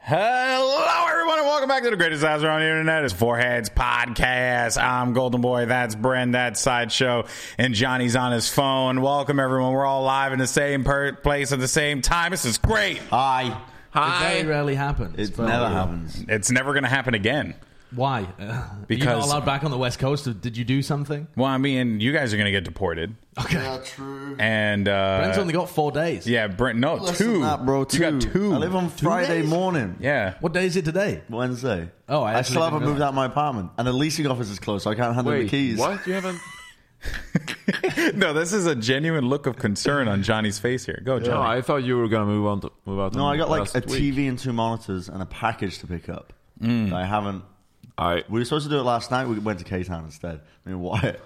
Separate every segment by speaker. Speaker 1: Hello, everyone, and welcome back to the greatest house on the internet. It's Foreheads Podcast. I'm Golden Boy. That's Bren. That's Sideshow. And Johnny's on his phone. Welcome, everyone. We're all live in the same per- place at the same time. This is great.
Speaker 2: Hi.
Speaker 3: It very
Speaker 4: Hi.
Speaker 3: rarely happens.
Speaker 2: It
Speaker 3: but-
Speaker 2: never happens.
Speaker 1: It's never going to happen again.
Speaker 3: Why?
Speaker 1: Because- Uh,
Speaker 3: you're not allowed back on the West Coast. Did you do something?
Speaker 1: Well, I mean, you guys are going to get deported.
Speaker 3: Okay.
Speaker 2: true.
Speaker 1: And, uh.
Speaker 3: Ben's only got four days.
Speaker 1: yeah, Brent. No,
Speaker 2: Less
Speaker 1: two.
Speaker 2: than that, bro. Two.
Speaker 1: You got two.
Speaker 2: I live on Friday
Speaker 3: days?
Speaker 2: morning.
Speaker 1: yeah.
Speaker 3: What day is it today?
Speaker 2: Wednesday.
Speaker 3: Oh, I actually
Speaker 2: still
Speaker 3: didn't
Speaker 2: haven't moved
Speaker 3: realize.
Speaker 2: out of my apartment, and the leasing office is closed, so I can't hand them the keys.
Speaker 4: What? You haven't?
Speaker 1: No, this is a genuine look of concern on Johnny's face here. Go,
Speaker 4: No,
Speaker 1: Johnny.
Speaker 4: I thought you were gonna move on. To, move out.
Speaker 2: No,
Speaker 4: on
Speaker 2: I got like
Speaker 4: last
Speaker 2: a
Speaker 4: week.
Speaker 2: TV and two monitors and a package to pick up. that I haven't.
Speaker 4: I.
Speaker 2: We were supposed to do it last night. We went to K Town instead. I mean, why?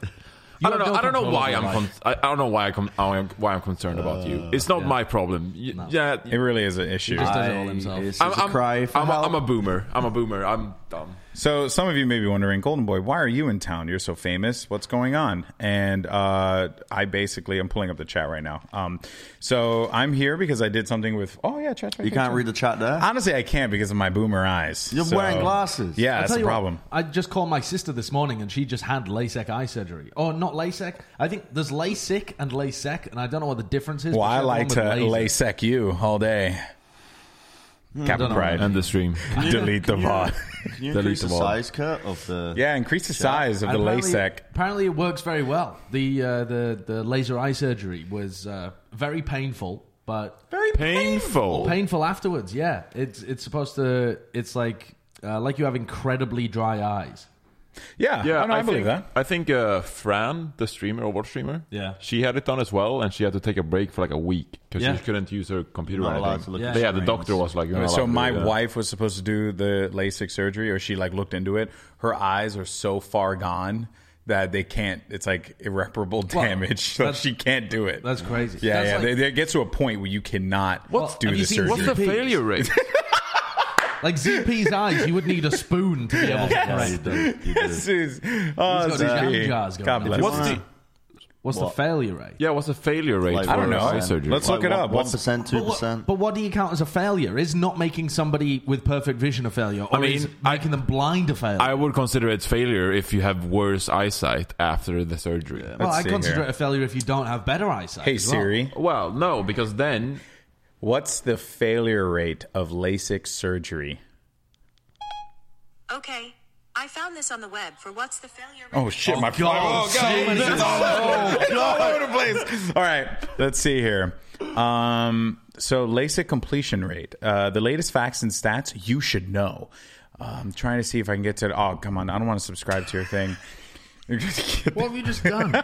Speaker 4: I
Speaker 3: have
Speaker 4: don't know.
Speaker 3: no
Speaker 4: I don't know
Speaker 3: control
Speaker 4: why
Speaker 3: over your
Speaker 4: I'm. Con- I, I don't know why I com- I am- why I'm concerned about
Speaker 2: Uh,
Speaker 4: you. It's not my problem. Y- Yeah.
Speaker 1: it really is an issue.
Speaker 3: just does it all himself.
Speaker 2: It's
Speaker 4: I'm,
Speaker 2: just a
Speaker 4: I'm-
Speaker 2: cry for
Speaker 4: I'm a-
Speaker 2: help.
Speaker 4: I'm a boomer. I'm a boomer. I'm dumb.
Speaker 1: So some of you may be wondering, Golden Boy, why are you in town? You're so famous. What's going on? And uh, I basically am pulling up the chat right now. Um, so I'm here because I did something with. Oh yeah, chat.
Speaker 2: you can't read the chat there.
Speaker 1: Honestly, I can't because of my boomer eyes.
Speaker 2: You're wearing glasses.
Speaker 1: Yeah,
Speaker 3: I'll
Speaker 1: that's
Speaker 3: tell
Speaker 1: the
Speaker 3: you what,
Speaker 1: problem.
Speaker 3: I just called my sister this morning and she just had LASIK eye surgery. Oh, not LASIK. I think there's LASIK and LASIK, and I don't know what the difference is.
Speaker 1: well,
Speaker 3: but she
Speaker 1: I
Speaker 3: had the
Speaker 1: like
Speaker 3: one
Speaker 1: to
Speaker 3: with laser.
Speaker 1: laysec you all day. Captain
Speaker 2: Hmm,
Speaker 3: know.
Speaker 1: Pride.
Speaker 4: End the stream.
Speaker 1: delete the VOD.
Speaker 2: Can you
Speaker 4: Delete
Speaker 2: increase the
Speaker 4: them all.
Speaker 2: size cut of the?
Speaker 1: yeah, increase the size of the
Speaker 3: And apparently-
Speaker 1: laysec.
Speaker 3: Apparently, it works very well. The uh, the the laser eye surgery was uh, very painful, but
Speaker 1: Very
Speaker 4: Painful.
Speaker 3: painful afterwards. Yeah, it's it's supposed to. It's like uh, like you have incredibly dry eyes.
Speaker 1: Yeah,
Speaker 4: Yeah,
Speaker 1: oh, no, I, believe
Speaker 4: think,
Speaker 1: that.
Speaker 4: I think uh, Fran, the streamer or what streamer,
Speaker 3: Yeah.
Speaker 4: she had it done as well, and she had to take a break for like a week because
Speaker 3: Yeah.
Speaker 4: she couldn't use her computer.
Speaker 2: Not
Speaker 4: or
Speaker 2: allowed
Speaker 4: anything.
Speaker 2: to look
Speaker 3: at
Speaker 4: yeah, the
Speaker 2: screens.
Speaker 4: doctor was like, "You're not allowed
Speaker 1: So
Speaker 4: to do
Speaker 1: my
Speaker 4: that."
Speaker 1: wife was supposed to do the LASIK surgery, or she like looked into it. Her eyes are so far gone that they can't. It's like irreparable damage. so
Speaker 3: that's-
Speaker 1: she can't do it.
Speaker 3: That's crazy.
Speaker 1: yeah,
Speaker 3: That's
Speaker 1: yeah.
Speaker 3: like-
Speaker 1: they, they get to a point where you cannot
Speaker 3: What-
Speaker 1: do
Speaker 3: have
Speaker 1: the
Speaker 3: you seen-
Speaker 1: surgery.
Speaker 4: What's the
Speaker 3: Peace.
Speaker 4: failure rate?
Speaker 3: Like ZP's eyes, you would need a spoon to be able to
Speaker 2: Yes, you
Speaker 3: correct them.
Speaker 2: do, you do.
Speaker 1: This is- oh,
Speaker 3: He's got
Speaker 1: Ziggy.
Speaker 3: jam jars going
Speaker 1: God
Speaker 3: on.
Speaker 1: bless.
Speaker 4: What's
Speaker 1: you.
Speaker 4: the
Speaker 3: What's
Speaker 2: What?
Speaker 3: the failure rate?
Speaker 4: yeah? What's the failure rate?
Speaker 2: Like,
Speaker 4: for
Speaker 1: I don't
Speaker 4: eye
Speaker 1: know.
Speaker 4: surgery?
Speaker 1: Let's look it up.
Speaker 2: One
Speaker 1: What's-
Speaker 2: percent, two
Speaker 3: But what,
Speaker 2: percent.
Speaker 3: but what do you count as a failure? Is not making somebody with perfect vision a failure, or
Speaker 4: I mean,
Speaker 3: is
Speaker 4: I-
Speaker 3: making them blind a failure?
Speaker 4: I would consider it failure if you have worse eyesight after the surgery.
Speaker 3: well,
Speaker 1: Let's
Speaker 3: I
Speaker 1: see
Speaker 3: consider
Speaker 1: here.
Speaker 3: it a failure if you don't have better eyesight.
Speaker 1: Hey
Speaker 3: as well.
Speaker 1: Siri,
Speaker 4: Well, no, because then
Speaker 1: what's the failure rate of LASIK surgery?
Speaker 5: Okay. I found this on the web for what's the failure rate.
Speaker 1: Oh shit! my
Speaker 3: God.
Speaker 1: Oh, God.
Speaker 3: Jesus.
Speaker 1: It's all over. It's all over the place. All right, let's see here. Um, so LASIK completion rate. Uh, the latest facts and stats you should know. Uh, I'm trying to see if I can get to. Oh, come on! I don't want to subscribe to your thing. You're gonna get
Speaker 3: What have you just done?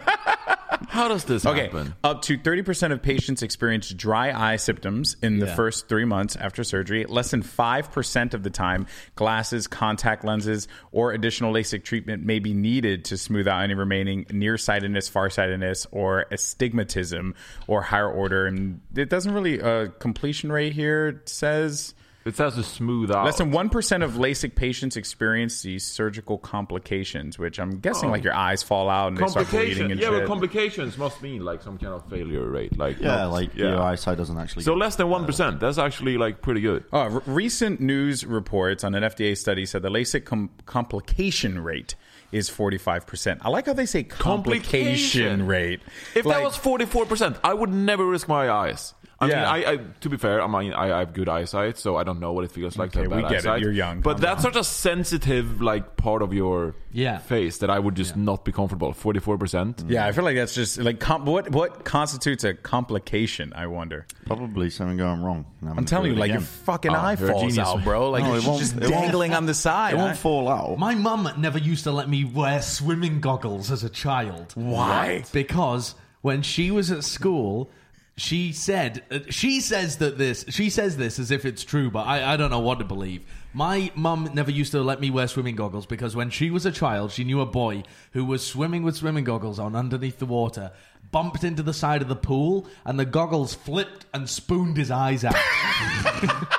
Speaker 4: how does this
Speaker 1: Okay.
Speaker 4: happen?
Speaker 1: Up to 30% of patients experience dry eye symptoms in the
Speaker 3: Yeah.
Speaker 1: first three months after surgery. Less than 5% of the time, glasses, contact lenses, or additional LASIK treatment may be needed to smooth out any remaining nearsightedness, farsightedness, or astigmatism or higher order. And it doesn't really, uh, completion rate here says.
Speaker 4: It says to smooth out.
Speaker 1: Less than 1% of LASIK patients experience these surgical complications, which I'm guessing like your eyes fall out and they start bleeding
Speaker 4: complications.
Speaker 1: and
Speaker 4: Oh. Yeah,
Speaker 1: shit.
Speaker 4: but complications must mean like some kind of failure rate. Like
Speaker 2: Yeah,
Speaker 4: not-
Speaker 2: like your eyesight doesn't actually.
Speaker 4: So less than one percent. That's actually like pretty good.
Speaker 1: Uh, re- recent news reports on an FDA study said the LASIK com- complication rate is 45%. I like how they say complication,
Speaker 4: Complication.
Speaker 1: rate.
Speaker 4: If
Speaker 1: Like,
Speaker 4: that was forty four percent, I would never risk my eyes. I
Speaker 1: Yeah.
Speaker 4: mean, I, I to be fair, I mean, I, I have good eyesight, so I don't know what it feels like
Speaker 1: Okay,
Speaker 4: to have bad
Speaker 1: we get it.
Speaker 4: eyesight.
Speaker 1: You're young.
Speaker 4: but
Speaker 1: Calm
Speaker 4: that's such a sensitive like part of your
Speaker 3: Yeah.
Speaker 4: face that I would just not be comfortable. Forty four percent.
Speaker 1: Yeah, I feel like that's just like com- what what constitutes a complication, I wonder.
Speaker 2: Probably something going wrong.
Speaker 1: I'm telling you, like your fucking eye
Speaker 4: you're a
Speaker 1: falls
Speaker 4: genius.
Speaker 1: out, bro. Like
Speaker 2: No, it
Speaker 1: it's
Speaker 2: won't-
Speaker 1: just
Speaker 2: it won't-
Speaker 1: dangling on the side.
Speaker 2: it won't fall out.
Speaker 3: My mum never used to let me wear swimming goggles as a child.
Speaker 1: Why?
Speaker 3: Because when she was at school, she said uh, she says that this she says this as if it's true, but I, I don't know what to believe. My mum never used to let me wear swimming goggles because when she was a child, she knew a boy who was swimming with swimming goggles on underneath the water, bumped into the side of the pool, and the goggles flipped and spooned his eyes out.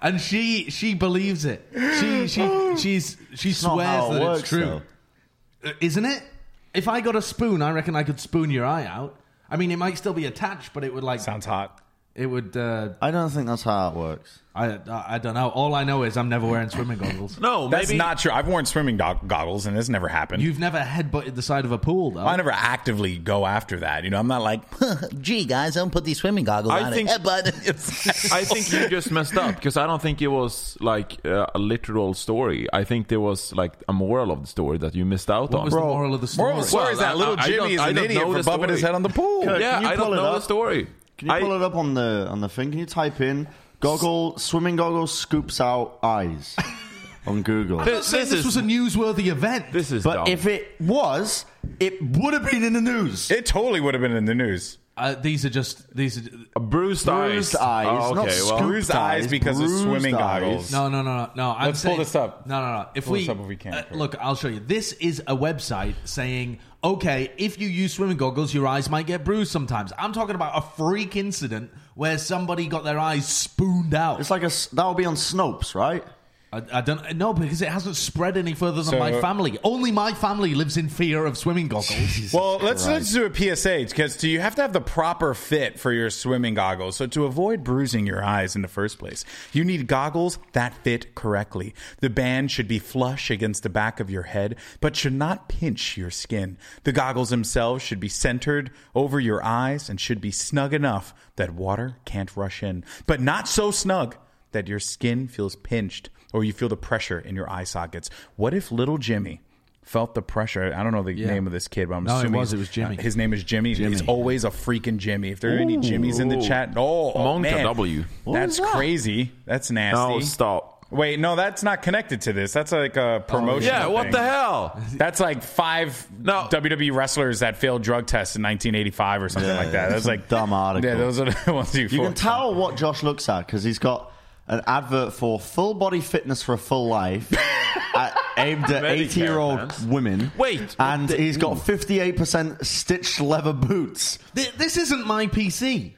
Speaker 3: And she she believes it. She she she's she
Speaker 2: not
Speaker 3: swears
Speaker 2: how it
Speaker 3: that
Speaker 2: works,
Speaker 3: it's true Uh,
Speaker 2: though.
Speaker 3: isn't it? If I got a spoon, I reckon I could spoon your eye out. I mean, it might still be attached, but it would like
Speaker 1: Sounds hot.
Speaker 3: It would. Uh,
Speaker 2: I don't think that's how it works.
Speaker 3: I, I I don't know. All I know is I'm never wearing swimming goggles.
Speaker 4: No,
Speaker 1: That's
Speaker 4: maybe
Speaker 1: not true. I've worn swimming go- goggles, and this never happened.
Speaker 3: You've never headbutted the side of a pool, though.
Speaker 1: I never actively go after that. You know, I'm not like,
Speaker 6: Gee, guys, don't put these swimming goggles
Speaker 4: I
Speaker 6: on.
Speaker 4: think-
Speaker 6: it. But
Speaker 4: I think you just messed up because I don't think it was like uh, a literal story. I think there was like a moral of the story that you missed out
Speaker 3: What
Speaker 4: on.
Speaker 3: was the moral of the story?
Speaker 1: moral story is
Speaker 4: Well,
Speaker 1: that
Speaker 4: I-
Speaker 1: little
Speaker 4: I- I
Speaker 1: Jimmy
Speaker 4: don't-
Speaker 1: is
Speaker 4: I
Speaker 1: an
Speaker 4: don't
Speaker 1: idiot
Speaker 4: know
Speaker 1: for
Speaker 4: the
Speaker 1: bumping his
Speaker 4: story.
Speaker 1: head on the pool.
Speaker 4: yeah,
Speaker 2: Can you
Speaker 4: I
Speaker 2: pull
Speaker 4: don't
Speaker 2: it
Speaker 4: know
Speaker 2: up?
Speaker 4: the story.
Speaker 2: Can you
Speaker 4: I-
Speaker 2: pull it up on the on the thing? Can you type in goggle swimming goggle scoops out eyes on Google?
Speaker 3: I'm not saying
Speaker 4: This
Speaker 3: this
Speaker 4: is-
Speaker 3: was a newsworthy event.
Speaker 4: This is
Speaker 2: But
Speaker 4: dumb.
Speaker 2: if it was, it would have been in the news.
Speaker 1: It totally would have been in the news.
Speaker 3: Uh, these are just these are
Speaker 4: bruised,
Speaker 2: Bruised eyes,
Speaker 4: Oh,
Speaker 2: not
Speaker 4: okay, well,
Speaker 2: scooped
Speaker 1: Bruised eyes because of
Speaker 2: bruised
Speaker 1: swimming
Speaker 2: eyes.
Speaker 1: goggles.
Speaker 3: No, no, no, no, no. I'm
Speaker 1: Let's pull
Speaker 3: saying,
Speaker 1: this up.
Speaker 3: No, no, no. If
Speaker 1: Pull
Speaker 3: we,
Speaker 1: this up if we can,
Speaker 3: uh,
Speaker 1: Chris.
Speaker 3: look, I'll show you. This is a website saying, okay, if you use swimming goggles, your eyes might get bruised sometimes. I'm talking about a freak incident where somebody got their eyes spooned out.
Speaker 2: It's like a s- that will be on Snopes, right?
Speaker 3: I, I don't know because it hasn't spread any further than
Speaker 1: So-
Speaker 3: my family. Only my family lives in fear of swimming goggles.
Speaker 1: Well, let's, let's do a PSA because you have to have the proper fit for your swimming goggles. So, to avoid bruising your eyes in the first place, you need goggles that fit correctly. The band should be flush against the back of your head, but should not pinch your skin. The goggles themselves should be centered over your eyes and should be snug enough that water can't rush in, but not so snug that your skin feels pinched or you feel the pressure in your eye sockets. What if little Jimmy? Felt the pressure. I don't know the name of this kid, but I'm
Speaker 3: No, it
Speaker 1: assuming
Speaker 3: was-
Speaker 1: he's-
Speaker 3: it was Jimmy.
Speaker 1: uh, his name is Jimmy. He's always a freaking Jimmy. If there are any Jimmys in the chat, oh
Speaker 4: Monka
Speaker 1: man.
Speaker 4: W. Oh,
Speaker 1: that's
Speaker 2: was that?
Speaker 1: crazy. That's nasty.
Speaker 4: no, stop.
Speaker 1: Wait, no, that's not connected to this. That's like a promotion.
Speaker 4: Yeah, what the hell?
Speaker 1: That's like five
Speaker 4: No.
Speaker 1: WWE wrestlers that failed drug tests in 1985 or something like that. That's
Speaker 2: some
Speaker 1: like
Speaker 2: dumb article.
Speaker 1: Yeah, those are the ones you.
Speaker 2: You can tell what Josh looks at because he's got an advert for full body fitness for a full life. at- Aimed at
Speaker 4: Medicare,
Speaker 2: 80 year old
Speaker 4: man.
Speaker 2: women.
Speaker 4: Wait,
Speaker 2: And
Speaker 4: what the-
Speaker 2: he's got 58% stitched leather boots.
Speaker 3: Th- this isn't my PC.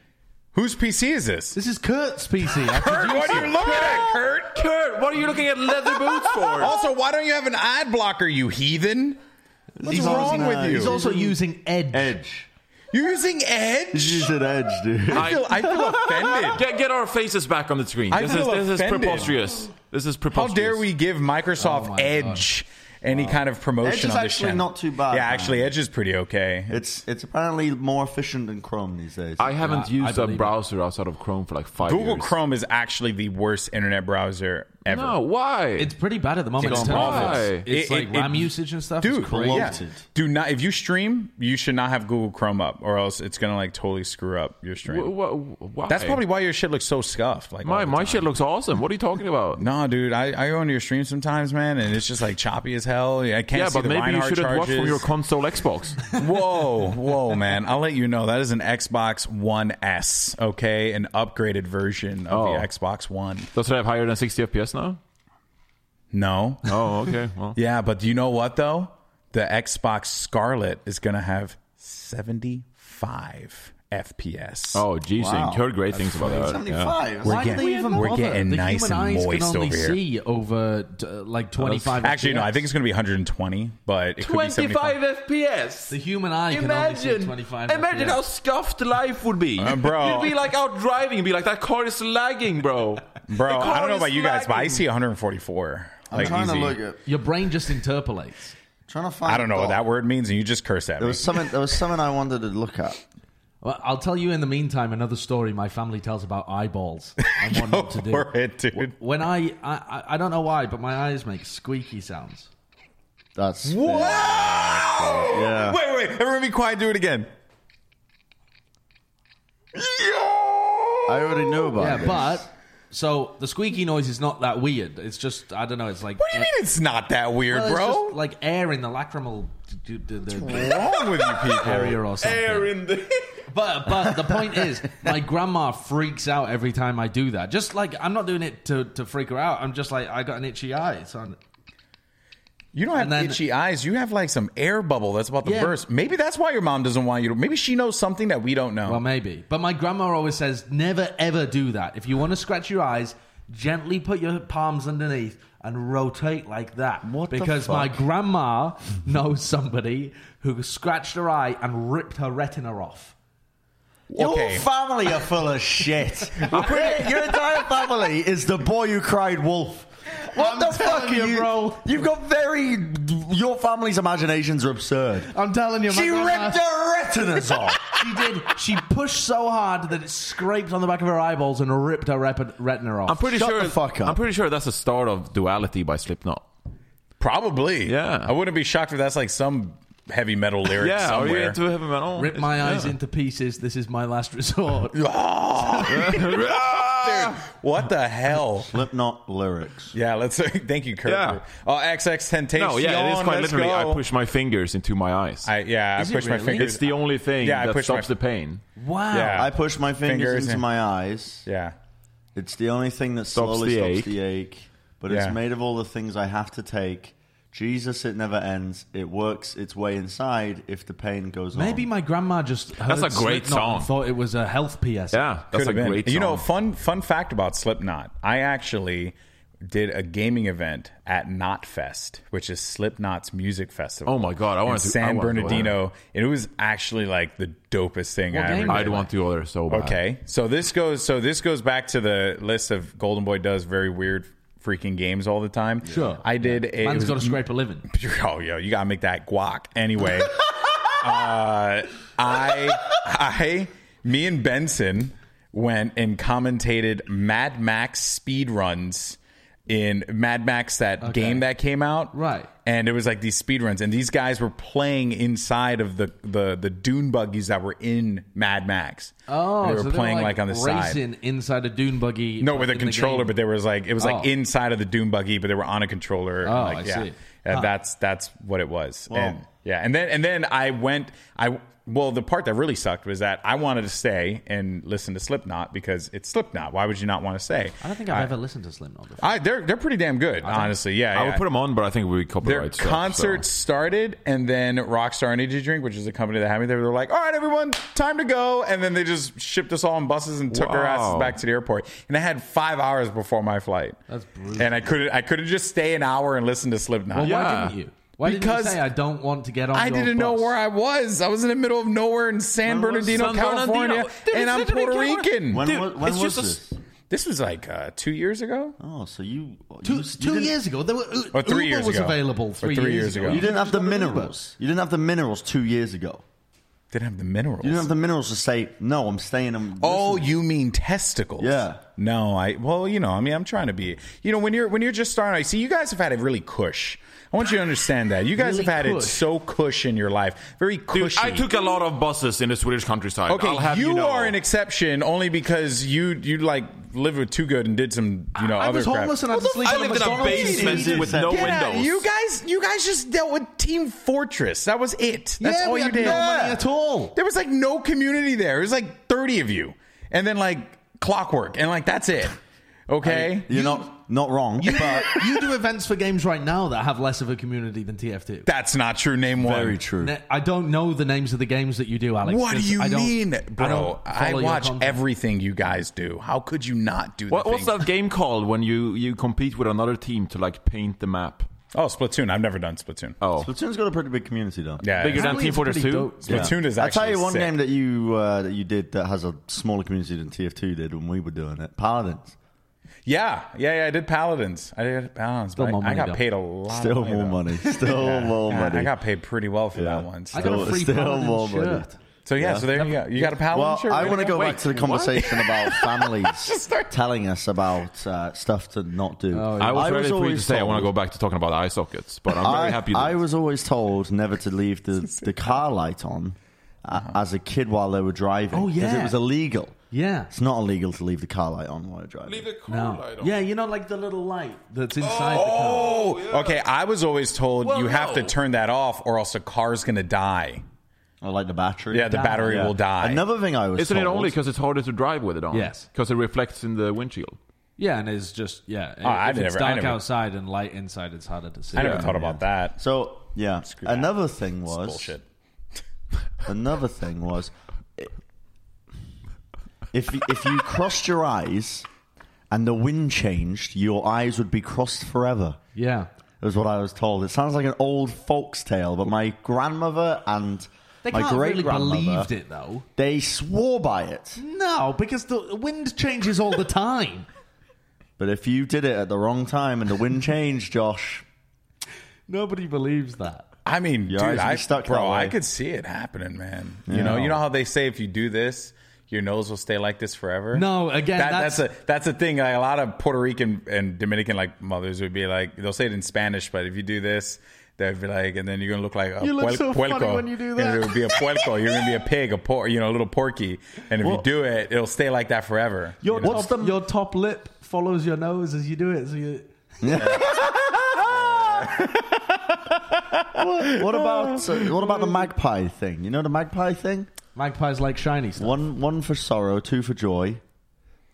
Speaker 1: Whose PC is this?
Speaker 3: This is Kurt's PC. I
Speaker 1: Kurt, what
Speaker 3: produced
Speaker 1: are
Speaker 3: it.
Speaker 1: you looking at, Kurt?
Speaker 4: Kurt, what are you looking at leather boots for?
Speaker 1: Also, why don't you have an ad blocker, you heathen? What's
Speaker 2: He's
Speaker 1: wrong
Speaker 2: also-
Speaker 1: with you?
Speaker 3: He's also using Edge.
Speaker 2: Edge.
Speaker 1: You're using Edge.
Speaker 2: He's an edge, dude.
Speaker 1: I feel, I feel offended.
Speaker 4: Get, get our faces back on the screen.
Speaker 1: I
Speaker 4: This
Speaker 1: feel
Speaker 4: is this is
Speaker 1: offended.
Speaker 4: preposterous. This is
Speaker 1: How
Speaker 4: preposterous.
Speaker 1: dare we give Microsoft
Speaker 3: Oh my
Speaker 1: Edge any kind of promotion
Speaker 2: Edge is
Speaker 1: on this
Speaker 2: actually
Speaker 1: channel?
Speaker 2: not too bad,
Speaker 1: Yeah,
Speaker 2: man.
Speaker 1: actually, Edge is pretty okay.
Speaker 2: It's it's apparently more efficient than Chrome these days.
Speaker 4: I haven't
Speaker 3: Yeah, I
Speaker 4: used a
Speaker 3: believe it.
Speaker 4: browser outside of Chrome for like five
Speaker 1: Google
Speaker 4: years.
Speaker 1: Chrome is actually the worst internet browser ever.
Speaker 4: No, why?
Speaker 3: It's pretty bad at the moment.
Speaker 1: It's
Speaker 3: in terms of
Speaker 4: awful.
Speaker 3: its,
Speaker 1: It-
Speaker 3: it's like
Speaker 1: it-
Speaker 3: RAM
Speaker 1: it-
Speaker 3: usage and stuff.
Speaker 1: Dude,
Speaker 3: it's crazy.
Speaker 1: yeah.
Speaker 2: bloated.
Speaker 1: do not. If you stream, you should not have Google Chrome up, or else it's gonna like totally screw up your stream.
Speaker 4: Wh- wh- why?
Speaker 1: That's probably why your shit looks so scuffed. Like
Speaker 4: my
Speaker 1: all the
Speaker 4: my
Speaker 1: time.
Speaker 4: shit looks awesome. What are you talking about?
Speaker 1: No, dude, I, I go into your stream sometimes, man, and it's just like choppy as hell. I can't
Speaker 4: yeah,
Speaker 1: see
Speaker 4: but
Speaker 1: the
Speaker 4: maybe you
Speaker 1: Reinhardt
Speaker 4: shouldn't watch
Speaker 1: charges.
Speaker 4: from your console Xbox.
Speaker 1: Whoa, whoa, man. I'll let you know that is an Xbox One S, okay? An upgraded version of
Speaker 4: Oh.
Speaker 1: the Xbox One.
Speaker 4: Does it have higher than 60 FPS now?
Speaker 1: No.
Speaker 4: Oh, okay. Well,
Speaker 1: Yeah, but do you know what though? The Xbox Scarlet is going to have 75 FPS.
Speaker 4: oh, geez,
Speaker 2: Wow.
Speaker 4: I heard great things about that. Yeah.
Speaker 2: 75.
Speaker 1: We're
Speaker 2: Why did
Speaker 1: getting-
Speaker 2: we even
Speaker 1: we're
Speaker 2: bother?
Speaker 1: getting-
Speaker 3: the
Speaker 1: nice
Speaker 3: human
Speaker 1: and
Speaker 3: eyes
Speaker 1: moist
Speaker 3: can only
Speaker 1: over here.
Speaker 3: see over d- uh, like 25
Speaker 1: Actually, no,
Speaker 3: FPS.
Speaker 1: I think it's going to be 120, but it could be 75.
Speaker 4: FPS.
Speaker 3: the human eye can only see 25
Speaker 4: imagine
Speaker 3: FPS.
Speaker 4: how scuffed life would be,
Speaker 1: Uh, bro.
Speaker 4: You'd be like out driving, and be like, "That car is lagging, bro."
Speaker 1: Bro,
Speaker 4: The car
Speaker 1: I don't know
Speaker 4: is
Speaker 1: about you guys, but I
Speaker 4: lagging.
Speaker 1: see 144.
Speaker 2: I'm
Speaker 1: like
Speaker 2: trying
Speaker 1: easy.
Speaker 2: to look at.
Speaker 3: your brain just interpolates.
Speaker 2: Trying to find.
Speaker 1: I don't know
Speaker 2: a
Speaker 1: what that
Speaker 2: dot.
Speaker 1: word means and you just curse at
Speaker 2: There
Speaker 1: me.
Speaker 2: was something. There was something I wanted to look at.
Speaker 3: Well, I'll tell you in the meantime another story my family tells about eyeballs. and what
Speaker 1: Go
Speaker 3: not to do.
Speaker 1: for it, dude.
Speaker 3: When I, I I- I don't know why, but my eyes make squeaky sounds.
Speaker 2: That's
Speaker 1: Wow!
Speaker 2: Yeah.
Speaker 1: Wait, wait. Everyone be quiet. Do it again.
Speaker 2: I already knew about.
Speaker 3: Yeah,
Speaker 2: this.
Speaker 3: but so the squeaky noise is not that weird. It's just I don't know. It's like
Speaker 1: What do you mean it's not that weird,
Speaker 3: Well, it's
Speaker 1: bro?
Speaker 3: just like air in the lacrimal d- d- d- d-
Speaker 1: What's wrong with you people?
Speaker 3: area or something.
Speaker 4: in the
Speaker 3: But but the point is, my grandma freaks out every time I do that. Just like I'm not doing it to, to freak her out. I'm just like I got an itchy eye. So I'm-
Speaker 1: You don't have
Speaker 3: And then-
Speaker 1: itchy eyes. You have like some air bubble that's about to
Speaker 3: Yeah.
Speaker 1: burst. Maybe that's why your mom doesn't want you to. Maybe she knows something that we don't know.
Speaker 3: well, maybe. But my grandma always says never ever do that. If you want to scratch your eyes, gently put your palms underneath and rotate like that.
Speaker 2: What the
Speaker 3: because my
Speaker 2: fuck?
Speaker 3: grandma knows somebody who scratched her eye and ripped her retina off.
Speaker 1: Okay.
Speaker 2: Your family are full of shit. Your- Your entire family is the boy who cried wolf. What
Speaker 3: I'm
Speaker 2: the
Speaker 3: telling
Speaker 2: fuck are
Speaker 3: you,
Speaker 2: you,
Speaker 3: bro.
Speaker 2: You've got very. Your family's imaginations are absurd.
Speaker 3: I'm telling you, Oh my
Speaker 2: She
Speaker 3: grandma-
Speaker 2: ripped her retinas off.
Speaker 3: She did. She pushed so hard that it scraped on the back of her eyeballs and ripped her rep- retina off.
Speaker 4: I'm pretty
Speaker 2: Shut
Speaker 4: sure.
Speaker 2: the fuck up.
Speaker 4: I'm pretty sure that's the start of Duality by Slipknot.
Speaker 1: Probably.
Speaker 4: Yeah.
Speaker 1: I wouldn't be shocked if that's like some heavy metal lyric
Speaker 4: Yeah, are you
Speaker 1: somewhere.
Speaker 4: into heavy metal?
Speaker 3: Rip my eyes
Speaker 4: Yeah.
Speaker 3: into pieces. This is my last resort.
Speaker 1: Ah! what the hell?
Speaker 2: Slipknot lyrics.
Speaker 1: Yeah, let's thank you, Kurt.
Speaker 4: Yeah.
Speaker 1: Oh, XX Temptation.
Speaker 4: No, yeah, it is quite
Speaker 1: let's
Speaker 4: literally.
Speaker 1: go.
Speaker 4: I push my fingers into my eyes.
Speaker 1: I- yeah,
Speaker 3: Is
Speaker 1: I
Speaker 3: it
Speaker 1: push my
Speaker 3: really?
Speaker 1: fingers.
Speaker 4: it's the only thing
Speaker 1: Yeah, I
Speaker 4: that
Speaker 1: push
Speaker 4: stops
Speaker 1: my-
Speaker 4: the pain.
Speaker 3: Wow.
Speaker 1: Yeah.
Speaker 2: I push my fingers,
Speaker 1: Fingers
Speaker 2: into
Speaker 1: in-
Speaker 2: my eyes.
Speaker 1: yeah.
Speaker 2: It's the only thing that
Speaker 4: Stops
Speaker 2: slowly
Speaker 4: the
Speaker 2: stops
Speaker 4: ache.
Speaker 2: the ache. But
Speaker 1: Yeah.
Speaker 2: it's made of all the things I have to take. Jesus, it never ends. It works its way inside if the pain goes on.
Speaker 3: Maybe my grandma just heard
Speaker 4: That's a great
Speaker 3: Slipknot and
Speaker 4: song.
Speaker 3: Thought it was a health PS.
Speaker 4: Yeah, that's
Speaker 1: Could
Speaker 4: a
Speaker 1: have been.
Speaker 4: great.
Speaker 1: You know,
Speaker 4: song.
Speaker 1: fun fun fact about Slipknot. I actually did a gaming event at Knotfest, which is Slipknot's music festival.
Speaker 4: Oh my God, I
Speaker 1: in
Speaker 4: wanted to- I
Speaker 1: San
Speaker 4: wanted to go
Speaker 1: Bernardino. And it was actually like the dopest thing I
Speaker 3: game
Speaker 1: ever.
Speaker 3: was
Speaker 1: did.
Speaker 4: I'd want to order so bad.
Speaker 1: Okay, so this goes so this goes back to the list of Golden Boy does very weird freaking games all the time.
Speaker 3: Sure.
Speaker 1: I did a.
Speaker 3: Man's
Speaker 1: it was-
Speaker 3: got to scrape a living.
Speaker 1: oh yo, you gotta make that guac anyway. uh, I I me and Benson went and commentated Mad Max speed runs in Mad Max that game that came out.
Speaker 3: Right.
Speaker 1: And it was like these speed runs, and these guys were playing inside of the the the dune buggies that were in Mad Max.
Speaker 3: Oh,
Speaker 1: And they were
Speaker 3: so they
Speaker 1: playing like, on the side.
Speaker 3: racing inside a dune buggy.
Speaker 1: No, with a
Speaker 3: in the
Speaker 1: controller,
Speaker 3: game.
Speaker 1: but there was like it was like
Speaker 3: Oh.
Speaker 1: inside of the Doom buggy, but they were on a controller. and,
Speaker 3: Oh,
Speaker 1: like,
Speaker 3: I
Speaker 1: yeah.
Speaker 3: see.
Speaker 1: And That's that's what it was. And yeah, and then and then I went. I well, the part that really sucked was that I wanted to stay and listen to Slipknot because it's Slipknot. Why would you not want to stay?
Speaker 3: I don't think I've ever listened to Slipknot before.
Speaker 1: I they're they're pretty damn good, honestly. Yeah,
Speaker 4: I
Speaker 1: yeah.
Speaker 4: would put them on, but I think we would be
Speaker 1: Their
Speaker 4: copyright. stuff,
Speaker 1: concert
Speaker 4: so.
Speaker 1: started, and then Rockstar Energy Drink, which is a company that had me there, they were like, "All right, everyone, time to go," and then they just shipped us all on buses and took our asses
Speaker 4: Wow.
Speaker 1: back to the airport. And I had five hours before my flight. That's
Speaker 3: brutal.
Speaker 1: And I couldn't, I couldn't just stay an hour and listen to Slipknot.
Speaker 3: Well, why
Speaker 4: Yeah.
Speaker 3: didn't you? Why didn't
Speaker 1: Because
Speaker 3: you say I don't want to get on?
Speaker 1: I
Speaker 3: your
Speaker 1: didn't know
Speaker 3: bus?"
Speaker 1: where I was. I was in the middle of nowhere in San
Speaker 4: When was
Speaker 1: Bernardino,
Speaker 4: San
Speaker 1: California,
Speaker 4: Bernardino? Dude,
Speaker 1: and
Speaker 4: it's
Speaker 1: I'm
Speaker 4: literally
Speaker 1: Puerto
Speaker 4: California.
Speaker 1: Rican.
Speaker 2: When,
Speaker 4: Dude,
Speaker 2: wa- when
Speaker 4: it's
Speaker 2: was
Speaker 4: just a
Speaker 2: this?
Speaker 1: This was like uh, two years ago.
Speaker 2: Oh, so you
Speaker 3: Two,
Speaker 2: you,
Speaker 3: two
Speaker 2: you
Speaker 3: years ago, there were,
Speaker 1: Or three
Speaker 3: Uber
Speaker 1: years
Speaker 3: was
Speaker 1: ago.
Speaker 3: available.
Speaker 1: Or
Speaker 3: Three,
Speaker 1: three years ago.
Speaker 2: You didn't have the
Speaker 3: Uber.
Speaker 2: minerals. You didn't have the minerals two years ago.
Speaker 1: Didn't have the minerals.
Speaker 2: You didn't have the minerals to say no. I'm staying. I'm
Speaker 1: Oh,
Speaker 2: listening."
Speaker 1: you mean testicles?
Speaker 2: Yeah.
Speaker 1: No, I. Well, you know, I mean, I'm trying to be. You know, when you're when you're just starting, I see you guys have had it really cush. I want you to understand that you guys
Speaker 3: Really
Speaker 1: have had
Speaker 3: cush.
Speaker 1: it so cush in your life, very
Speaker 4: Dude,
Speaker 1: cushy.
Speaker 4: I took a lot of buses in the Swedish countryside.
Speaker 1: Okay,
Speaker 4: I'll have
Speaker 1: you,
Speaker 4: you, know.
Speaker 1: are an exception only because you you like lived with too good and did some you know
Speaker 3: I
Speaker 1: other
Speaker 3: was
Speaker 1: crap.
Speaker 3: homeless and I was
Speaker 1: What the
Speaker 3: sleeping
Speaker 1: fuck
Speaker 4: I
Speaker 3: on
Speaker 1: is
Speaker 4: lived in
Speaker 1: wrong
Speaker 4: a
Speaker 1: with you?
Speaker 4: basement with
Speaker 2: Jesus.
Speaker 4: no
Speaker 1: Get out.
Speaker 4: windows.
Speaker 1: You guys, you guys just dealt with Team Fortress. That was it. That's
Speaker 3: yeah,
Speaker 1: all
Speaker 3: we
Speaker 1: you
Speaker 3: had
Speaker 1: did.
Speaker 3: no money at all.
Speaker 1: There was like no community there. It was like 30 of you. And then like clockwork. And like that's it. Okay?
Speaker 2: You're not not wrong. but
Speaker 3: you do events for games right now that have less of a community than TF2.
Speaker 1: that's not true. Name one.
Speaker 2: very true.
Speaker 3: Ne- I don't know the names of the games that you do, Alex.
Speaker 1: What do
Speaker 3: because
Speaker 1: you
Speaker 3: I don't-
Speaker 1: mean, bro?
Speaker 3: don't follow
Speaker 1: I,
Speaker 3: your
Speaker 1: watch
Speaker 3: content.
Speaker 1: everything you guys do. How could you not do
Speaker 4: What,
Speaker 1: the
Speaker 4: what's
Speaker 1: things-
Speaker 4: that game called when you, you compete with another team to like paint the map?
Speaker 1: Oh, Splatoon. I've never done Splatoon.
Speaker 4: Oh,
Speaker 2: Splatoon's got a pretty big community though.
Speaker 1: yeah.
Speaker 4: bigger than
Speaker 3: Halloween's
Speaker 4: Team Fortress
Speaker 3: pretty
Speaker 4: 2?
Speaker 3: dope.
Speaker 2: Yeah.
Speaker 1: Splatoon is
Speaker 2: I'll
Speaker 1: actually
Speaker 2: tell you one
Speaker 1: sick.
Speaker 2: game that you uh, that you did that has a smaller community than TF2 did when we were doing it. Paladins.
Speaker 1: yeah. Yeah, yeah. I did Paladins. I did Paladins. But I,
Speaker 3: more
Speaker 1: I
Speaker 3: money,
Speaker 1: got
Speaker 3: though.
Speaker 1: paid a lot. of
Speaker 2: Still
Speaker 1: money,
Speaker 2: more
Speaker 1: though.
Speaker 2: money. Still
Speaker 1: Yeah.
Speaker 2: more
Speaker 1: Yeah,
Speaker 2: money.
Speaker 1: I got paid pretty well for
Speaker 2: Yeah.
Speaker 1: that one. So.
Speaker 3: I got a
Speaker 2: Still-
Speaker 3: free
Speaker 2: still
Speaker 3: Paladin
Speaker 2: more money.
Speaker 3: shirt.
Speaker 1: so yeah, so there you go. You got a paladin
Speaker 2: Well,
Speaker 1: shirt?
Speaker 2: I
Speaker 1: There
Speaker 2: want to
Speaker 1: you
Speaker 2: go
Speaker 1: Wait,
Speaker 2: back to the conversation about families telling us about uh, stuff to not do.
Speaker 4: I was ready for you to
Speaker 2: always
Speaker 4: say I want to
Speaker 2: told-
Speaker 4: go back to talking about eye sockets, but I'm very
Speaker 2: I-
Speaker 4: happy.
Speaker 2: I
Speaker 4: that-
Speaker 2: was always told never to leave the, the car light on uh,
Speaker 4: Uh-huh.
Speaker 2: as a kid while they were driving.
Speaker 3: Oh,
Speaker 2: 'cause
Speaker 3: yeah.
Speaker 2: it was illegal.
Speaker 3: Yeah.
Speaker 2: It's not illegal to leave the car light on while you're driving.
Speaker 3: No. Yeah, you know, like the little light that's inside the car.
Speaker 1: Oh, okay. I was always told you have to turn that off, or else the car's gonna die.
Speaker 2: Or like the battery.
Speaker 1: Yeah, the battery
Speaker 2: Yeah.
Speaker 1: will die.
Speaker 2: Another thing I was
Speaker 4: Isn't
Speaker 2: told,
Speaker 4: it only because it's harder to drive with it on?
Speaker 3: Yes.
Speaker 4: because it reflects in the windshield.
Speaker 3: Yeah, and it's just yeah. if
Speaker 1: Oh, I
Speaker 3: it's
Speaker 1: never- I
Speaker 3: dark
Speaker 1: never-
Speaker 3: outside and light inside, it's harder to see.
Speaker 1: I never thought about that.
Speaker 2: So yeah,
Speaker 1: that.
Speaker 2: another thing was
Speaker 1: Bullshit.
Speaker 2: Another thing was if if you crossed your eyes and the wind changed, your eyes would be crossed forever.
Speaker 3: Yeah.
Speaker 2: Is what I was told. It sounds like an old folks tale, but my grandmother and
Speaker 3: They
Speaker 2: my
Speaker 3: can't really
Speaker 2: great-grandmother,
Speaker 3: believed it though.
Speaker 2: They swore by it.
Speaker 3: No, because the wind changes all the time.
Speaker 2: But if you did it at the wrong time and the wind changed, Josh,
Speaker 3: Nobody believes that.
Speaker 1: I mean,
Speaker 2: Your eyes
Speaker 1: dude,
Speaker 2: be
Speaker 1: I,
Speaker 2: stuck that
Speaker 1: bro,
Speaker 2: way.
Speaker 1: I could see it happening, man. You know, you know how they say if you do this, your nose will stay like this forever.
Speaker 3: No, again,
Speaker 1: that,
Speaker 3: that's-
Speaker 1: that's, a that's a thing. Like, a lot of Puerto Rican and Dominican like mothers would be like, they'll say it in Spanish, but if you do this, they'd be like, and then you're gonna look like a
Speaker 3: You look
Speaker 1: puel-
Speaker 3: so funny
Speaker 1: puelco.
Speaker 3: when you do
Speaker 1: And
Speaker 3: that.
Speaker 1: it would be a puelco. You're gonna be a pig, a por, you know, a little porky. And if you do it, it'll stay like that forever.
Speaker 3: Your
Speaker 1: you know?
Speaker 3: top, your top lip follows your nose as you do it. So you,
Speaker 2: what about uh, what about the magpie thing? You know the magpie thing.
Speaker 3: magpies like shiny stuff.
Speaker 2: One one for sorrow, two for joy,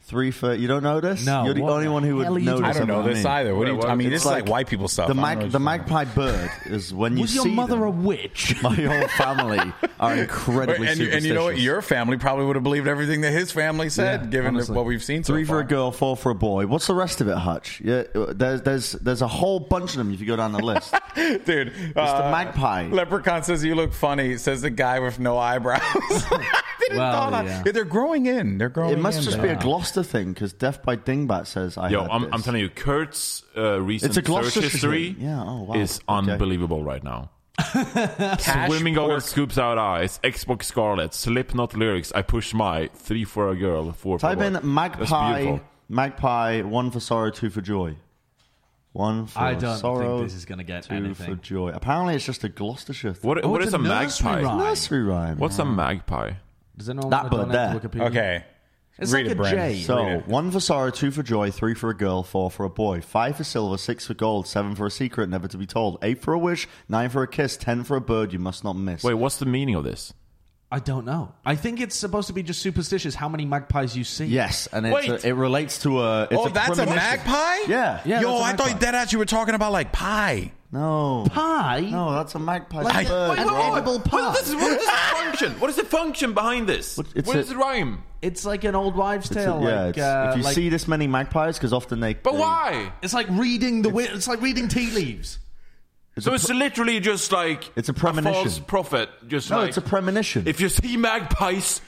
Speaker 2: three for you don't know this.
Speaker 3: No,
Speaker 2: you're the
Speaker 3: what
Speaker 2: only
Speaker 3: the
Speaker 2: one who would
Speaker 3: hell are you
Speaker 2: know
Speaker 3: talking
Speaker 1: I
Speaker 2: this.
Speaker 1: don't know
Speaker 2: about
Speaker 1: this
Speaker 2: me.
Speaker 1: either. What do you?
Speaker 4: Wait,
Speaker 1: I mean,
Speaker 4: what-
Speaker 1: this is like white people stuff.
Speaker 2: The,
Speaker 1: I don't know
Speaker 2: mag-
Speaker 1: what
Speaker 2: the
Speaker 1: you're talking
Speaker 2: magpie bird is when you
Speaker 3: Was your
Speaker 2: see
Speaker 3: mother
Speaker 2: them.
Speaker 3: a witch?
Speaker 2: My whole family are
Speaker 1: about.
Speaker 2: incredibly
Speaker 1: And, you-
Speaker 2: superstitious.
Speaker 1: and you know what? Your family probably would have believed everything that his family said,
Speaker 3: Yeah,
Speaker 1: given
Speaker 3: honestly.
Speaker 1: what we've seen.
Speaker 2: Three
Speaker 1: so
Speaker 2: for
Speaker 1: far.
Speaker 2: a girl, four for a boy. What's the rest of it, Hutch? Yeah, uh, there's there's there's a whole bunch of them if you go down the list.
Speaker 1: dude. It's
Speaker 2: the magpie.
Speaker 1: Leprechaun says you look funny. Says the guy with no eyebrows. I didn't
Speaker 3: Well,
Speaker 1: thought on-
Speaker 3: yeah.
Speaker 1: Yeah, They're growing in. They're growing.
Speaker 2: It must
Speaker 1: in,
Speaker 2: just be
Speaker 1: man.
Speaker 2: a Gloucester thing because Death by Dingbat says I.
Speaker 4: Yo,
Speaker 2: had
Speaker 4: I'm,
Speaker 2: this.
Speaker 4: I'm telling you, Kurt's uh, recent
Speaker 2: It's a
Speaker 4: search
Speaker 2: Gloucestershire
Speaker 4: history
Speaker 2: thing. Yeah, oh, wow.
Speaker 4: is
Speaker 2: Okay.
Speaker 4: unbelievable right now.
Speaker 1: Cash
Speaker 4: Swimming
Speaker 1: pork.
Speaker 4: goggles scoops out eyes. Xbox Scarlet. Slipknot lyrics. I push my three for a girl, four for
Speaker 2: Type
Speaker 4: a boy.
Speaker 2: in
Speaker 4: That's
Speaker 2: magpie,
Speaker 4: beautiful.
Speaker 2: magpie, one for sorrow, two for joy. One for
Speaker 3: I don't
Speaker 2: sorrow,
Speaker 3: think this is going to get
Speaker 2: two for
Speaker 3: anything.
Speaker 2: joy. Apparently, it's just a Gloucestershire thing.
Speaker 4: What,
Speaker 3: Oh,
Speaker 4: what
Speaker 3: it's
Speaker 4: is
Speaker 3: a
Speaker 4: a
Speaker 3: nursery
Speaker 4: magpie?
Speaker 3: rhyme.
Speaker 2: nursery rhyme?
Speaker 4: What's a magpie?
Speaker 3: Does anyone
Speaker 2: That
Speaker 3: wanna go
Speaker 2: bird
Speaker 3: down
Speaker 2: there.
Speaker 3: to Wikipedia?
Speaker 1: Okay.
Speaker 3: It's
Speaker 1: Read
Speaker 3: like
Speaker 1: it,
Speaker 3: a
Speaker 1: Brent.
Speaker 3: J.
Speaker 1: Read
Speaker 2: So
Speaker 1: it.
Speaker 2: one for sorrow, two for joy, three for a girl, four for a boy, five for silver, six for gold, seven for a secret never to be told, eight for a wish, nine for a kiss, ten for a bird you must not miss.
Speaker 4: Wait, what's the meaning of this?
Speaker 3: I don't know. I think it's supposed to be just superstitious how many magpies you see.
Speaker 2: yes, and it's
Speaker 4: Wait.
Speaker 2: a, it relates to a. It's
Speaker 1: oh,
Speaker 2: a
Speaker 1: that's a
Speaker 2: premonition.
Speaker 1: magpie.
Speaker 2: Yeah.
Speaker 3: Yeah,
Speaker 1: Yo,
Speaker 3: that's a
Speaker 1: I
Speaker 3: magpie.
Speaker 1: thought that actually you were talking about like pie.
Speaker 2: No,
Speaker 3: Pie?
Speaker 2: no, that's a magpie.
Speaker 1: Like-
Speaker 2: bird,
Speaker 3: An
Speaker 2: bro.
Speaker 3: edible pie.
Speaker 4: What is, what is the function? What is the function behind this? What
Speaker 2: it's
Speaker 4: is
Speaker 2: a-
Speaker 4: the rhyme?
Speaker 3: It's like an old wives'
Speaker 2: It's a-
Speaker 3: tale.
Speaker 2: yeah,
Speaker 3: like,
Speaker 2: it's-
Speaker 3: uh,
Speaker 2: if you
Speaker 3: like-
Speaker 2: see this many magpies, because often they.
Speaker 4: But
Speaker 2: they-
Speaker 4: why?
Speaker 3: it's like reading the. It's, it's like reading tea leaves.
Speaker 4: so it's literally just like
Speaker 2: It's a premonition.
Speaker 4: false prophet. Just
Speaker 2: No,
Speaker 4: like,
Speaker 2: it's a premonition.
Speaker 4: If you see magpies,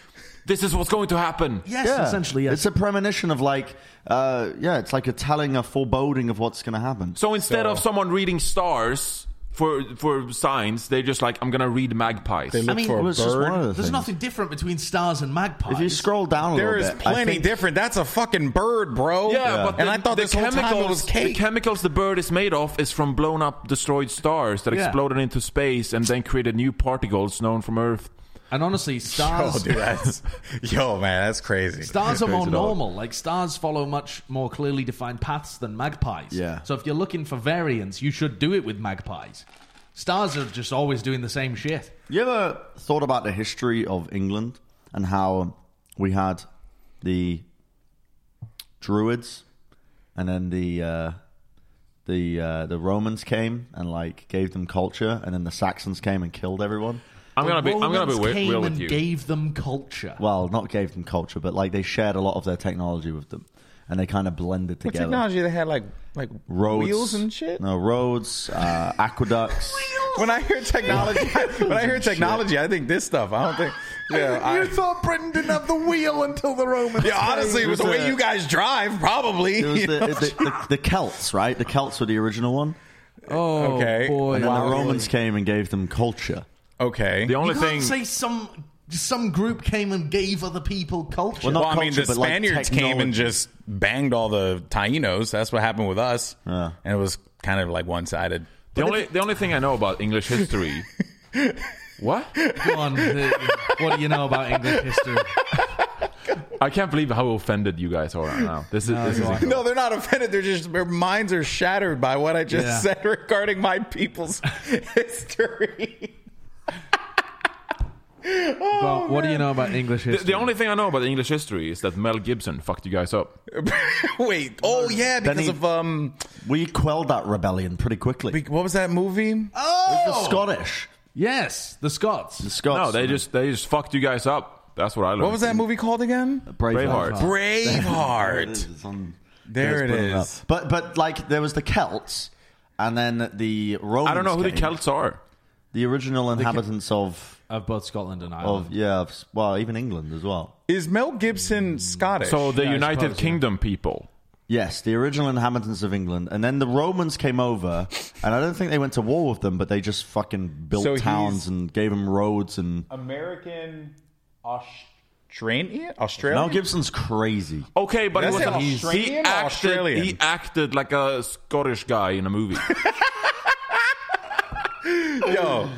Speaker 4: this is what's going to happen.
Speaker 3: Yes,
Speaker 2: Yeah.
Speaker 3: essentially. Yes.
Speaker 2: It's a premonition of like, uh, yeah, it's like a telling, a foreboding of what's going to happen.
Speaker 4: So instead
Speaker 1: So-
Speaker 4: of someone reading stars for for signs, they're just like, I'm gonna read magpies.
Speaker 1: They look
Speaker 3: mean,
Speaker 1: for
Speaker 2: It
Speaker 1: a
Speaker 2: was just one of
Speaker 1: bird.
Speaker 2: the
Speaker 3: There's
Speaker 2: things.
Speaker 3: nothing different between stars and magpies.
Speaker 2: If you scroll down a
Speaker 1: There
Speaker 2: little
Speaker 1: is
Speaker 2: bit, I
Speaker 1: plenty
Speaker 2: think-
Speaker 1: different. That's a fucking bird, bro.
Speaker 4: yeah, but
Speaker 1: and
Speaker 4: the,
Speaker 1: I thought
Speaker 4: the
Speaker 1: this whole
Speaker 4: chemicals,
Speaker 1: time it was
Speaker 4: the
Speaker 1: cake.
Speaker 4: chemicals the bird is made of is from blown up, destroyed stars that
Speaker 3: Yeah.
Speaker 4: exploded into space and then created new particles known from Earth.
Speaker 3: and honestly,
Speaker 1: Yo,
Speaker 3: stars
Speaker 1: Oh, dude, that's, yo, man, that's crazy.
Speaker 3: Stars are more
Speaker 4: Crazy dog.
Speaker 3: normal. Like stars follow much more clearly defined paths than magpies.
Speaker 2: Yeah.
Speaker 3: So if you're looking for variants, you should do it with magpies. Stars are just always doing the same shit.
Speaker 2: You ever thought about the history of England and how we had the Druids, and then the uh, the uh, the Romans came and like gave them culture, and then the Saxons came and killed everyone.
Speaker 4: I'm gonna be I'm gonna be
Speaker 3: Romans
Speaker 4: wi-
Speaker 3: came
Speaker 4: real
Speaker 3: and
Speaker 4: with you.
Speaker 3: gave them culture.
Speaker 2: Well, not gave them culture, but like they shared a lot of their technology with them, and they kind of blended
Speaker 1: What
Speaker 2: together.
Speaker 1: technology they had like like
Speaker 2: Roads,
Speaker 1: wheels and shit.
Speaker 2: No roads, uh, aqueducts.
Speaker 1: When I hear technology, when I hear technology, I think this stuff. I don't think. Yeah, I,
Speaker 3: thought Britain didn't have the wheel until the Romans.
Speaker 1: yeah honestly,
Speaker 2: It
Speaker 1: with
Speaker 2: was
Speaker 1: the way
Speaker 2: a-
Speaker 1: you guys drive, probably.
Speaker 2: It was
Speaker 1: you
Speaker 2: the,
Speaker 1: know?
Speaker 2: the, the, the Celts, right? The Celts were the original one,
Speaker 3: Oh,
Speaker 1: Okay.
Speaker 3: boy.
Speaker 2: and then
Speaker 1: Wow.
Speaker 2: the Romans came and gave them culture.
Speaker 1: okay.
Speaker 4: The
Speaker 3: You
Speaker 4: only
Speaker 3: can't
Speaker 4: thing
Speaker 3: say some some group came and gave other people culture.
Speaker 2: Well, not
Speaker 1: well, I mean,
Speaker 2: culture,
Speaker 1: the
Speaker 2: but, like,
Speaker 1: Spaniards came and
Speaker 2: technology.
Speaker 1: just banged all the Tainos. That's what happened with us, and it was kind of like one sided.
Speaker 4: the only the only thing I know about English history. what?
Speaker 3: Go on, uh, what do you know about English history?
Speaker 4: I can't believe how offended you guys are right now. This is this is
Speaker 3: you are.
Speaker 4: incredible.
Speaker 1: No, they're not offended. They're just their minds are shattered by what I just
Speaker 3: Yeah.
Speaker 1: said regarding my people's history.
Speaker 2: Oh,
Speaker 3: Well, what do you know about English
Speaker 4: The,
Speaker 3: history?
Speaker 4: the only thing I know about English history is that Mel Gibson fucked you guys up.
Speaker 1: Wait, oh yeah, because
Speaker 2: Benny-
Speaker 1: of um,
Speaker 2: We quelled that rebellion pretty quickly.
Speaker 1: be- what was that movie? Oh.
Speaker 2: The Scottish,
Speaker 3: yes, the Scots.
Speaker 2: the Scots.
Speaker 4: No, they just they just fucked you guys up. That's what I learned.
Speaker 1: What was that movie called again?
Speaker 2: Uh, Braveheart.
Speaker 4: Braveheart.
Speaker 1: Braveheart.
Speaker 2: It's on-
Speaker 1: There
Speaker 2: it's
Speaker 1: it
Speaker 2: putting up.
Speaker 1: is.
Speaker 2: But but like there was the Celts, and then the Romans.
Speaker 4: I don't know who the
Speaker 2: came.
Speaker 4: Celts are.
Speaker 2: The original inhabitants of
Speaker 3: of both Scotland and
Speaker 1: Oh.
Speaker 3: Ireland.
Speaker 2: of yeah, of, s- well, even England as well.
Speaker 1: Is Mel Gibson Scottish?
Speaker 4: So the
Speaker 3: Yeah, I
Speaker 4: United
Speaker 3: suppose, yeah.
Speaker 4: Kingdom people.
Speaker 2: Yes, the original inhabitants of England, and then the Romans came over, and I don't think they went to war with them, but they just fucking built
Speaker 1: So
Speaker 2: towns
Speaker 1: he's-
Speaker 2: and gave them roads and.
Speaker 1: American Australian Australian.
Speaker 2: Mel Gibson's crazy.
Speaker 4: Okay, but
Speaker 1: Did
Speaker 4: he
Speaker 1: I
Speaker 4: was
Speaker 1: say
Speaker 4: a, he
Speaker 1: Australian or
Speaker 4: acted
Speaker 1: Australian?
Speaker 4: he acted like a Scottish guy in a movie.
Speaker 1: Yo.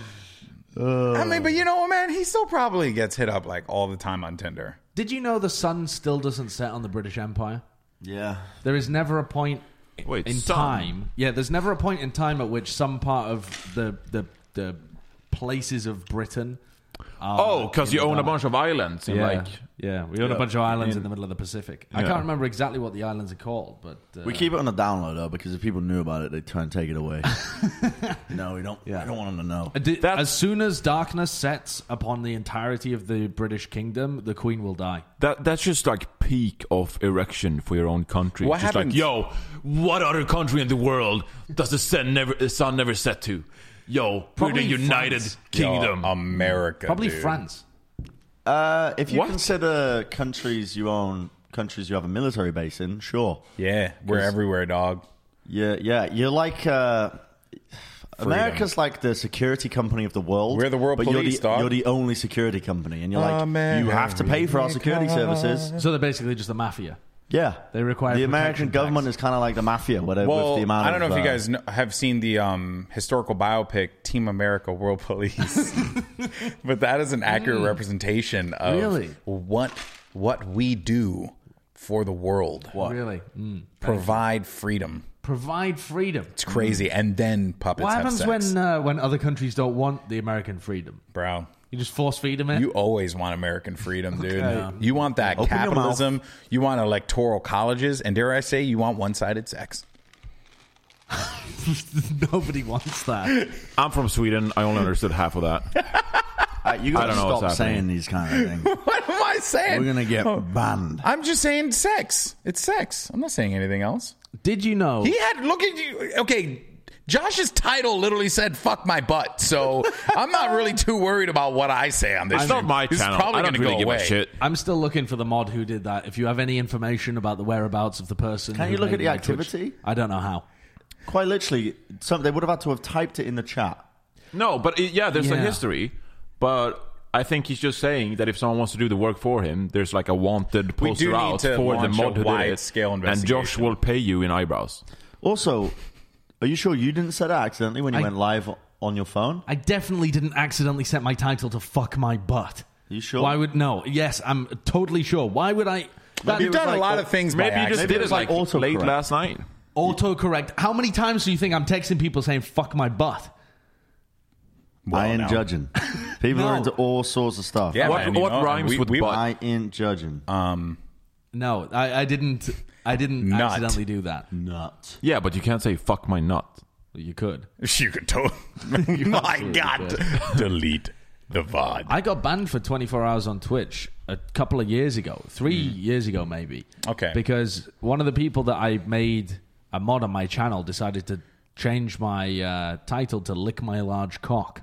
Speaker 1: I mean, but you know what, man? He still probably gets hit up like all the time on Tinder.
Speaker 3: Did you know the sun still doesn't set on the British Empire?
Speaker 2: Yeah.
Speaker 3: There is never a point
Speaker 4: Wait,
Speaker 3: in
Speaker 4: sun?
Speaker 3: time. Yeah, there's never a point in time at which some part of the the, the places of Britain. Are
Speaker 4: oh, because you own a bunch of islands in
Speaker 3: yeah,
Speaker 4: like
Speaker 3: yeah, we own a bunch of islands in, the middle of the Pacific. I
Speaker 4: Yeah.
Speaker 3: can't remember exactly what the islands are called, but uh,
Speaker 2: We keep it on the download though, because if people knew about it, they'd try and take it away. no, we don't. We don't want them to know.
Speaker 3: uh, Di-
Speaker 4: That's-
Speaker 3: as soon as darkness sets upon the entirety of the British kingdom, the Queen will die.
Speaker 4: that. That's just like peak of erection for your own country.
Speaker 1: What
Speaker 4: just
Speaker 1: happens-
Speaker 4: like yo, what other country in the world does the sun never the sun never set to? Yo,
Speaker 3: Probably
Speaker 4: we're the United
Speaker 3: France.
Speaker 4: Kingdom.
Speaker 1: Yo, America.
Speaker 3: Probably
Speaker 1: dude.
Speaker 3: France.
Speaker 2: Uh, if you
Speaker 4: What?
Speaker 2: consider countries you own, countries you have a military base in, sure.
Speaker 1: Yeah, we're everywhere, dog.
Speaker 2: Yeah, yeah. You're like uh, America's like the security company of the world.
Speaker 1: We're the world
Speaker 2: but you're
Speaker 1: police,
Speaker 2: the,
Speaker 1: dog.
Speaker 2: You're the only security company, and you're like you have to pay for our security services.
Speaker 3: So they're basically just the mafia.
Speaker 2: Yeah,
Speaker 3: They require
Speaker 2: the
Speaker 3: protection
Speaker 2: American
Speaker 3: tax.
Speaker 2: government is kind of like the mafia, where they with
Speaker 1: Well,
Speaker 2: the amount.
Speaker 1: I don't know
Speaker 2: of,
Speaker 1: if you
Speaker 2: uh,
Speaker 1: guys know, have seen the um, historical biopic Team America World Police, but that is an accurate representation of
Speaker 3: Really?
Speaker 1: what what we do for the world.
Speaker 3: Really, Mm.
Speaker 1: Provide freedom.
Speaker 3: provide freedom.
Speaker 1: It's
Speaker 2: Mm-hmm.
Speaker 1: crazy, and then puppets.
Speaker 3: What
Speaker 1: have
Speaker 3: happens
Speaker 1: sex.
Speaker 3: when uh, when other countries don't want the American freedom?
Speaker 1: bro?
Speaker 3: You just force feed them it.
Speaker 1: You always want American freedom, dude. You want that
Speaker 2: Open your
Speaker 1: capitalism. You want electoral colleges, and dare I say, you want one-sided sex.
Speaker 3: Nobody wants that.
Speaker 4: I'm from Sweden. I only understood half of that.
Speaker 2: uh, you gotta
Speaker 4: I don't know
Speaker 2: stop
Speaker 4: what's
Speaker 2: saying
Speaker 4: happening.
Speaker 2: these kind of things.
Speaker 1: What am I saying?
Speaker 2: We're gonna get
Speaker 1: Oh.
Speaker 2: banned.
Speaker 1: I'm just saying sex. It's sex. I'm not saying anything else.
Speaker 3: Did you know?
Speaker 1: He had look at you. Okay, Josh's title literally said "fuck my butt," so I'm not really too worried about what I say on this.
Speaker 4: It's not
Speaker 1: show.
Speaker 4: my
Speaker 1: This is
Speaker 4: channel.
Speaker 1: probably
Speaker 4: I don't
Speaker 1: gonna
Speaker 4: really
Speaker 1: go
Speaker 4: give
Speaker 1: away.
Speaker 4: a shit.
Speaker 3: I'm still looking for the mod who did that. If you have any information about the whereabouts of the person,
Speaker 2: Can't
Speaker 3: who
Speaker 2: you look
Speaker 3: made
Speaker 2: at the
Speaker 3: my Twitch-
Speaker 2: activity?
Speaker 3: I don't know how.
Speaker 2: Quite literally, some, they would have had to have typed it in the chat.
Speaker 4: No, but it, yeah, there's a
Speaker 3: Yeah.
Speaker 4: history, but. I think he's just saying that if someone wants to do the work for him, there's like a wanted
Speaker 1: We
Speaker 4: poster
Speaker 1: do need
Speaker 4: out
Speaker 1: to
Speaker 4: for the
Speaker 1: launch a
Speaker 4: mod who did it,
Speaker 1: wide-scale
Speaker 4: and Josh
Speaker 1: investigation.
Speaker 4: will pay you in eyebrows.
Speaker 2: Also, are you sure you didn't set it accidentally when you
Speaker 3: I-
Speaker 2: went live o- on your phone?
Speaker 3: I definitely didn't accidentally set my title to "fuck my butt."
Speaker 2: You sure?
Speaker 3: Why would no? Yes, I'm totally sure. Why would I? That
Speaker 1: You've done a lot of things. by
Speaker 4: Maybe you just
Speaker 1: accident.
Speaker 2: Maybe it
Speaker 4: did
Speaker 2: was
Speaker 4: it
Speaker 2: like
Speaker 4: like,
Speaker 2: autocorrect.
Speaker 4: late last night.
Speaker 3: autocorrect. How many times do you think I'm texting people saying "fuck my butt"?
Speaker 2: I ain't judging. People are
Speaker 3: No.
Speaker 2: into all sorts of stuff.
Speaker 1: Yeah,
Speaker 4: What-
Speaker 1: man, you
Speaker 4: what
Speaker 1: know,
Speaker 4: rhymes
Speaker 1: we-
Speaker 4: with
Speaker 1: we-
Speaker 4: butt?
Speaker 2: I ain't judging.
Speaker 3: No, I, I didn't. I didn't
Speaker 1: Nut.
Speaker 3: accidentally do that.
Speaker 2: Not.
Speaker 4: Yeah, but you can't say "fuck my nut."
Speaker 3: You could.
Speaker 1: You could totally. My God, delete the vod.
Speaker 3: I got banned for 24 hours on Twitch a couple of years ago, three years ago maybe.
Speaker 1: Hmm. Okay.
Speaker 3: Because one of the people that I made a mod on my channel decided to change my uh, title to "lick my large cock,"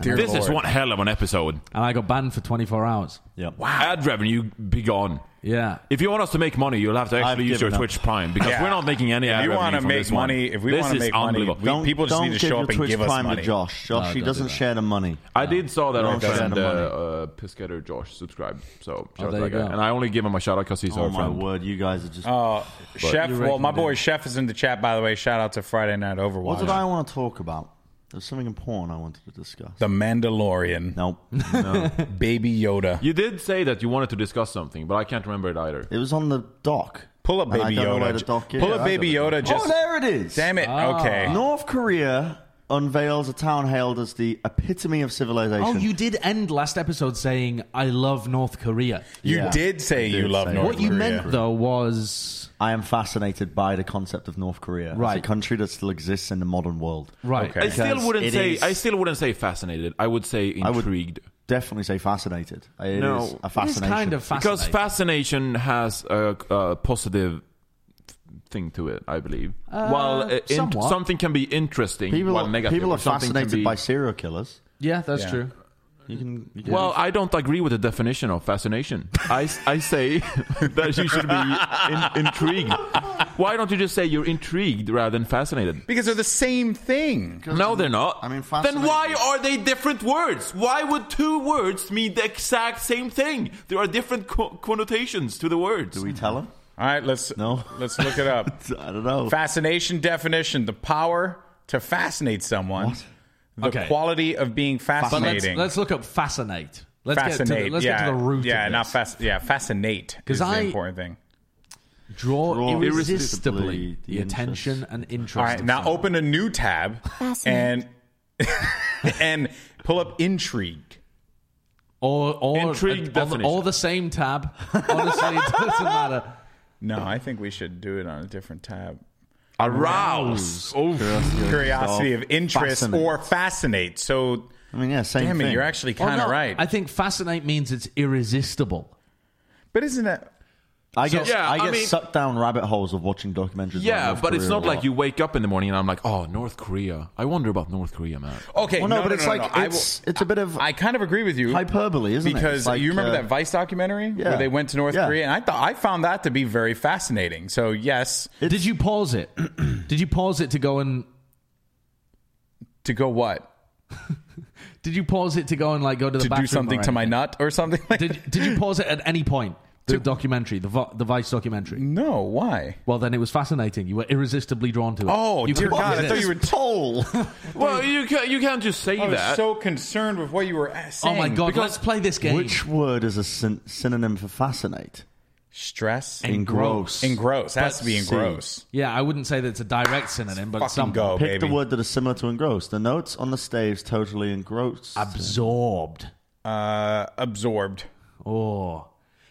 Speaker 1: Dear
Speaker 4: this is
Speaker 1: Lord.
Speaker 4: one hell of an episode.
Speaker 3: and I got banned for 24 hours.
Speaker 2: Yeah.
Speaker 4: Ad revenue, be gone.
Speaker 3: Yeah.
Speaker 4: If you want us to make money, you'll have to
Speaker 2: I've
Speaker 4: actually use your
Speaker 2: given up.
Speaker 4: Twitch Prime because
Speaker 1: Yeah.
Speaker 4: we're not making any
Speaker 1: If
Speaker 4: ad
Speaker 1: you
Speaker 4: revenue
Speaker 1: wanna
Speaker 4: from
Speaker 1: make
Speaker 4: this one.
Speaker 1: money- if we
Speaker 4: This
Speaker 1: wanna
Speaker 4: is
Speaker 1: make money,
Speaker 4: unbelievable.
Speaker 1: we- people just
Speaker 2: don't
Speaker 1: need to
Speaker 2: give
Speaker 1: show
Speaker 2: your
Speaker 1: up and
Speaker 2: Twitch
Speaker 1: give us
Speaker 2: Prime
Speaker 1: money.
Speaker 2: To Josh.
Speaker 3: No,
Speaker 2: Josh, he
Speaker 3: don't do
Speaker 2: doesn't
Speaker 3: that.
Speaker 2: share the money.
Speaker 4: I did saw that
Speaker 2: Don't
Speaker 4: our
Speaker 2: share
Speaker 4: friend
Speaker 2: the
Speaker 4: uh,
Speaker 2: money.
Speaker 4: uh, Piscator Josh subscribed. So shout out
Speaker 3: Oh, there
Speaker 4: that
Speaker 3: you
Speaker 4: guy.
Speaker 3: go.
Speaker 4: and I only give him a shout out because he's
Speaker 2: Oh
Speaker 4: our
Speaker 2: my
Speaker 4: friend.
Speaker 2: word, you guys are just.
Speaker 1: Uh, Chef,
Speaker 3: You're
Speaker 1: well, my
Speaker 3: recommended.
Speaker 1: boy Chef is in the chat, by the way. Shout out to Friday Night Overwatch.
Speaker 2: what did I want to talk about? There's something important I wanted to discuss.
Speaker 1: The Mandalorian,
Speaker 2: Nope.
Speaker 1: Baby Yoda.
Speaker 4: You did say that you wanted to discuss something, but I can't remember it either.
Speaker 2: it was on the dock.
Speaker 1: Pull up
Speaker 2: And
Speaker 1: Baby
Speaker 2: I don't Know where the
Speaker 1: Yoda.
Speaker 2: dock is.
Speaker 1: Pull
Speaker 2: I
Speaker 1: up Baby
Speaker 2: don't know.
Speaker 1: Yoda. Just
Speaker 2: Oh, Ah. there it is.
Speaker 1: damn it. Okay.
Speaker 2: North Korea unveils a town hailed as the epitome of civilization.
Speaker 3: Oh, you did end last episode saying I love North Korea.
Speaker 1: You
Speaker 2: Yeah.
Speaker 1: did say
Speaker 2: I
Speaker 1: you
Speaker 2: did
Speaker 1: love
Speaker 2: say
Speaker 1: North
Speaker 3: What you
Speaker 1: Korea.
Speaker 3: meant though was
Speaker 2: I am fascinated by the concept of North Korea, It's a
Speaker 3: Right.
Speaker 2: country that still exists in the modern world.
Speaker 3: right.
Speaker 1: Okay.
Speaker 4: I still
Speaker 2: Because
Speaker 4: wouldn't
Speaker 2: it
Speaker 4: say.
Speaker 2: is-
Speaker 4: I still wouldn't say fascinated. I would say
Speaker 2: I would-
Speaker 4: intrigued.
Speaker 2: Definitely say fascinated. It is
Speaker 4: No.
Speaker 2: a
Speaker 3: It is
Speaker 2: fascination.
Speaker 3: kind of fascinating.
Speaker 4: because fascination has a, a positive thing to it, I believe. while uh, int-
Speaker 3: somewhat.
Speaker 4: something can be interesting,
Speaker 2: people
Speaker 4: while
Speaker 2: are,
Speaker 4: negative,
Speaker 2: people are
Speaker 4: something can
Speaker 2: fascinated
Speaker 4: be-
Speaker 2: by serial killers.
Speaker 3: yeah, that's
Speaker 1: Yeah.
Speaker 3: true.
Speaker 2: You can. You can
Speaker 4: Well, I don't agree with the definition of fascination. I, s- I say that you should be in, intrigued. Why don't you just say you're intrigued rather than fascinated?
Speaker 1: Because they're the same thing.
Speaker 4: No, they're not.
Speaker 2: I mean,
Speaker 4: then
Speaker 2: fascinating-
Speaker 4: why are they different words? Why would two words mean the exact same thing? There are different co- connotations to the words.
Speaker 2: do we tell him?
Speaker 1: All right, let's
Speaker 2: No.
Speaker 1: let's look it up.
Speaker 2: I don't know.
Speaker 1: Fascination definition: the power to fascinate someone, the
Speaker 3: Okay.
Speaker 1: quality of being
Speaker 3: But let's,
Speaker 1: fascinating.
Speaker 3: let's look up fascinate. Let's get to
Speaker 1: fascinate.
Speaker 3: the, let's
Speaker 1: yeah,
Speaker 3: get to the root.
Speaker 1: Yeah,
Speaker 3: of
Speaker 1: not
Speaker 3: this.
Speaker 1: fas- Yeah, fascinate is
Speaker 3: I-
Speaker 1: the important thing.
Speaker 3: Draw,
Speaker 2: Draw
Speaker 3: irresistibly
Speaker 2: irresistibly
Speaker 3: the,
Speaker 2: the
Speaker 3: attention and interest.
Speaker 1: All right,
Speaker 3: of
Speaker 1: now
Speaker 3: someone.
Speaker 1: open a new tab and and pull up intrigue.
Speaker 3: or or
Speaker 4: Intrigue
Speaker 3: or the, or
Speaker 4: definition.
Speaker 3: the same tab. Honestly, it doesn't matter.
Speaker 1: No, I think we should do it on a different tab.
Speaker 4: Arouse.
Speaker 1: Curiosity of interest
Speaker 2: Fascinate.
Speaker 1: or fascinate. So,
Speaker 2: I mean, yeah, same
Speaker 1: damn
Speaker 2: thing.
Speaker 1: it, you're actually
Speaker 3: Or
Speaker 1: kind of
Speaker 3: not.
Speaker 1: right.
Speaker 3: I think fascinate means it's irresistible.
Speaker 1: but isn't that
Speaker 2: I get,
Speaker 4: Yeah,
Speaker 2: I
Speaker 4: I
Speaker 2: get
Speaker 4: mean-
Speaker 2: sucked down rabbit holes of watching documentaries. about
Speaker 4: Yeah,
Speaker 2: North
Speaker 4: but it's
Speaker 2: Korea
Speaker 4: not
Speaker 2: a
Speaker 4: like
Speaker 2: lot.
Speaker 4: you wake up in the morning and I'm like, oh, North Korea. I wonder about North Korea, man.
Speaker 1: okay?
Speaker 2: Well, no, but it's like
Speaker 1: I
Speaker 2: it's it's a bit of
Speaker 1: will- I, kind of agree with you.
Speaker 2: hyperbole, isn't it?
Speaker 1: because
Speaker 2: It's like,
Speaker 1: you remember
Speaker 2: uh,
Speaker 1: that Vice documentary
Speaker 2: yeah.
Speaker 1: where they went to North
Speaker 2: Yeah.
Speaker 1: Korea, and I thought I found that to be very fascinating. So yes,
Speaker 3: Did you pause it? Did you pause it to go and?
Speaker 1: to go what
Speaker 3: Did you pause it to go and like go to the
Speaker 1: to
Speaker 3: bathroom
Speaker 1: do something
Speaker 3: or
Speaker 1: to my
Speaker 3: anything?
Speaker 1: nut or something? Like
Speaker 3: Did Did you pause it at any point? The documentary, the Vi- the Vice documentary.
Speaker 1: no, why?
Speaker 3: Well, then it was fascinating. You were irresistibly drawn to it.
Speaker 1: Oh,
Speaker 3: you
Speaker 1: dear
Speaker 3: couldn't
Speaker 1: God, I thought
Speaker 3: resist.
Speaker 1: you were
Speaker 2: toll.
Speaker 4: Well, you, ca- you can't just say
Speaker 2: Oh,
Speaker 1: I was
Speaker 4: that.
Speaker 1: so concerned with what you were a- saying.
Speaker 3: Oh my God!
Speaker 1: Because
Speaker 3: Let's play this game.
Speaker 2: Which word is a syn- synonym for fascinate?
Speaker 1: stress,
Speaker 2: Engross.
Speaker 1: engross has to be
Speaker 2: see.
Speaker 1: engross.
Speaker 3: yeah, I wouldn't say that it's a direct synonym, but
Speaker 1: Fucking
Speaker 3: some
Speaker 1: go,
Speaker 2: Pick
Speaker 1: baby.
Speaker 2: the word that is similar to engross. The notes on the staves totally engross.
Speaker 3: absorbed.
Speaker 1: Uh, absorbed.
Speaker 3: Oh.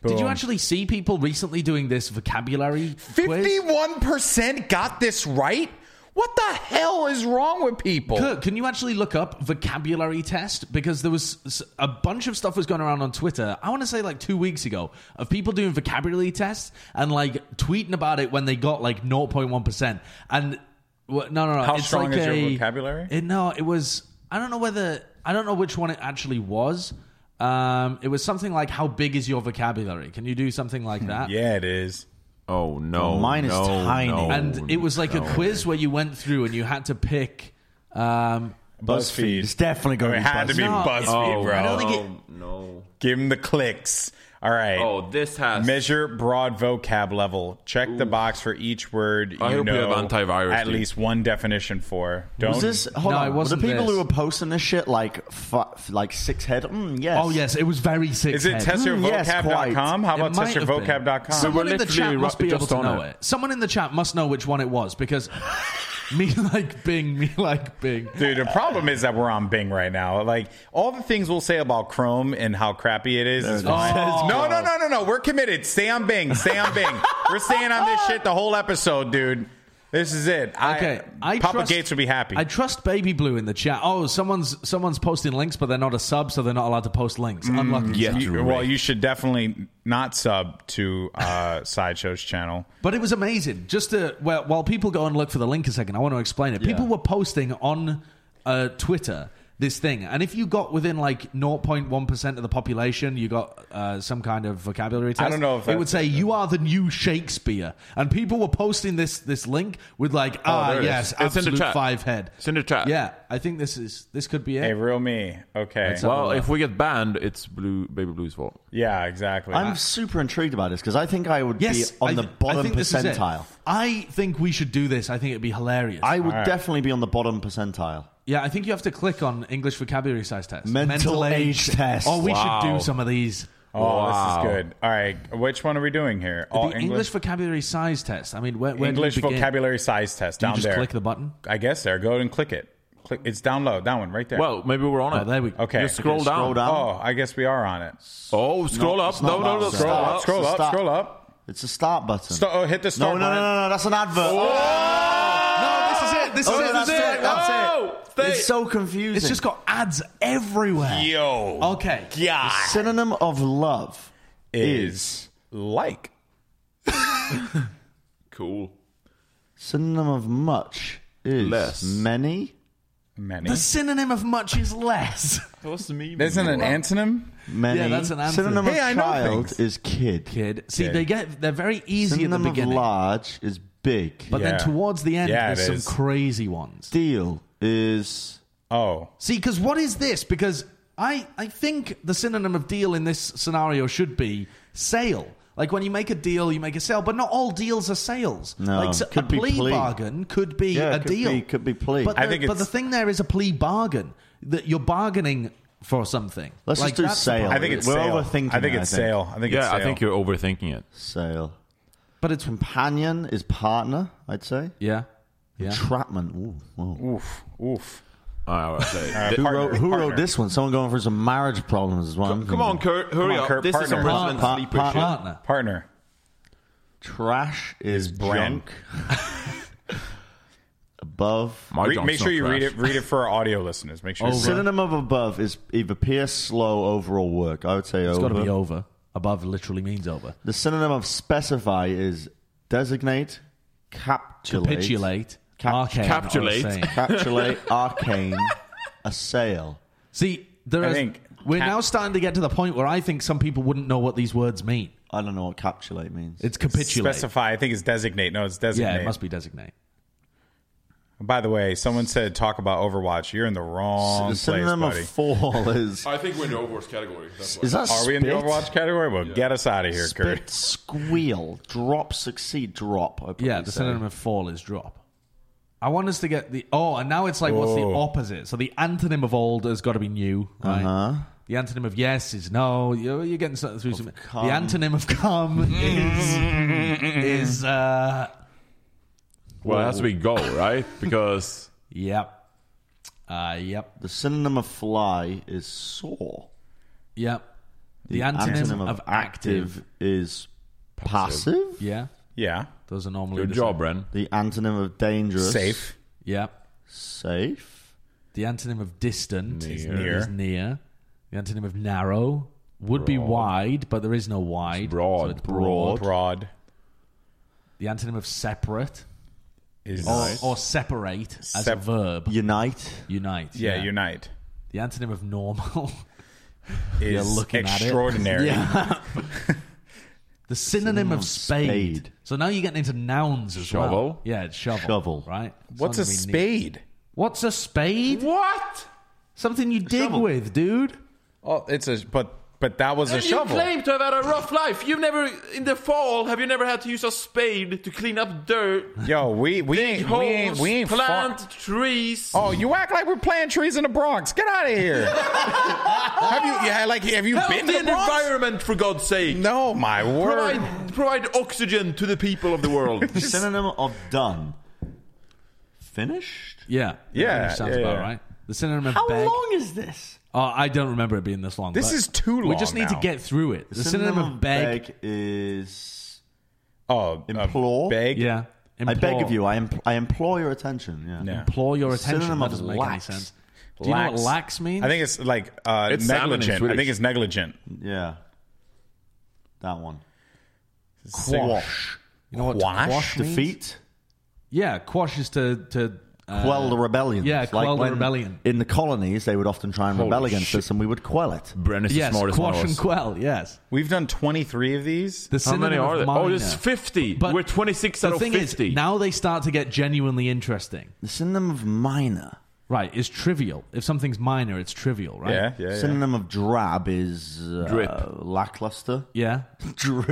Speaker 3: Did you actually see people recently doing this vocabulary quiz?
Speaker 1: Fifty-one percent got this right. What the hell is wrong with people?
Speaker 3: Kirk, can you actually look up vocabulary test? Because there was s- a bunch of stuff was going around on Twitter. I want to say like two weeks ago of people doing vocabulary tests and like tweeting about it when they got like 0.1 percent. And wha- no, no, no.
Speaker 1: How
Speaker 3: it's
Speaker 1: strong
Speaker 3: like
Speaker 1: is your
Speaker 3: a-
Speaker 1: vocabulary?
Speaker 3: It, no, it was. I don't know whether I don't know which one it actually was. Um, it was something like how big is your vocabulary? Can you do something
Speaker 1: Hmm,
Speaker 3: like that?
Speaker 1: Yeah, it is.
Speaker 4: oh, no.
Speaker 2: Mine is
Speaker 4: no,
Speaker 2: tiny.
Speaker 4: no,
Speaker 3: and it was like
Speaker 4: no.
Speaker 3: a quiz where you went through and you had to pick. Um,
Speaker 1: BuzzFeed.
Speaker 2: It's definitely going
Speaker 1: It
Speaker 2: to be
Speaker 1: had to be
Speaker 3: No,
Speaker 1: BuzzFeed,
Speaker 4: Oh,
Speaker 1: bro.
Speaker 3: I don't think it-
Speaker 4: no, no.
Speaker 1: Give him the clicks. All right.
Speaker 4: Oh, this has.
Speaker 1: Measure broad vocab level. Check the box for each word you
Speaker 4: I hope we
Speaker 1: know
Speaker 4: have antivirus,
Speaker 1: at
Speaker 4: dude.
Speaker 1: least one definition for. Don't
Speaker 2: Was this? Hold
Speaker 3: No,
Speaker 2: on.
Speaker 3: it
Speaker 2: were
Speaker 3: wasn't
Speaker 2: the people
Speaker 3: this.
Speaker 2: who were posting this shit like fi- like six head? Mm, yes.
Speaker 3: oh yes, it was very sick.
Speaker 1: Is it
Speaker 3: head.
Speaker 2: Mm, yes, quite.
Speaker 1: testyourvocab.com? How about
Speaker 3: It might have been.
Speaker 1: testyourvocab.com?
Speaker 3: Someone
Speaker 4: were
Speaker 3: in the
Speaker 4: literally
Speaker 3: chat
Speaker 4: ru-
Speaker 3: must be able
Speaker 4: just
Speaker 3: to
Speaker 4: on
Speaker 3: know
Speaker 4: it.
Speaker 3: it. Someone in the chat must know which one it was because me like Bing, me like Bing.
Speaker 1: Dude, the problem is that we're on Bing right now. Like all the things we'll say about Chrome and how crappy it is. is fine. No, no, no, no, no. We're committed. Stay on Bing. Stay on Bing. we're staying on this shit the whole episode, dude. This is it.
Speaker 3: Okay,
Speaker 1: I,
Speaker 3: I
Speaker 1: Papa
Speaker 3: trust-
Speaker 1: Gates would be happy.
Speaker 3: I trust Baby Blue in the chat. Oh, someone's someone's posting links, but they're not a sub, so they're not allowed to post links. Unlucky.
Speaker 4: yeah.
Speaker 1: You-
Speaker 4: Right.
Speaker 1: well, you should definitely not sub to uh, Sideshow's channel.
Speaker 3: But it was amazing. Just to, well, while people go and look for the link a second, I want to explain it. People were posting on uh, Twitter this thing, and if you got within like 0.1% of the population, you got uh, some kind of vocabulary test.
Speaker 1: I don't know if
Speaker 3: it would
Speaker 1: that's-
Speaker 3: say you are the new Shakespeare, and people were posting this this link with like, ah,
Speaker 4: Oh, there it is.
Speaker 3: yes,
Speaker 4: It's in the
Speaker 3: absolute
Speaker 4: chat.
Speaker 3: five head.
Speaker 4: It's in the chat.
Speaker 3: Yeah, I think this is this could be it.
Speaker 1: Hey, real me. Okay.
Speaker 4: Well, if we get banned, it's Blue Baby Blue's fault.
Speaker 1: yeah, exactly.
Speaker 2: I'm super intrigued about this because I think I would
Speaker 3: yes,
Speaker 2: be on
Speaker 3: I
Speaker 2: the
Speaker 3: th- I
Speaker 2: bottom
Speaker 3: think this is it.
Speaker 2: percentile.
Speaker 3: I think we should do this. I think it'd be hilarious.
Speaker 2: I would definitely be on the bottom percentile.
Speaker 3: Yeah, I think you have to click on English vocabulary size test.
Speaker 2: Mental age test.
Speaker 3: Oh, we should
Speaker 4: Wow.
Speaker 3: do some of these.
Speaker 1: oh, this is good. All right. Which one are we doing here?
Speaker 3: The
Speaker 1: All
Speaker 3: English, vocabulary size test. I mean, where, where
Speaker 1: English
Speaker 3: do you begin?
Speaker 1: vocabulary size test
Speaker 3: Do you
Speaker 1: down
Speaker 3: just
Speaker 1: there.
Speaker 3: click the button. Oh,
Speaker 1: I guess there. Go and click it. Click. It's down low. That one right there.
Speaker 4: Well, maybe we're on
Speaker 3: Oh,
Speaker 4: it.
Speaker 3: there we go.
Speaker 1: okay.
Speaker 4: Just scroll down.
Speaker 2: Scroll down.
Speaker 1: Oh, I guess we are on it.
Speaker 4: Oh, scroll
Speaker 2: No,
Speaker 4: up.
Speaker 2: it's not
Speaker 4: No, no, no,
Speaker 2: allowed.
Speaker 4: scroll
Speaker 2: Stop.
Speaker 4: up.
Speaker 1: Scroll up.
Speaker 2: Stop.
Speaker 1: Scroll up.
Speaker 2: It's a start button.
Speaker 1: Sto- oh, hit the
Speaker 2: No,
Speaker 1: start
Speaker 2: no, no,
Speaker 1: button.
Speaker 2: no, no. That's an advert.
Speaker 3: No, this is it. This
Speaker 2: Oh,
Speaker 3: is it. This
Speaker 2: that's
Speaker 3: is
Speaker 2: it.
Speaker 3: it.
Speaker 2: That's
Speaker 4: Oh,
Speaker 2: it. It's so confusing.
Speaker 3: It's just got ads everywhere.
Speaker 1: Yo.
Speaker 3: Okay.
Speaker 1: God.
Speaker 2: synonym of love
Speaker 1: Is like.
Speaker 4: Cool.
Speaker 2: Synonym of much is
Speaker 4: Less.
Speaker 2: many.
Speaker 1: Many.
Speaker 3: The synonym of much is less.
Speaker 1: That's not an antonym.
Speaker 2: Many.
Speaker 3: Yeah, that's an anthem.
Speaker 2: Synonym
Speaker 1: Hey, I
Speaker 2: of
Speaker 1: know
Speaker 2: child
Speaker 1: things.
Speaker 2: is kid.
Speaker 3: Kid. See,
Speaker 1: Okay.
Speaker 3: they get they're very easy at
Speaker 2: Synonym
Speaker 3: the
Speaker 2: of
Speaker 3: beginning,
Speaker 2: large is big.
Speaker 3: but
Speaker 1: Yeah.
Speaker 3: then towards the end,
Speaker 1: Yeah, it
Speaker 3: there's some
Speaker 1: is.
Speaker 3: crazy ones.
Speaker 2: deal is
Speaker 1: Oh,
Speaker 3: See, because what is this? Because I I think the synonym of deal in this scenario should be sale. Like when you make a deal, you make a sale, but not all deals are sales.
Speaker 2: No,
Speaker 3: like so
Speaker 2: could
Speaker 3: a
Speaker 2: be
Speaker 3: plea,
Speaker 2: plea.
Speaker 3: bargain could be
Speaker 2: Yeah,
Speaker 3: a
Speaker 2: could
Speaker 3: deal.
Speaker 2: be- could be plea.
Speaker 3: But,
Speaker 1: I
Speaker 3: the,
Speaker 1: think
Speaker 3: but the
Speaker 1: it's-
Speaker 3: thing there is a plea bargain that you're bargaining for something.
Speaker 2: Let's
Speaker 3: Like,
Speaker 2: just do
Speaker 3: that's the
Speaker 2: sale.
Speaker 3: problem.
Speaker 1: I think it's
Speaker 2: We're
Speaker 1: sale.
Speaker 2: overthinking
Speaker 1: I think
Speaker 2: it,
Speaker 1: it's
Speaker 2: I think.
Speaker 1: sale. I think it's
Speaker 4: Yeah, I
Speaker 1: sale.
Speaker 4: think you're overthinking it.
Speaker 2: sale.
Speaker 3: But it's
Speaker 2: Companion is partner, I'd say.
Speaker 3: yeah, yeah.
Speaker 2: Entrapment. Ooh, whoa.
Speaker 1: Oof, oof. Uh,
Speaker 4: I would say.
Speaker 2: Who,
Speaker 1: Partner,
Speaker 2: wrote, who
Speaker 1: partner.
Speaker 2: wrote this one? Someone going through some marriage problems as well.
Speaker 4: Come on, Kurt, hurry
Speaker 1: on,
Speaker 4: up.
Speaker 1: Kurt,
Speaker 4: this is a
Speaker 1: partner.
Speaker 4: resident
Speaker 2: Part-
Speaker 4: sleeper
Speaker 2: part-
Speaker 4: shit.
Speaker 3: Partner.
Speaker 1: Partner.
Speaker 2: Trash is,
Speaker 1: brand-
Speaker 2: junk. above.
Speaker 4: My
Speaker 1: Re-
Speaker 4: junk's
Speaker 1: make sure
Speaker 4: not
Speaker 1: you read
Speaker 4: trash.
Speaker 1: it. Read it for our audio listeners. Make sure.
Speaker 2: Oh,
Speaker 1: you-
Speaker 2: Synonym of above is either pierce, slow, overall work. I would say
Speaker 3: It's got
Speaker 2: over.
Speaker 3: to be over. Above literally means over.
Speaker 2: the synonym of specify is designate, capitulate,
Speaker 3: Capitulate.
Speaker 2: Cap-
Speaker 3: arcane, or
Speaker 4: Capitulate.
Speaker 3: sane.
Speaker 2: capitulate, arcane, a sale.
Speaker 3: See, there
Speaker 1: I
Speaker 3: is-
Speaker 1: think
Speaker 3: we're
Speaker 1: cap-
Speaker 3: now starting to get to the point where I think some people wouldn't know what these words mean.
Speaker 2: I don't know what capitulate means.
Speaker 3: It's capitulate.
Speaker 1: Specify. I think it's designate. No, it's designate.
Speaker 3: yeah, it must be designate.
Speaker 1: By the way, someone said talk about Overwatch. You're in the wrong
Speaker 2: the
Speaker 1: place,
Speaker 2: synonym
Speaker 1: buddy.
Speaker 2: of fall is.
Speaker 4: I think we're in the Overwatch category. That's why.
Speaker 2: Is that
Speaker 1: Are we in the Overwatch category? Well, get us out of here, Kurt.
Speaker 2: Spit, squeal, drop, succeed, drop. I'd
Speaker 3: Yeah,
Speaker 2: probably
Speaker 3: the
Speaker 2: say.
Speaker 3: synonym of fall is drop. I want us to get the oh, and now it's like what's the
Speaker 1: Whoa.
Speaker 3: opposite? So the antonym of old has got to be new, right? The antonym of yes is no. You're, you're getting something through. Some,
Speaker 2: come.
Speaker 3: The antonym of come is is uh,
Speaker 4: Well, it has to be go, right? Because
Speaker 3: yep, uh, yep,
Speaker 2: The synonym of fly is soar.
Speaker 3: yep. The, antonym, of, active.
Speaker 2: is passive.
Speaker 3: yeah,
Speaker 1: Yeah.
Speaker 3: those are normally
Speaker 4: good
Speaker 3: the
Speaker 4: job, Bren.
Speaker 2: The antonym of dangerous.
Speaker 1: Safe.
Speaker 3: same. Yep.
Speaker 2: Safe.
Speaker 3: The antonym of distant
Speaker 1: Is
Speaker 4: Near.
Speaker 1: near.
Speaker 3: is near. The antonym of narrow would be wide, but there is no wide.
Speaker 4: broad.
Speaker 3: So it's broad.
Speaker 1: Broad
Speaker 3: The antonym of separate
Speaker 1: is
Speaker 3: or, or separate as a
Speaker 1: Sep-
Speaker 3: verb.
Speaker 2: Unite.
Speaker 3: Unite.
Speaker 1: yeah, Unite
Speaker 3: The antonym of normal.
Speaker 1: is
Speaker 3: looking at it.
Speaker 1: extraordinary.
Speaker 3: the synonym of
Speaker 2: of
Speaker 3: spade.
Speaker 2: spade.
Speaker 3: So now you're getting into nouns as well.
Speaker 4: Shovel.
Speaker 3: Yeah, it's shovel.
Speaker 2: Shovel.
Speaker 3: Right? It's
Speaker 1: What's a
Speaker 3: not gonna be neat.
Speaker 1: spade?
Speaker 3: What's a spade?
Speaker 4: What?
Speaker 3: Something you dig
Speaker 2: shovel.
Speaker 3: with, dude.
Speaker 1: Oh, it's a but. But that was a
Speaker 4: And you
Speaker 1: shovel.
Speaker 4: claim to have had a rough life. You've never, in the fall, have you never had to use a spade to clean up dirt,
Speaker 1: Yo, we we
Speaker 4: dig
Speaker 1: ain't we ain't
Speaker 4: holes,
Speaker 1: we ain't far-
Speaker 4: plant trees?
Speaker 1: Oh, you act like we're planting trees in the Bronx. Get out of here. have you yeah, like have you
Speaker 4: Help
Speaker 1: been
Speaker 4: the
Speaker 1: to the Bronx?
Speaker 4: environment, for God's sake.
Speaker 1: No, my word.
Speaker 4: Provide, provide oxygen to the people of the world.
Speaker 2: Synonym of done. Finished?
Speaker 3: Yeah.
Speaker 1: Yeah,
Speaker 3: That sounds
Speaker 1: yeah,
Speaker 3: about
Speaker 1: yeah.
Speaker 3: right. The synonym of
Speaker 2: How
Speaker 3: beg.
Speaker 2: long is this?
Speaker 3: Oh, I don't remember it being this long.
Speaker 1: This
Speaker 3: but
Speaker 1: is too
Speaker 3: We
Speaker 1: long
Speaker 3: just need
Speaker 1: now.
Speaker 3: to get through it. The, synonym, of beg.
Speaker 2: is.
Speaker 1: Oh, uh,
Speaker 2: Implore?
Speaker 1: beg.
Speaker 3: Yeah.
Speaker 2: I beg of
Speaker 3: Implore.
Speaker 2: you. I, impl- I implore your attention. Yeah.
Speaker 1: Yeah.
Speaker 3: Implore your attention.
Speaker 2: synonym
Speaker 3: that
Speaker 2: of
Speaker 3: doesn't make
Speaker 2: lax.
Speaker 3: any sense. Do you know what lax means?
Speaker 1: I think it's like uh,
Speaker 4: It's salmon in
Speaker 1: negligent. I
Speaker 4: Swedish.
Speaker 1: think it's negligent.
Speaker 2: Yeah. That one.
Speaker 1: Quash.
Speaker 3: you
Speaker 4: Oh,
Speaker 3: know what
Speaker 1: Quash?
Speaker 3: means?
Speaker 2: Defeat.
Speaker 3: Yeah, quash is to to uh,
Speaker 2: quell the rebellion.
Speaker 3: yeah, quell the rebellion.
Speaker 2: In the colonies, they would often try and rebel against
Speaker 4: shit.
Speaker 2: us, and we would quell it.
Speaker 4: Bren is
Speaker 3: yes,
Speaker 4: the smartest one
Speaker 3: quash
Speaker 4: of
Speaker 3: and
Speaker 4: us.
Speaker 3: quell. Yes,
Speaker 1: We've done 23 of these.
Speaker 3: the
Speaker 4: How
Speaker 3: synonym
Speaker 4: many
Speaker 3: of
Speaker 4: are there? Oh,
Speaker 3: minor.
Speaker 4: there's 50.
Speaker 3: But
Speaker 4: We're 26 out
Speaker 3: the
Speaker 4: of
Speaker 3: thing
Speaker 4: 50.
Speaker 3: Is, now they start to get genuinely interesting.
Speaker 2: The synonym of minor.
Speaker 3: Right? It's trivial. If something's minor, it's trivial. Right?
Speaker 1: Yeah, yeah, yeah.
Speaker 2: Synonym of drab is uh,
Speaker 4: Drip.
Speaker 2: lackluster.
Speaker 3: Yeah.
Speaker 2: Drip.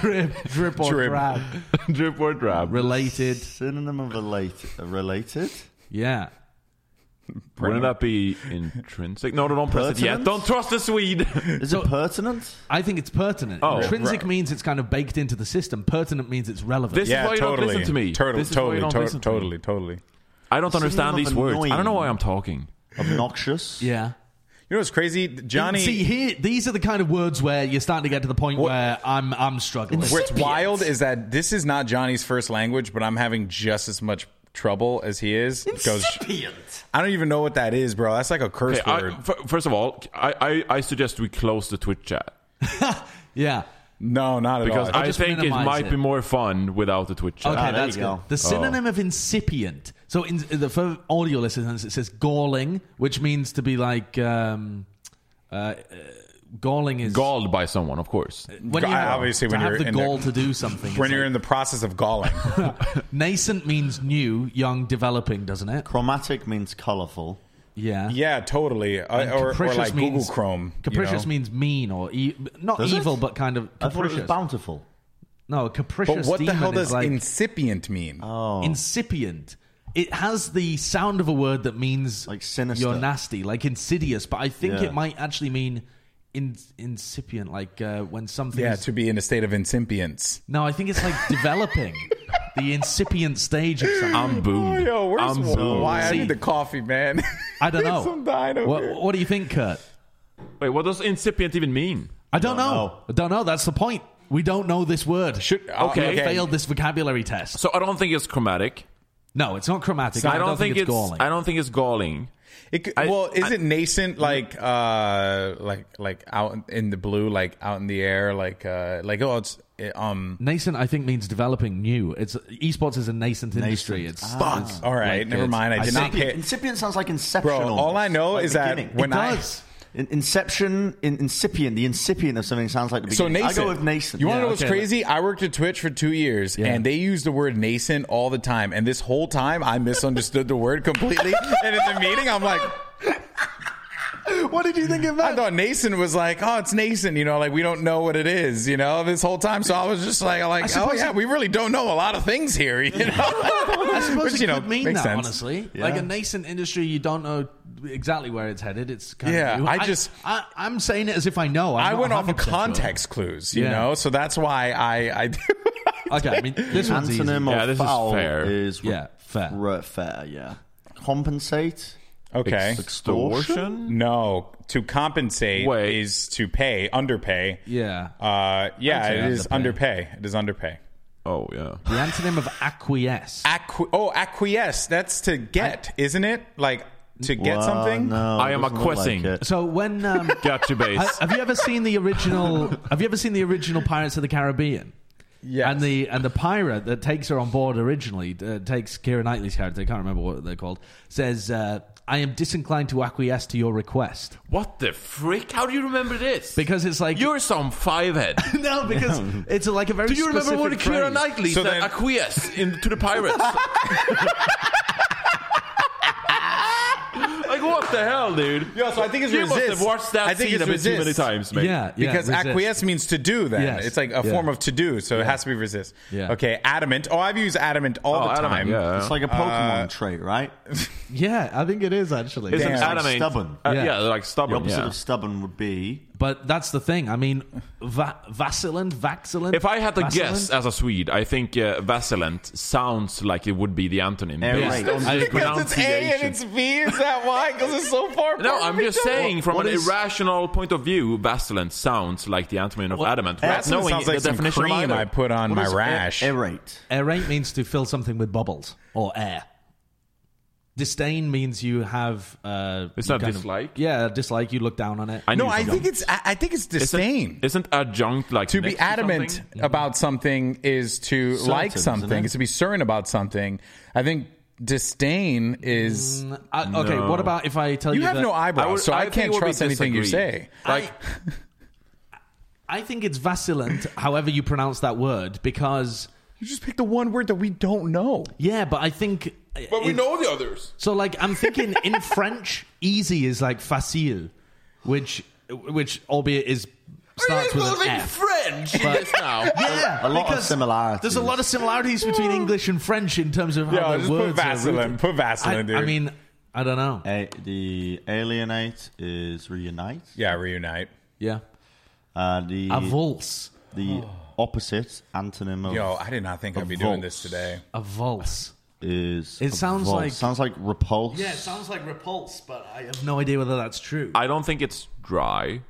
Speaker 3: drip, drip, or
Speaker 1: Drip.
Speaker 3: drab.
Speaker 4: Drip or drab.
Speaker 3: Related.
Speaker 2: synonym of elate, related.
Speaker 3: Yeah.
Speaker 4: Wouldn't that be intrinsic? No, no, don't press it yet.
Speaker 2: Pertinent?
Speaker 4: Don't trust the Swede.
Speaker 2: Is
Speaker 3: So-
Speaker 2: it pertinent?
Speaker 3: I think it's pertinent.
Speaker 4: Oh.
Speaker 3: Intrinsic
Speaker 1: Right.
Speaker 3: means it's kind of baked into the system. Pertinent means it's relevant.
Speaker 4: This-
Speaker 1: Yeah,
Speaker 4: why you don't
Speaker 1: totally.
Speaker 4: listen to me.
Speaker 1: Turtle-
Speaker 4: This is why you
Speaker 1: totally,
Speaker 4: don't
Speaker 1: to-
Speaker 4: listen to me.
Speaker 1: totally, totally.
Speaker 4: I don't
Speaker 2: Synonym
Speaker 4: understand
Speaker 2: of
Speaker 4: these words. I don't know why
Speaker 2: annoying.
Speaker 4: I'm talking.
Speaker 2: Obnoxious.
Speaker 3: yeah.
Speaker 1: You know what's crazy? Johnny.
Speaker 3: See here, these are the kind of words where you're starting to get to the point
Speaker 1: What-
Speaker 3: where I'm I'm struggling.
Speaker 1: Where it's wild is that this is not Johnny's first language, but I'm having just as much trouble as he is. Because I don't even know what that is, bro. That's like a curse
Speaker 4: Okay, I,
Speaker 1: word.
Speaker 4: f- first of all, I, I, I suggest we close the Twitch chat.
Speaker 3: yeah.
Speaker 1: No, not at
Speaker 4: Because
Speaker 1: all.
Speaker 4: I
Speaker 3: just
Speaker 4: think it
Speaker 3: minimize
Speaker 4: might
Speaker 3: it.
Speaker 4: be more fun without the Twitch chat.
Speaker 3: Okay,
Speaker 2: Ah, there
Speaker 3: that's
Speaker 2: you
Speaker 3: good.
Speaker 2: go.
Speaker 1: Oh.
Speaker 3: The synonym of incipient. So in, the, for audio listeners, it says galling, which means to be like um, uh, uh, galling is
Speaker 4: Galled by someone, of course.
Speaker 3: When
Speaker 1: Ga- obviously
Speaker 3: to
Speaker 1: when
Speaker 3: have
Speaker 1: you're
Speaker 3: the
Speaker 1: in
Speaker 3: gall
Speaker 1: the-
Speaker 3: to do something.
Speaker 1: when
Speaker 3: it's
Speaker 1: you're
Speaker 3: like-
Speaker 1: in the process of galling,
Speaker 3: nascent means new, young, developing, doesn't it?
Speaker 2: Chromatic means colorful.
Speaker 3: Yeah.
Speaker 1: yeah, totally. Uh, or, or
Speaker 3: Capricious
Speaker 1: like
Speaker 3: means-
Speaker 1: Google Chrome. you
Speaker 3: Capricious
Speaker 1: know?
Speaker 3: means mean or e- not
Speaker 2: Does it?
Speaker 3: evil, but kind of
Speaker 2: I thought it
Speaker 3: capricious.
Speaker 2: was bountiful.
Speaker 3: no, capricious.
Speaker 1: But what the
Speaker 3: demon
Speaker 1: hell
Speaker 3: is
Speaker 1: does
Speaker 3: like Um,
Speaker 1: incipient mean?
Speaker 3: incipient? It has the sound of a word that means
Speaker 2: Like sinister.
Speaker 3: You're nasty, like insidious. But I think
Speaker 2: Yeah.
Speaker 3: it might actually mean in, incipient, like uh, when something.
Speaker 1: yeah,
Speaker 3: is-
Speaker 1: to be in a state of incipience.
Speaker 3: no, I think it's like developing the incipient stage of something.
Speaker 4: I'm booed.
Speaker 1: Yo, where's
Speaker 4: I'm
Speaker 1: um,
Speaker 4: booed.
Speaker 1: why I
Speaker 3: See-
Speaker 1: need the coffee, man?
Speaker 3: I don't know.
Speaker 1: I'm dying over here.
Speaker 3: what, what do you think, Kurt?
Speaker 4: Wait, what does incipient even mean?
Speaker 3: I don't, know.
Speaker 2: know.
Speaker 3: I don't know. That's the point. We don't know this word.
Speaker 1: Should- uh,
Speaker 3: We
Speaker 4: Okay.
Speaker 3: failed this vocabulary test.
Speaker 4: So I don't think it's chromatic.
Speaker 3: No, it's not chromatic. I, don't think, it's, galling.
Speaker 4: I don't think it's galling.
Speaker 1: It, c
Speaker 4: I- Mm-hmm.
Speaker 1: well, is it nascent like uh like like out in the blue, like out in the air, like uh like oh it's it, um
Speaker 3: nascent, I think, means developing new. It's esports is a nascent, industry. It's
Speaker 1: fuck. All right,
Speaker 3: Like
Speaker 1: never
Speaker 3: it's-
Speaker 1: mind. I did not
Speaker 2: Incipient,
Speaker 1: pay.
Speaker 2: incipient sounds like inception.
Speaker 1: Bro, all I know
Speaker 2: almost,
Speaker 1: is
Speaker 2: like
Speaker 1: that
Speaker 2: beginning.
Speaker 1: when
Speaker 3: It
Speaker 1: I
Speaker 3: does.
Speaker 2: In- Inception, in, incipient, the incipient of something sounds like the
Speaker 1: so
Speaker 2: beginning.
Speaker 1: nascent.
Speaker 2: I go with nascent.
Speaker 1: You want to know what's
Speaker 3: okay,
Speaker 1: crazy? I worked at Twitch for two years, and they use the word nascent all the time. And this whole time, I misunderstood the word completely. and at the meeting, I'm like,
Speaker 2: what did you think of
Speaker 1: I thought nascent was like, oh, it's nascent. You know, like we don't know what it is. You know, this whole time. So I was just like, like, oh
Speaker 3: suppose
Speaker 1: yeah,
Speaker 3: it-
Speaker 1: we really don't know a lot of things here. You know.
Speaker 3: I suppose
Speaker 1: Which,
Speaker 3: it
Speaker 1: you know,
Speaker 3: could mean
Speaker 1: makes
Speaker 3: that,
Speaker 1: sense.
Speaker 3: honestly.
Speaker 2: Yeah.
Speaker 3: Like a nascent industry, you don't know exactly where it's headed. It's kind
Speaker 1: Yeah,
Speaker 3: of new.
Speaker 1: I just-
Speaker 3: I, I'm saying it as if I know. I'm
Speaker 1: I
Speaker 3: not
Speaker 1: went off of
Speaker 3: 100% sure.
Speaker 1: context clues, you
Speaker 3: Yeah.
Speaker 1: know, so that's why I I
Speaker 3: Okay, I mean, this one's easy.
Speaker 2: Antonym
Speaker 4: Yeah,
Speaker 2: of
Speaker 4: this is
Speaker 2: foul
Speaker 4: fair.
Speaker 2: is re-
Speaker 3: Yeah, fair.
Speaker 2: re- fair, yeah. Compensate.
Speaker 1: okay.
Speaker 4: Extortion?
Speaker 1: No, to compensate
Speaker 4: Wait.
Speaker 1: is to pay, underpay.
Speaker 3: Yeah.
Speaker 1: Uh, yeah,
Speaker 3: I'd say
Speaker 1: it is
Speaker 3: underpay.
Speaker 1: underpay. It is underpay.
Speaker 4: Oh, yeah.
Speaker 3: the
Speaker 1: Uh,
Speaker 3: antonym of acquiesce.
Speaker 1: Acqu- oh, acquiesce. That's to get, isn't it? Like to get
Speaker 2: Well,
Speaker 1: something.
Speaker 2: Uh, No,
Speaker 4: I
Speaker 2: it
Speaker 4: am
Speaker 2: doesn't look
Speaker 4: acquiescing.
Speaker 2: Like it.
Speaker 3: so when um,
Speaker 4: Gotcha base.
Speaker 3: Ha- have you ever seen the original? have you ever seen the original Pirates of the Caribbean?
Speaker 1: Yes.
Speaker 3: And the and the pirate that takes her on board originally uh, takes Kira Knightley's character. I can't remember what they're called. Says, uh, "I am disinclined to acquiesce to your request
Speaker 4: what the frick? How do you remember this?
Speaker 3: because it's like
Speaker 4: You're some fivehead.
Speaker 3: no because Mm-hmm. it's like a very.
Speaker 4: Do you remember what
Speaker 3: specific phrase.
Speaker 4: Kira Knightley
Speaker 1: So
Speaker 4: said?
Speaker 1: then-
Speaker 4: Acquiesce in, to the pirates. like what the hell, dude?
Speaker 1: Yo, so I think it's
Speaker 4: you
Speaker 1: resist.
Speaker 4: must have watched that
Speaker 1: I think
Speaker 4: scene
Speaker 1: it's
Speaker 4: a bit too many
Speaker 1: resist.
Speaker 4: times, mate.
Speaker 3: Yeah, yeah,
Speaker 1: because
Speaker 3: resist.
Speaker 1: acquiesce means to do. Then
Speaker 3: Yes.
Speaker 1: it's like a
Speaker 3: Yeah.
Speaker 1: form of to do, so it has to be resist.
Speaker 3: Yeah.
Speaker 1: Okay, adamant. Oh, I've used adamant all
Speaker 4: Oh,
Speaker 1: the
Speaker 4: Adam,
Speaker 1: time.
Speaker 4: yeah.
Speaker 2: It's like a
Speaker 1: Uh,
Speaker 2: Pokemon trait, right?
Speaker 3: Yeah, I think it is actually.
Speaker 4: Isn't
Speaker 1: Damn.
Speaker 4: Adam
Speaker 2: Like stubborn.
Speaker 4: Uh,
Speaker 3: Yeah.
Speaker 4: yeah. like
Speaker 2: The
Speaker 4: stubborn.
Speaker 2: opposite
Speaker 4: yeah.
Speaker 2: of stubborn would be
Speaker 3: but that's the thing. I mean, va- vacillant, vacillant.
Speaker 4: If I had to
Speaker 3: vacillant?
Speaker 4: guess uh, as a Swede, I think uh, vacillant sounds like it would be the antonym.
Speaker 2: Aerate.
Speaker 4: based on
Speaker 3: I
Speaker 4: the
Speaker 3: agree.
Speaker 1: Because it's A and
Speaker 4: pronunciation.
Speaker 1: it's V. Is that why? Because it's so far.
Speaker 4: No,
Speaker 1: apart
Speaker 4: I'm
Speaker 1: from
Speaker 4: just
Speaker 1: each other.
Speaker 4: saying, from
Speaker 2: what
Speaker 4: an
Speaker 2: is-
Speaker 4: irrational point of view, Vaseline sounds like the antonym of adamant. Without
Speaker 1: Vaseline
Speaker 4: knowing
Speaker 1: sounds like
Speaker 4: the
Speaker 1: some
Speaker 4: definition of
Speaker 1: cream
Speaker 4: either.
Speaker 1: I put on
Speaker 2: what
Speaker 1: my
Speaker 2: is a-
Speaker 1: rash.
Speaker 2: Aerate.
Speaker 3: Aerate means to fill something with bubbles or air. Disdain means you have. Uh,
Speaker 4: It's
Speaker 3: you
Speaker 4: not
Speaker 3: kind of-
Speaker 4: dislike.
Speaker 3: yeah, dislike. You look down on it.
Speaker 4: I
Speaker 1: no,
Speaker 4: knew
Speaker 1: I
Speaker 4: something.
Speaker 1: think it's I, I think it's
Speaker 4: Isn't-
Speaker 1: disdain.
Speaker 4: Isn't adjunct like
Speaker 1: to be
Speaker 4: next
Speaker 1: adamant
Speaker 4: something?
Speaker 1: about something is to like
Speaker 2: isn't
Speaker 1: something.
Speaker 2: it?
Speaker 1: Is to be certain about something. I think disdain is.
Speaker 3: I- okay, what about if I tell you?
Speaker 1: You have
Speaker 3: that-
Speaker 1: no eyebrows,
Speaker 4: I would-
Speaker 1: so
Speaker 4: I
Speaker 1: Mm, I,
Speaker 4: think it
Speaker 1: can't
Speaker 4: would be
Speaker 1: trust anything you
Speaker 4: disagree.
Speaker 1: say.
Speaker 4: Like,
Speaker 3: I think it's vacillant, however you pronounce that word, because
Speaker 1: You just picked the one word that we don't know.
Speaker 3: yeah, but I think. But
Speaker 4: the others.
Speaker 3: So, like, I'm thinking in French, easy is like facile, which, which, albeit is
Speaker 1: Uh,
Speaker 3: starts with an F.
Speaker 4: French
Speaker 3: But-
Speaker 4: now?
Speaker 3: Yeah,
Speaker 2: A lot of
Speaker 3: because
Speaker 2: similarities.
Speaker 3: There's a lot of similarities between English and French in terms of how
Speaker 1: Yeah,
Speaker 3: the
Speaker 1: just put
Speaker 3: words are
Speaker 1: Vaseline.
Speaker 3: written.
Speaker 1: Put Vaseline,
Speaker 3: I,
Speaker 1: dude.
Speaker 3: I mean, I don't know.
Speaker 2: A- the alienate is reunite.
Speaker 1: Yeah, reunite.
Speaker 3: Yeah,
Speaker 2: Uh, the
Speaker 3: avulse,
Speaker 2: the opposite antonym of
Speaker 1: Yo, I did not think I'd be doing this
Speaker 2: Avulse.
Speaker 1: today.
Speaker 3: avulse.
Speaker 2: is
Speaker 3: It sounds
Speaker 2: avulse.
Speaker 3: like-
Speaker 2: sounds like repulse.
Speaker 3: Yeah, it sounds like repulse, but I have no idea whether that's true. I,
Speaker 4: I don't think it's dry.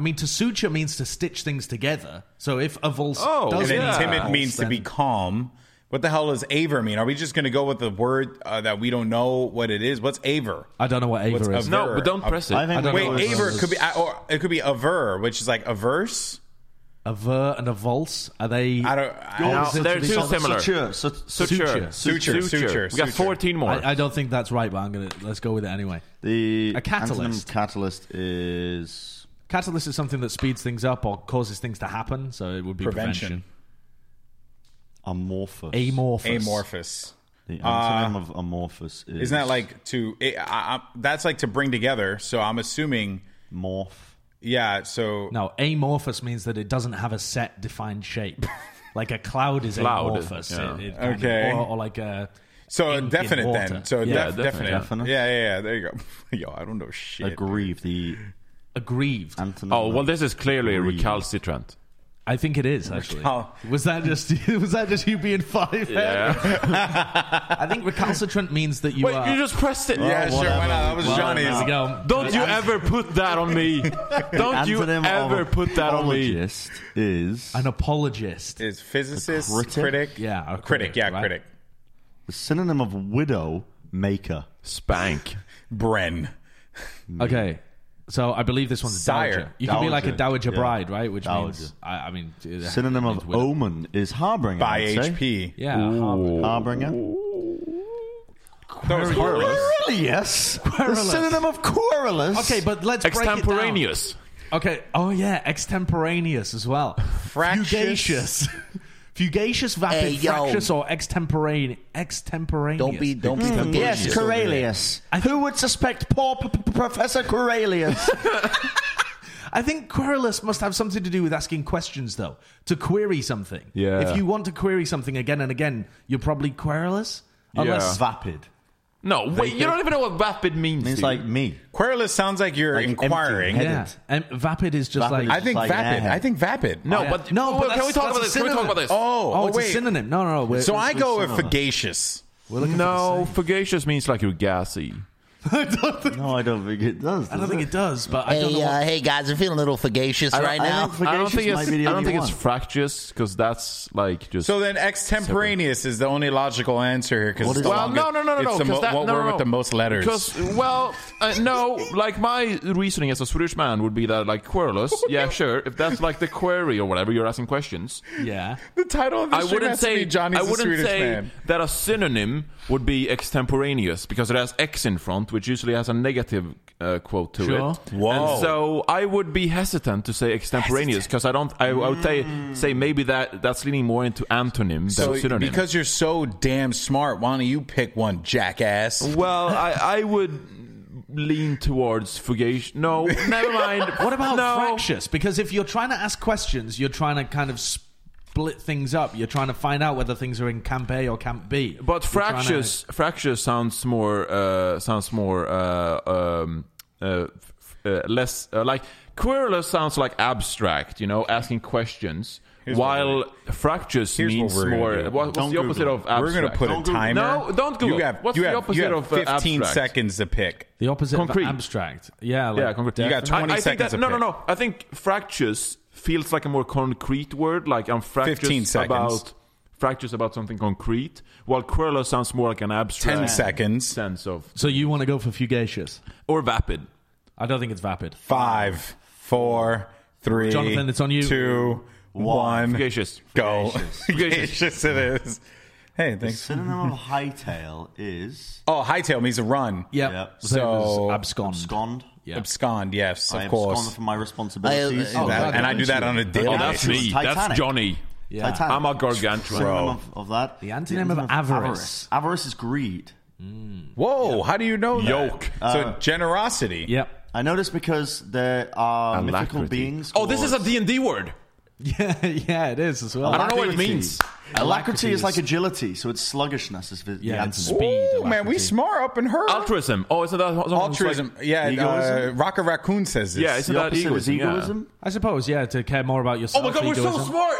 Speaker 3: mean, to suture means to stitch things together. So if avulse
Speaker 4: Oh,
Speaker 3: does mean
Speaker 4: and then timid
Speaker 1: Timid
Speaker 3: avulse,
Speaker 1: means to
Speaker 3: then-
Speaker 1: be calm. What the hell does aver mean? Are we just going to go with the word uh, that we don't know what it is? What's aver?
Speaker 3: I don't know what aver
Speaker 1: What's
Speaker 3: is.
Speaker 1: av-
Speaker 4: No,
Speaker 1: Sure.
Speaker 4: but don't
Speaker 1: I-
Speaker 4: press
Speaker 2: I
Speaker 4: it.
Speaker 2: think
Speaker 3: I don't
Speaker 2: we
Speaker 1: Wait,
Speaker 3: know
Speaker 2: go with-
Speaker 3: what
Speaker 1: aver
Speaker 3: it
Speaker 1: could be,
Speaker 3: is.
Speaker 1: or it could be aver, which is like averse.
Speaker 3: A ver and a valse? Are they?
Speaker 1: I don't- I-
Speaker 3: Yours
Speaker 1: No,
Speaker 3: is to
Speaker 4: they're
Speaker 3: be
Speaker 4: too
Speaker 3: something-
Speaker 4: similar.
Speaker 2: Suture. Sut-
Speaker 4: Suture.
Speaker 3: Suture.
Speaker 1: Suture, suture,
Speaker 4: We got
Speaker 1: suture.
Speaker 4: 14 more.
Speaker 3: I, I don't think that's right, but I'm gonna let's go with it anyway.
Speaker 2: The
Speaker 3: A catalyst.
Speaker 2: antonym catalyst is
Speaker 3: Catalyst is something that speeds things up or causes things to happen, so it would be
Speaker 1: Prevention.
Speaker 3: prevention.
Speaker 2: amorphous.
Speaker 3: Amorphous.
Speaker 1: Amorphous.
Speaker 2: The antonym of amorphous is
Speaker 1: Ah. Isn't that like to? It, I, I, that's like to bring together. So I'm assuming,
Speaker 2: morph?
Speaker 1: yeah. So
Speaker 3: No, amorphous means that it doesn't have a set defined shape. like a cloud is
Speaker 4: Cloud,
Speaker 3: amorphous.
Speaker 4: yeah.
Speaker 3: It- it kind of-
Speaker 1: Okay.
Speaker 3: or, or like a
Speaker 1: so
Speaker 3: ink in
Speaker 1: definite
Speaker 3: water.
Speaker 1: then. So
Speaker 3: Yeah.
Speaker 1: def-
Speaker 4: Yeah,
Speaker 1: definite.
Speaker 4: definite.
Speaker 2: Definite.
Speaker 1: Yeah, yeah, yeah. There you go. Yo, I don't know shit.
Speaker 2: Aggrieve. The
Speaker 3: aggrieved.
Speaker 2: antonym.
Speaker 4: oh, well,
Speaker 2: of-
Speaker 4: this is clearly
Speaker 2: Read.
Speaker 4: recalcitrant.
Speaker 3: I think it is actually.
Speaker 1: Recal-
Speaker 3: Was that just was that just you being five? I think recalcitrant means that you
Speaker 4: Wait,
Speaker 3: are.
Speaker 4: you just pressed it.
Speaker 1: Yeah, sure. Why not?
Speaker 2: whatever.
Speaker 1: That was
Speaker 2: Well,
Speaker 1: Johnny's.
Speaker 3: There you go.
Speaker 4: Don't you ever put that on me. Don't you
Speaker 2: Antonym of
Speaker 4: ever put that on me.
Speaker 2: oh, apologist Is
Speaker 3: an apologist?
Speaker 1: Is physicist
Speaker 2: A critic?
Speaker 1: critic?
Speaker 3: Yeah, a
Speaker 1: critic.
Speaker 3: critic,
Speaker 1: yeah,
Speaker 3: right?
Speaker 1: critic.
Speaker 2: the synonym of widow maker.
Speaker 4: Spank.
Speaker 1: Bren.
Speaker 3: Okay. So I believe this one's
Speaker 1: Sire.
Speaker 3: dowager. You can be like a
Speaker 2: Dowager,
Speaker 3: dowager
Speaker 2: yeah.
Speaker 3: bride, right? Which
Speaker 2: Dowager.
Speaker 3: means I, I mean it
Speaker 2: Synonym
Speaker 3: means
Speaker 2: of
Speaker 3: widow.
Speaker 2: omen is harbinger.
Speaker 1: By
Speaker 2: I'd say.
Speaker 1: HP.
Speaker 3: Yeah. harbour.
Speaker 2: Harbinger.
Speaker 1: That was horrible.
Speaker 2: Querulous.
Speaker 3: Querulous.
Speaker 2: The synonym of querulous.
Speaker 3: Okay, but let's Break it down.
Speaker 4: Extemporaneous.
Speaker 3: Okay. Oh yeah, extemporaneous as well.
Speaker 1: Fractious.
Speaker 3: Fugacious. Fugacious, vapid,
Speaker 6: Hey, yo.
Speaker 3: fractious, or extemporane- extemporaneous.
Speaker 6: Don't be, don't be
Speaker 2: Yes,
Speaker 6: fugacious.
Speaker 2: Corellius. Who would suspect poor P- P- Professor Corellius?
Speaker 3: I think querulous must have something to do with asking questions, though. To query something.
Speaker 4: Yeah.
Speaker 3: If you want to query something again and again, you're probably querulous. Unless
Speaker 2: Vapid.
Speaker 4: No, wait, you don't even know what vapid means.
Speaker 2: Means
Speaker 4: dude.
Speaker 2: like me.
Speaker 1: Querulous sounds like you're
Speaker 2: Like
Speaker 1: inquiring.
Speaker 2: empty-headed.
Speaker 3: yeah, and vapid is just
Speaker 2: Vapid
Speaker 3: like
Speaker 1: I think
Speaker 2: Like,
Speaker 1: vapid.
Speaker 2: yeah.
Speaker 1: I think vapid.
Speaker 4: no,
Speaker 3: yeah.
Speaker 4: but
Speaker 3: No, but
Speaker 4: well, can
Speaker 3: that's-
Speaker 4: we talk
Speaker 3: that's
Speaker 4: about
Speaker 3: a
Speaker 4: this? Can we talk
Speaker 3: synonym.
Speaker 4: about this?
Speaker 1: Oh,
Speaker 3: Oh,
Speaker 1: oh,
Speaker 3: it's
Speaker 1: wait.
Speaker 3: a synonym. No, no. We're,
Speaker 1: So
Speaker 3: we're-
Speaker 1: I go with
Speaker 2: similar.
Speaker 1: fugacious.
Speaker 3: we're looking for the
Speaker 4: no, fugacious means like you're gassy.
Speaker 2: No, I don't think it does.
Speaker 3: I don't think it does, but I don't know.
Speaker 6: Hey, uh,
Speaker 3: What,
Speaker 6: hey guys, I'm feeling a little fugacious
Speaker 2: I
Speaker 6: right now.
Speaker 2: don't
Speaker 4: I don't
Speaker 2: Fugacious
Speaker 4: think it's.
Speaker 2: might be the
Speaker 4: I don't
Speaker 2: only
Speaker 4: think it's
Speaker 2: one.
Speaker 4: fractious because that's like just.
Speaker 1: So then extemporaneous is the only logical answer here because
Speaker 2: What is-
Speaker 4: well, no, no, no, no, no.
Speaker 1: it's the
Speaker 4: 'cause
Speaker 1: mo-
Speaker 4: that,
Speaker 1: what
Speaker 4: no,
Speaker 1: word
Speaker 4: no, no.
Speaker 1: with the most letters.
Speaker 4: Because, well, uh, no, like my reasoning as a Swedish man would be that, like, querulous. yeah, sure. If that's like the query or whatever, you're asking questions.
Speaker 3: yeah.
Speaker 1: the title of this
Speaker 4: I
Speaker 1: show
Speaker 4: wouldn't
Speaker 1: has to
Speaker 4: say
Speaker 1: be Johnny's
Speaker 4: I
Speaker 1: the
Speaker 4: wouldn't
Speaker 1: Swedish
Speaker 4: say
Speaker 1: man.
Speaker 4: that a synonym would be extemporaneous because it has X in front, which usually has a negative uh, quote to
Speaker 3: Sure.
Speaker 4: it.
Speaker 1: Whoa.
Speaker 4: And so I would be hesitant to say extemporaneous because I don't. I, I would say say maybe that that's leaning more into antonym
Speaker 1: So
Speaker 4: than synonym.
Speaker 1: because you're so damn smart, why don't you pick one, jackass?
Speaker 4: well, I, I would lean towards fugacious. No, never mind.
Speaker 3: What about
Speaker 4: no.
Speaker 3: fractious? Because if you're trying to ask questions, you're trying to kind of split things up. You're trying to find out whether things are in camp A or camp B.
Speaker 4: But
Speaker 3: You're trying to-
Speaker 4: fractious, fractious sounds more uh, sounds more uh, um, uh, f- uh, less uh, like querulous sounds like abstract. You know, asking questions. while fractious
Speaker 1: Here's what
Speaker 4: means
Speaker 1: we're gonna
Speaker 4: more.
Speaker 1: do.
Speaker 4: what- what's
Speaker 2: Don't
Speaker 4: the opposite
Speaker 2: Google.
Speaker 4: of abstract?
Speaker 1: We're gonna put a
Speaker 2: Don't Google.
Speaker 1: timer.
Speaker 4: No, don't Google.
Speaker 1: You have
Speaker 4: What's
Speaker 1: you
Speaker 4: the
Speaker 1: have,
Speaker 4: opposite
Speaker 1: you have
Speaker 4: of, uh,
Speaker 1: 15
Speaker 4: abstract?
Speaker 1: seconds to pick.
Speaker 3: the opposite
Speaker 4: Concrete.
Speaker 3: of abstract. Yeah, like
Speaker 4: Yeah, concrete.
Speaker 1: You got
Speaker 4: I-
Speaker 1: 20
Speaker 4: I, think
Speaker 1: seconds
Speaker 4: that,
Speaker 1: of
Speaker 4: No, no,
Speaker 1: pick.
Speaker 4: no. I think fractious feels like a more concrete word. Like I'm fractious
Speaker 1: 15 seconds.
Speaker 4: about fractious about something concrete. While querulous sounds more like an abstract
Speaker 1: 10 seconds.
Speaker 4: sense of
Speaker 3: So you want to go for fugacious?
Speaker 4: or vapid.
Speaker 3: I don't think it's vapid.
Speaker 1: Five, four, three.
Speaker 3: Jonathan, it's on you.
Speaker 1: Two, one.
Speaker 4: Fugacious.
Speaker 1: Go.
Speaker 4: Fugacious.
Speaker 1: Fugacious it is. Hey, thanks.
Speaker 2: Synonym of hightail is
Speaker 1: Oh, hightail means a run.
Speaker 3: Yeah.
Speaker 2: Yep.
Speaker 1: So-
Speaker 3: So abscond.
Speaker 2: abscond.
Speaker 3: Yeah.
Speaker 1: Abscond, yes,
Speaker 2: I
Speaker 1: of
Speaker 2: have
Speaker 1: course.
Speaker 2: absconded from my responsibilities.
Speaker 6: I- Oh,
Speaker 1: That-
Speaker 6: God,
Speaker 1: and I do that on a daily
Speaker 4: Oh, that's
Speaker 1: basis.
Speaker 4: me. That's
Speaker 2: Titanic.
Speaker 4: Johnny.
Speaker 3: Yeah.
Speaker 2: Titanic.
Speaker 4: I'm a gargantuan.
Speaker 2: Synonym of, of that.
Speaker 3: The antonym of avarice.
Speaker 2: avarice. is greed.
Speaker 1: Whoa, how do you know that?
Speaker 4: Yoke. Uh,
Speaker 1: so generosity.
Speaker 3: Yep.
Speaker 2: I know this because there are mythical
Speaker 4: Alacrity.
Speaker 2: beings.
Speaker 4: Oh, this is a
Speaker 2: called-
Speaker 4: D&D word.
Speaker 3: Yeah, yeah, it is as well.
Speaker 4: I don't know what it
Speaker 2: Alacrity.
Speaker 4: means.
Speaker 2: Alacrity is
Speaker 3: Alacrity
Speaker 2: like
Speaker 3: is-
Speaker 2: agility, so it's sluggishness. Is the
Speaker 3: Yeah,
Speaker 2: yeah,
Speaker 3: it's
Speaker 2: antonym.
Speaker 3: speed.
Speaker 1: Ooh, man, we
Speaker 3: alacrity.
Speaker 1: smart up in her.
Speaker 4: Altruism. Oh, isn't that someone's like-
Speaker 1: Altruism. yeah, uh,
Speaker 2: Egoism?
Speaker 1: Rocket Raccoon says this.
Speaker 4: yeah, isn't
Speaker 2: The
Speaker 4: that
Speaker 2: opposite is
Speaker 4: egoism? Yeah.
Speaker 2: egoism.
Speaker 3: I suppose, yeah, to care more about
Speaker 4: Oh
Speaker 3: yourself.
Speaker 4: my god, we're so
Speaker 3: egoism.
Speaker 4: smart!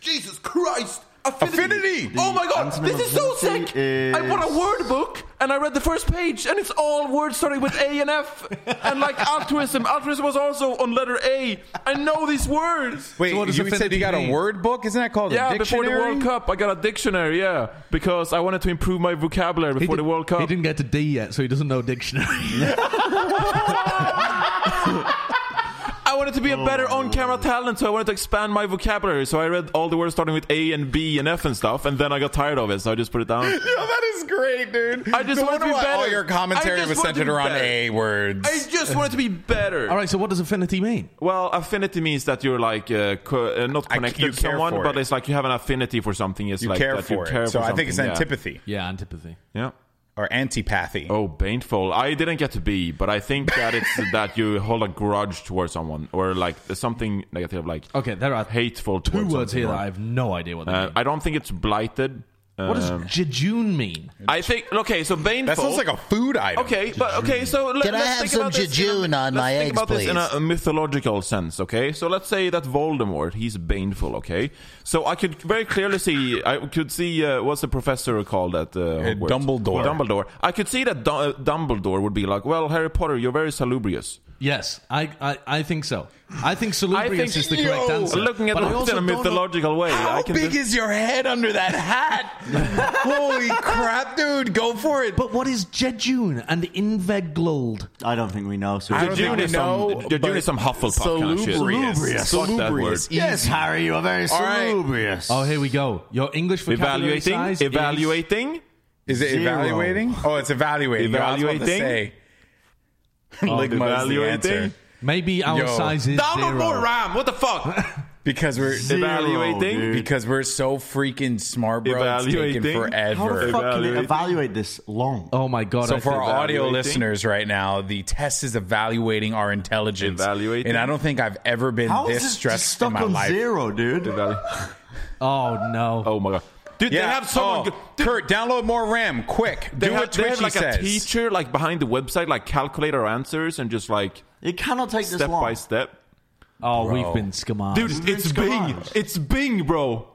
Speaker 4: Jesus Christ! Affinity!
Speaker 1: Affinity!
Speaker 4: Oh my god,
Speaker 2: The
Speaker 4: this is so
Speaker 2: antonym of
Speaker 4: sick!
Speaker 2: affinity
Speaker 4: I bought
Speaker 2: is-
Speaker 4: a word book and I read the first page and it's all words starting with A and F. And like altruism. Altruism was also on letter A. I know these words!
Speaker 1: Wait,
Speaker 3: So what does
Speaker 1: you said you
Speaker 3: affinity
Speaker 1: got
Speaker 3: mean?
Speaker 1: a word book? Isn't that called
Speaker 4: Yeah,
Speaker 1: a
Speaker 4: before
Speaker 1: dictionary?
Speaker 4: the World Cup, I got a dictionary. Yeah, because I wanted to improve my vocabulary before the
Speaker 3: did-
Speaker 4: World Cup.
Speaker 3: He didn't get to D yet, so he doesn't know dictionary.
Speaker 4: I wanted to be a better on-camera talent, so I wanted to expand my vocabulary. So I read all the words starting with A and B and F and stuff, and then I got tired of it, so I just put it down.
Speaker 1: Yo, that is great, dude.
Speaker 4: I just
Speaker 1: no
Speaker 4: want
Speaker 1: wonder
Speaker 4: to be
Speaker 1: why all
Speaker 4: better.
Speaker 1: your
Speaker 4: I
Speaker 1: commentary
Speaker 4: just
Speaker 1: was
Speaker 4: want to
Speaker 1: centered
Speaker 4: be
Speaker 1: around
Speaker 4: better.
Speaker 1: A words.
Speaker 4: I just wanted to be better.
Speaker 3: All right, so what does affinity mean?
Speaker 4: Well, affinity means that you're like uh, co- uh, not
Speaker 1: I c-
Speaker 4: connected
Speaker 1: you
Speaker 4: to
Speaker 1: care
Speaker 4: someone,
Speaker 1: for
Speaker 4: but
Speaker 1: it.
Speaker 4: it's like you have an affinity for something. It's
Speaker 1: you
Speaker 4: like
Speaker 1: care
Speaker 4: that
Speaker 1: for
Speaker 4: you care
Speaker 1: it. So
Speaker 4: for
Speaker 1: I think it's
Speaker 4: something, yeah.
Speaker 1: antipathy
Speaker 3: Yeah, antipathy.
Speaker 4: Yeah.
Speaker 1: or antipathy.
Speaker 4: Oh, painful. I didn't get to be, but I think that it's that you hold a grudge towards someone or like something negative, like
Speaker 3: Okay, there are
Speaker 4: hateful.
Speaker 3: two
Speaker 4: towards
Speaker 3: words
Speaker 4: something
Speaker 3: here
Speaker 4: or-
Speaker 3: that I have no idea what they
Speaker 4: Uh,
Speaker 3: mean.
Speaker 4: I don't think it's blighted.
Speaker 3: what does
Speaker 4: Um,
Speaker 3: jejune mean?
Speaker 4: I think okay, so baneful.
Speaker 1: That sounds like a food item.
Speaker 4: okay, but okay, so let,
Speaker 6: Can I
Speaker 4: let's
Speaker 6: have
Speaker 4: think
Speaker 6: some
Speaker 4: about this in a-
Speaker 6: jejune on
Speaker 4: let's
Speaker 6: my
Speaker 4: think
Speaker 6: eggs,
Speaker 4: about This in a,
Speaker 6: please?
Speaker 4: a mythological sense, okay? So let's say that Voldemort, he's baneful, okay? So I could very clearly see, I could see uh, what's the professor called at uh, Hogwarts?
Speaker 1: Dumbledore.
Speaker 4: Dumbledore. I could see that Du- uh, Dumbledore would be like, well, Harry Potter, you're very salubrious.
Speaker 3: Yes, I, I, I think so. I think salubrious is the
Speaker 1: yo,
Speaker 3: correct answer.
Speaker 4: Looking at
Speaker 3: but I
Speaker 4: it
Speaker 3: also
Speaker 4: in a
Speaker 3: don't know-
Speaker 4: mythological way,
Speaker 1: How
Speaker 4: I can
Speaker 1: big
Speaker 4: just-
Speaker 1: is your head under that hat? Holy crap, dude! Go for it.
Speaker 3: But what is jejune and inveglold?
Speaker 2: I don't think we know. So
Speaker 1: I don't
Speaker 4: Jejune
Speaker 1: think we
Speaker 4: is some-
Speaker 1: know,
Speaker 4: Jejune
Speaker 1: but
Speaker 4: is some Hufflepuff kind of shit.
Speaker 1: Salubrious.
Speaker 4: Salubrious. Fuck that
Speaker 1: Salubrious.
Speaker 4: word.
Speaker 2: yes,
Speaker 1: Easy.
Speaker 2: Harry, you are very
Speaker 1: right.
Speaker 2: salubrious.
Speaker 3: Oh, here we go. Your English vocabulary
Speaker 4: Evaluating,
Speaker 3: size Is,
Speaker 4: evaluating.
Speaker 1: Is it
Speaker 2: Zero.
Speaker 1: evaluating? Oh, it's evaluating.
Speaker 4: Evaluating?
Speaker 1: Evaluating.
Speaker 4: Oh,
Speaker 1: Ligma is the
Speaker 4: evaluating?
Speaker 1: answer
Speaker 3: maybe our
Speaker 1: Yo.
Speaker 3: size is
Speaker 4: Download
Speaker 3: zero.
Speaker 4: more RAM. What the fuck?
Speaker 1: because we're
Speaker 4: evaluating.
Speaker 2: dude.
Speaker 1: because we're so freaking smart, bro. It's taking
Speaker 4: Evaluating?
Speaker 2: How the
Speaker 1: forever.
Speaker 2: fuck can you
Speaker 4: Evaluating.
Speaker 2: evaluate this long?
Speaker 3: Oh my god!
Speaker 1: So
Speaker 3: I
Speaker 1: for
Speaker 3: think-
Speaker 1: our audio
Speaker 4: evaluating.
Speaker 1: listeners right now, the test is evaluating our intelligence.
Speaker 4: Evaluating.
Speaker 1: And I don't think I've ever been
Speaker 2: How is
Speaker 1: this
Speaker 2: this
Speaker 1: stressed
Speaker 2: stuck
Speaker 1: in my
Speaker 2: on
Speaker 1: life.
Speaker 2: zero, dude?
Speaker 3: oh no!
Speaker 4: Oh my god, dude,
Speaker 1: Yeah.
Speaker 4: they have someone.
Speaker 1: oh,
Speaker 4: go- dude,
Speaker 1: Kurt, download more RAM, quick.
Speaker 4: they
Speaker 1: Do
Speaker 4: have,
Speaker 1: what
Speaker 4: they have
Speaker 1: Twitchy
Speaker 4: like
Speaker 1: says.
Speaker 4: a teacher like behind the website, like calculate our answers and just like
Speaker 2: It cannot take this
Speaker 4: step
Speaker 2: long.
Speaker 4: by step.
Speaker 3: oh, we've been scamming.
Speaker 4: Dude,
Speaker 2: It's
Speaker 4: it's Bing.
Speaker 2: garbage.
Speaker 4: It's Bing, bro.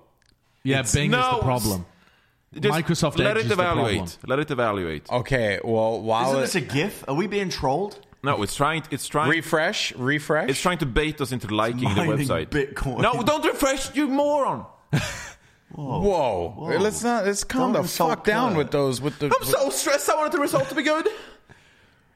Speaker 3: yeah, Bing is
Speaker 4: no,
Speaker 3: the problem.
Speaker 4: Just
Speaker 3: Microsoft
Speaker 4: let
Speaker 3: Edge
Speaker 4: it
Speaker 3: is the problem.
Speaker 4: evaluate. Let it evaluate.
Speaker 1: Okay, well, while
Speaker 2: Isn't
Speaker 1: it,
Speaker 2: this a GIF? Are we being trolled?
Speaker 4: No, it's trying. It's trying.
Speaker 1: refresh, refresh.
Speaker 4: it's trying to bait us into liking the
Speaker 2: Mining
Speaker 4: website.
Speaker 2: Bitcoin.
Speaker 4: No, don't refresh, you moron.
Speaker 1: Whoa. let's not. Let's calm
Speaker 2: Don't
Speaker 1: the
Speaker 2: insult
Speaker 1: fuck down
Speaker 2: Kurt.
Speaker 1: with those. With the
Speaker 4: I'm so stressed. I wanted the result to be good.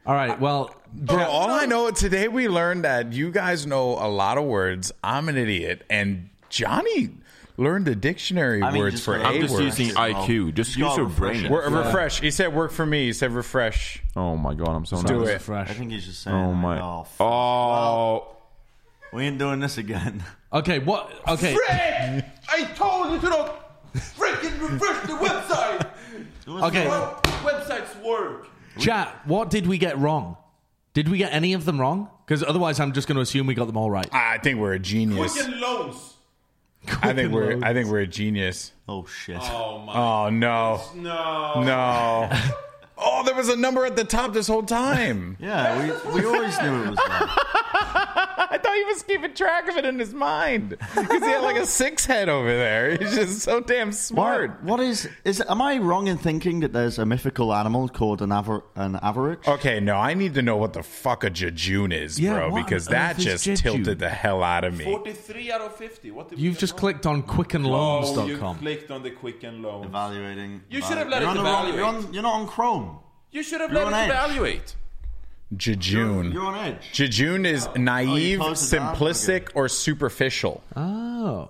Speaker 3: All right, well,
Speaker 4: Oh,
Speaker 1: bro. All I know today we learned that you guys know a lot of words. I'm an idiot, and Johnny learned the dictionary
Speaker 2: I mean,
Speaker 1: words
Speaker 2: just
Speaker 1: for
Speaker 2: relax.
Speaker 1: a
Speaker 4: I'm just
Speaker 1: word.
Speaker 4: using IQ. Just
Speaker 2: Oh. You
Speaker 4: use
Speaker 2: gotta
Speaker 4: your
Speaker 2: refresh
Speaker 4: brain.
Speaker 2: it.
Speaker 1: Wor- uh, Refresh. He said work for me. He said refresh.
Speaker 4: Oh my god, I'm so nervous.
Speaker 1: do it.
Speaker 3: fresh.
Speaker 2: I think he's just saying.
Speaker 4: Oh my.
Speaker 2: Oh, f-
Speaker 4: Oh.
Speaker 2: we ain't doing this again.
Speaker 3: Okay, what? Okay,
Speaker 4: Frick! I told you to not freaking refresh the website.
Speaker 3: okay.
Speaker 4: websites work.
Speaker 3: Chat. What did we get wrong? Did we get any of them wrong? Because otherwise, I'm just going to assume we got them all right.
Speaker 1: I think we're a genius.
Speaker 4: loans.
Speaker 1: I think we're. I think we're a genius.
Speaker 2: Oh shit.
Speaker 1: Oh no,
Speaker 4: No.
Speaker 1: no. Oh, there was a number at the top this whole time.
Speaker 2: Yeah, we, we always knew it was wrong.
Speaker 1: I thought he was keeping track of it in his mind because he had like a six head over there. He's just so damn smart.
Speaker 2: What, what is is? Am I wrong in thinking that there's a mythical animal called an aver, an average?
Speaker 1: Okay, no, I need to know what the fuck a jejune is,
Speaker 3: Yeah,
Speaker 1: bro,
Speaker 3: what
Speaker 1: because
Speaker 3: on
Speaker 1: that
Speaker 3: earth is
Speaker 1: just
Speaker 3: jejune?
Speaker 1: tilted the hell out of me.
Speaker 4: 43 out of 50. What did we
Speaker 3: You've
Speaker 4: get
Speaker 3: just
Speaker 4: wrong?
Speaker 3: clicked on quickenloans.com.
Speaker 4: clicked on the Quicken Loans.
Speaker 2: Evaluating.
Speaker 4: You should have let
Speaker 2: you're on
Speaker 4: it
Speaker 2: the wrong- You're,
Speaker 4: evaluate.
Speaker 2: on, you're not on Chrome.
Speaker 4: You should have
Speaker 2: You're
Speaker 4: let
Speaker 2: on
Speaker 4: it
Speaker 2: edge.
Speaker 4: evaluate.
Speaker 1: Jejune.
Speaker 2: You're on Edge.
Speaker 1: Jejune is naive,
Speaker 2: closed it down?
Speaker 1: simplistic, or superficial.
Speaker 3: Oh,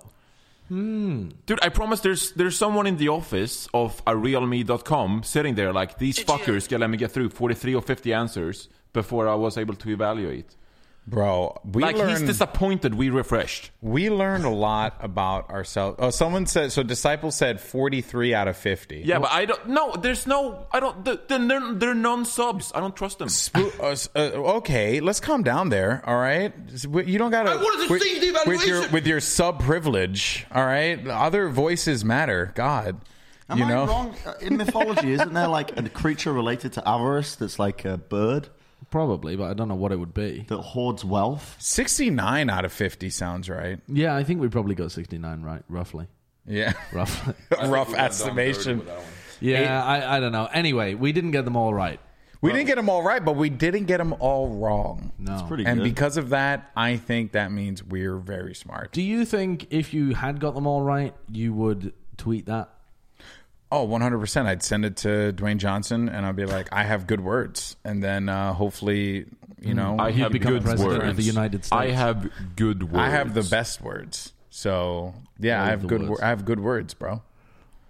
Speaker 3: hmm,
Speaker 4: Dude, I promise there's there's someone in the office of a realme.com sitting there like, these fuckers can let me get through 43 or 50 answers before I was able to evaluate.
Speaker 1: Bro, we
Speaker 4: Like, he's
Speaker 1: learned
Speaker 4: disappointed we refreshed.
Speaker 1: we learned a lot about ourselves. Oh, someone said so disciple said 43 out of 50.
Speaker 4: Yeah, but I don't. No, there's no. I don't. th- Then they're, they're non subs. I don't trust them.
Speaker 1: Spoo- uh, s- uh, okay, let's calm down there. All right, S- w- you don't gotta.
Speaker 4: I wanted to
Speaker 1: with,
Speaker 4: see the
Speaker 1: with your
Speaker 4: evaluation.
Speaker 1: with your sub privilege. All right, other voices matter. God,
Speaker 2: Am
Speaker 1: you
Speaker 2: I
Speaker 1: know.
Speaker 2: wrong Uh, in mythology? Isn't there like a creature related to avarice that's like a bird
Speaker 3: probably, but I don't know what it would be.
Speaker 2: that hoards wealth?
Speaker 1: 69 out of 50 sounds right.
Speaker 3: Yeah, I think we probably got 69 right, roughly.
Speaker 1: Yeah.
Speaker 3: Roughly.
Speaker 1: Rough estimation.
Speaker 3: Yeah, I, I don't know. Anyway, we didn't get them all right.
Speaker 1: We didn't get them all right, but we didn't get them all wrong.
Speaker 3: No.
Speaker 2: Pretty
Speaker 1: And
Speaker 2: good.
Speaker 1: because of that, I think that means we're very smart.
Speaker 3: Do you think if you had got them all right, you would tweet that?
Speaker 1: Oh, 100%. I'd send it to Dwayne Johnson and I'd be like, I have good words. And then uh, hopefully, you know,
Speaker 4: Mm, I
Speaker 1: I,
Speaker 4: have
Speaker 3: become
Speaker 4: good
Speaker 3: president of
Speaker 4: words.
Speaker 3: the United States.
Speaker 4: I have good words.
Speaker 1: have the best words. So, yeah, I have
Speaker 3: the
Speaker 1: good
Speaker 3: words.
Speaker 1: wor- I have good words, bro.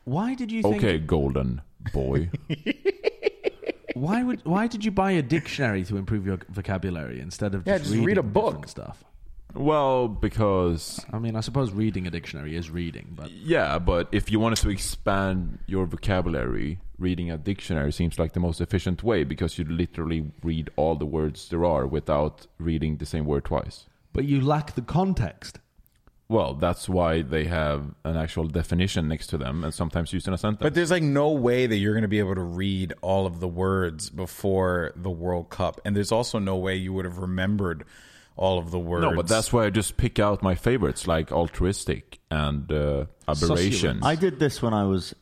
Speaker 3: Why did you think?
Speaker 4: Okay, golden boy.
Speaker 3: Why would? Why did you buy a dictionary to improve your vocabulary instead of
Speaker 1: Yeah,
Speaker 3: just,
Speaker 1: just read a
Speaker 3: reading
Speaker 1: book.
Speaker 3: different stuff?
Speaker 4: well, because
Speaker 3: I mean, I suppose reading a dictionary is reading, but
Speaker 4: yeah, but if you wanted to expand your vocabulary, reading a dictionary seems like the most efficient way because you literally read all the words there are without reading the same word twice.
Speaker 3: but you lack the context.
Speaker 4: Well, that's why they have an actual definition next to them and sometimes used in a sentence.
Speaker 1: But there's like no way that you're going to be able to read all of the words before the World Cup. And there's also no way you would have remembered all of the words.
Speaker 4: no, but that's why I just pick out my favorites like altruistic and uh, aberration,
Speaker 2: I did this when I was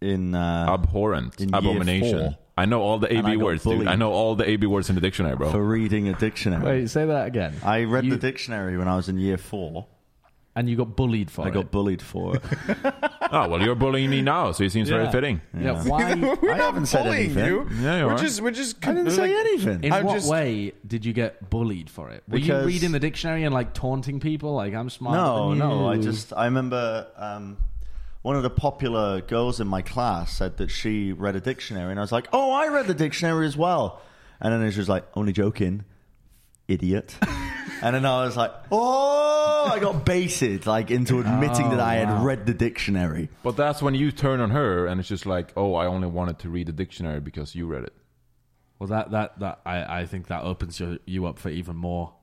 Speaker 2: in. Uh,
Speaker 4: abhorrent,
Speaker 2: In year
Speaker 4: abomination.
Speaker 2: four.
Speaker 4: I know all the
Speaker 2: And I
Speaker 4: AB
Speaker 2: got
Speaker 4: words, dude.
Speaker 2: bullied.
Speaker 4: I know all the AB words in the dictionary, bro.
Speaker 2: for reading a dictionary.
Speaker 3: say that again.
Speaker 2: I read
Speaker 3: You-
Speaker 2: the dictionary when I was in year four.
Speaker 3: and you got bullied for
Speaker 2: I
Speaker 3: it.
Speaker 2: got bullied for it.
Speaker 4: Oh well, you're bullying me now, so it seems very fitting.
Speaker 3: Yeah, why?
Speaker 1: We're
Speaker 2: I
Speaker 1: not
Speaker 2: haven't said
Speaker 1: bullying
Speaker 2: anything.
Speaker 1: you.
Speaker 4: Yeah, you
Speaker 1: we're
Speaker 4: are.
Speaker 1: just we're just
Speaker 2: I didn't say anything.
Speaker 3: In
Speaker 1: I'm
Speaker 3: what
Speaker 1: just-
Speaker 3: way did you get bullied for it? Were
Speaker 2: Because-
Speaker 3: you reading the dictionary and like taunting people? Like I'm smart.
Speaker 2: No,
Speaker 3: than
Speaker 2: no. I
Speaker 3: you?"
Speaker 2: just I remember um, one of the popular girls in my class said that she read a dictionary, and I was like, "Oh, I read the dictionary as well." And then she was like, "Only joking, idiot." and then I was like, "Oh!" I got baited like into admitting that I
Speaker 3: Oh,
Speaker 2: had read the dictionary.
Speaker 4: But that's when you turn on her, and it's just like, oh, I only wanted to read the dictionary because you read it.
Speaker 3: Well, that that that I I think that opens your, you up for even more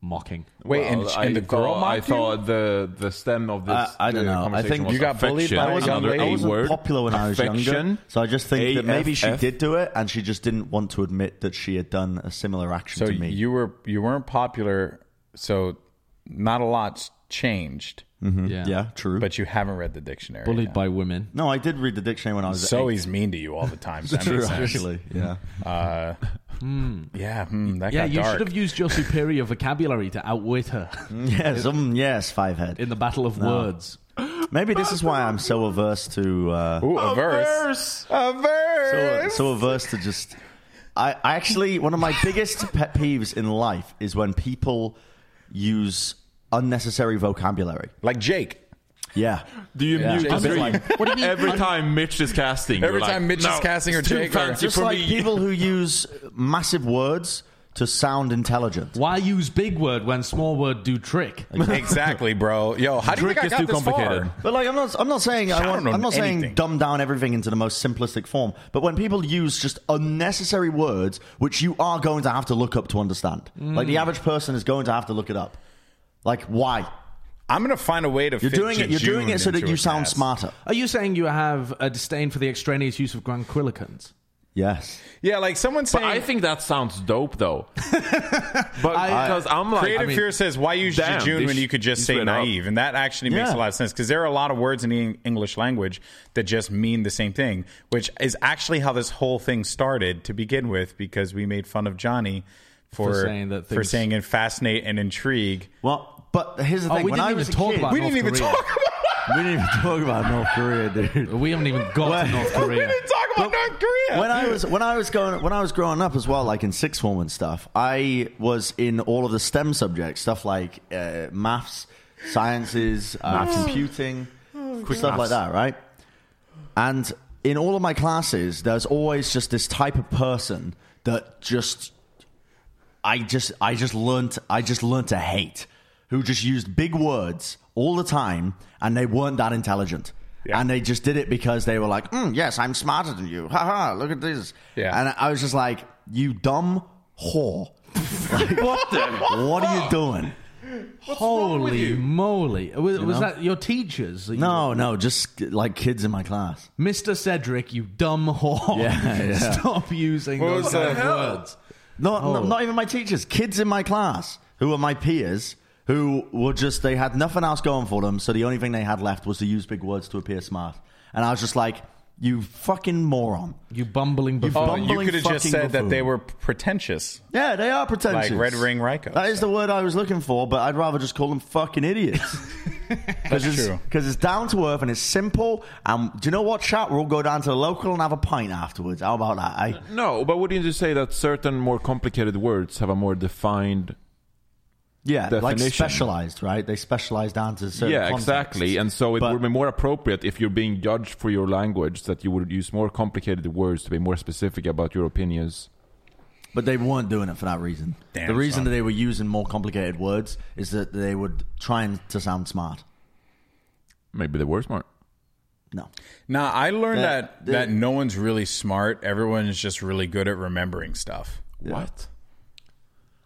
Speaker 3: mocking.
Speaker 1: Wait, and,
Speaker 4: Well,
Speaker 1: and the girl
Speaker 4: thought, I
Speaker 1: mocked you?
Speaker 4: thought the the stem of this.
Speaker 2: I- I don't
Speaker 4: uh,
Speaker 2: know. I
Speaker 4: conversation
Speaker 2: think
Speaker 4: was
Speaker 1: You got bullied
Speaker 4: affection,
Speaker 1: by a young
Speaker 4: another
Speaker 1: lady.
Speaker 4: A
Speaker 1: I
Speaker 2: I wasn't
Speaker 4: word.
Speaker 2: popular when I was
Speaker 4: Affection.
Speaker 2: younger, so I just think that maybe she
Speaker 4: AFF.
Speaker 2: did do it, and she just didn't want to admit that she had done a similar action
Speaker 1: So
Speaker 2: to me.
Speaker 1: you were you weren't popular, so not a lot's changed,
Speaker 3: Yeah.
Speaker 2: Mm-hmm. yeah, true.
Speaker 1: but you haven't read the dictionary.
Speaker 3: Bullied by women.
Speaker 2: no, I did read the dictionary when I was
Speaker 1: so
Speaker 2: eight.
Speaker 1: he's mean to you all the time. so that
Speaker 2: True,
Speaker 1: makes sense.
Speaker 2: actually. Yeah.
Speaker 1: Yeah, hmm, that
Speaker 3: Yeah,
Speaker 1: got
Speaker 3: you
Speaker 1: dark.
Speaker 3: should have used your superior vocabulary to outwit her
Speaker 2: Yes, um, yes, five head.
Speaker 3: in the battle of words.
Speaker 2: Maybe this is why I'm so averse to uh,
Speaker 1: Ooh, a, verse. A
Speaker 2: so,
Speaker 1: verse.
Speaker 2: so averse to just. I, I actually one of my biggest pet peeves in life is when people use unnecessary vocabulary.
Speaker 1: like Jake.
Speaker 2: Yeah,
Speaker 4: Do you mute the
Speaker 1: Just
Speaker 4: stream?
Speaker 2: like-
Speaker 4: Every time Mitch is casting,
Speaker 1: Every
Speaker 4: you're like,
Speaker 1: time Mitch is
Speaker 4: "No,
Speaker 1: casting or
Speaker 4: it's too
Speaker 1: Jake or-
Speaker 4: fancy
Speaker 2: just
Speaker 4: for
Speaker 2: like
Speaker 4: me."
Speaker 2: people who use massive words to sound intelligent.
Speaker 3: Why use big word when small word do trick?
Speaker 1: exactly, bro. Yo, how do you
Speaker 4: Drink
Speaker 1: think I
Speaker 4: is
Speaker 1: got
Speaker 4: too
Speaker 1: this
Speaker 4: complicated.
Speaker 1: far?
Speaker 2: But like, I'm not, I'm not saying I
Speaker 1: don't
Speaker 2: want,
Speaker 1: know
Speaker 2: I'm not
Speaker 1: anything.
Speaker 2: saying dumb down everything into the most simplistic form. But when people use just unnecessary words, which you are going to have to look up to understand,
Speaker 3: Mm.
Speaker 2: like the average person is going to have to look it up. Like, why?
Speaker 1: I'm gonna find a way to.
Speaker 2: You're doing it. You're doing it so that you sound
Speaker 1: smart.
Speaker 2: smarter.
Speaker 3: Are you saying you have a disdain for the extraneous use of granquillicans?
Speaker 2: Yes.
Speaker 1: Yeah, like someone
Speaker 4: But
Speaker 1: saying.
Speaker 4: I think that sounds dope, though. but because I'm like,
Speaker 1: Creative
Speaker 4: I mean,
Speaker 1: Fear says, "Why use
Speaker 4: damn,
Speaker 1: jejune
Speaker 4: this-
Speaker 1: when you could just
Speaker 4: this
Speaker 1: say
Speaker 4: went up.
Speaker 1: naive?" And that actually makes
Speaker 2: Yeah.
Speaker 1: a lot of sense because there are a lot of words in the Eng- English language that just mean the same thing, which is actually how this whole thing started to begin with because we made fun of Johnny for,
Speaker 3: For saying that
Speaker 1: for
Speaker 3: things-
Speaker 1: saying and fascinate and intrigue.
Speaker 2: Well, but here's the
Speaker 3: Oh,
Speaker 2: thing.
Speaker 3: we
Speaker 2: when
Speaker 3: didn't
Speaker 2: I
Speaker 3: even
Speaker 2: was a
Speaker 3: talk
Speaker 2: kid-
Speaker 3: about
Speaker 1: we
Speaker 3: North
Speaker 1: didn't even
Speaker 3: Korea.
Speaker 1: talk about.
Speaker 2: we didn't even talk about North Korea, dude.
Speaker 3: We haven't even got to North
Speaker 1: we
Speaker 3: Korea.
Speaker 1: didn't talk about North Korea.
Speaker 2: when I was when I was going when I was growing up as well, like in sixth form and stuff, I was in all of the STEM subjects, stuff like uh, maths, sciences, uh, computing, stuff like that, right? And in all of my classes, there's always just this type of person that just I just I just learned I just learned to hate who just used big words all the time and they weren't that intelligent.
Speaker 1: Yeah.
Speaker 2: And they just did it because they were like, mm, yes, I'm smarter than you. Ha ha, look at this.
Speaker 1: Yeah.
Speaker 2: And I was just like, you dumb whore. Like, what the? What are you doing?
Speaker 3: Holy moly! Was, was that your teachers?
Speaker 2: No, no, just like kids in my class.
Speaker 3: Mr. Cedric, you dumb whore.
Speaker 2: Yeah, yeah.
Speaker 3: Stop using
Speaker 1: What
Speaker 3: those
Speaker 1: was that?
Speaker 3: kind of words.
Speaker 2: Not,
Speaker 1: Oh.
Speaker 2: not, not even my teachers. Kids in my class who were my peers who were just, they had nothing else going for them. So the only thing they had left was to use big words to appear smart. And I was just like, You fucking moron.
Speaker 3: You bumbling buffoon.
Speaker 2: bum-
Speaker 1: you
Speaker 2: Bumbling
Speaker 1: could have just
Speaker 2: fucking
Speaker 1: said that
Speaker 2: buffoon.
Speaker 1: they were pretentious.
Speaker 2: Yeah, they are pretentious.
Speaker 1: Like Red Ring Ryko.
Speaker 2: That is the word I was looking for, but I'd rather just call them fucking idiots. That's it's,
Speaker 1: true.
Speaker 2: Because it's down to earth and it's simple. And do you know what, chat? We'll go down to the local and have a pint afterwards. How about that? Eh?
Speaker 4: No, but wouldn't you say that certain more complicated words have a more defined?
Speaker 2: Yeah,
Speaker 4: Definition.
Speaker 2: like specialized, right? They specialize down to certain.
Speaker 4: yeah,
Speaker 2: context.
Speaker 4: exactly. And so it
Speaker 2: But-
Speaker 4: would be more appropriate if you're being judged for your language that you would use more complicated words to be more specific about your opinions.
Speaker 2: But they weren't doing it for that reason.
Speaker 1: Damn,
Speaker 2: the reason
Speaker 1: son.
Speaker 2: that they were using more complicated words is that they were trying to sound smart.
Speaker 4: Maybe the words more.
Speaker 2: No.
Speaker 1: Now I learned that
Speaker 2: That-
Speaker 1: that, no one's really smart. Everyone's just really good at remembering stuff.
Speaker 4: What?
Speaker 3: Well,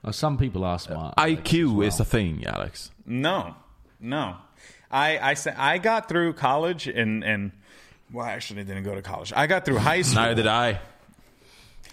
Speaker 3: Oh, some people are smart.
Speaker 4: IQ is a thing, Alex.
Speaker 1: No, no. I I sa- I got through college and and well, I actually didn't go to college. I got through high school.
Speaker 4: Neither did I.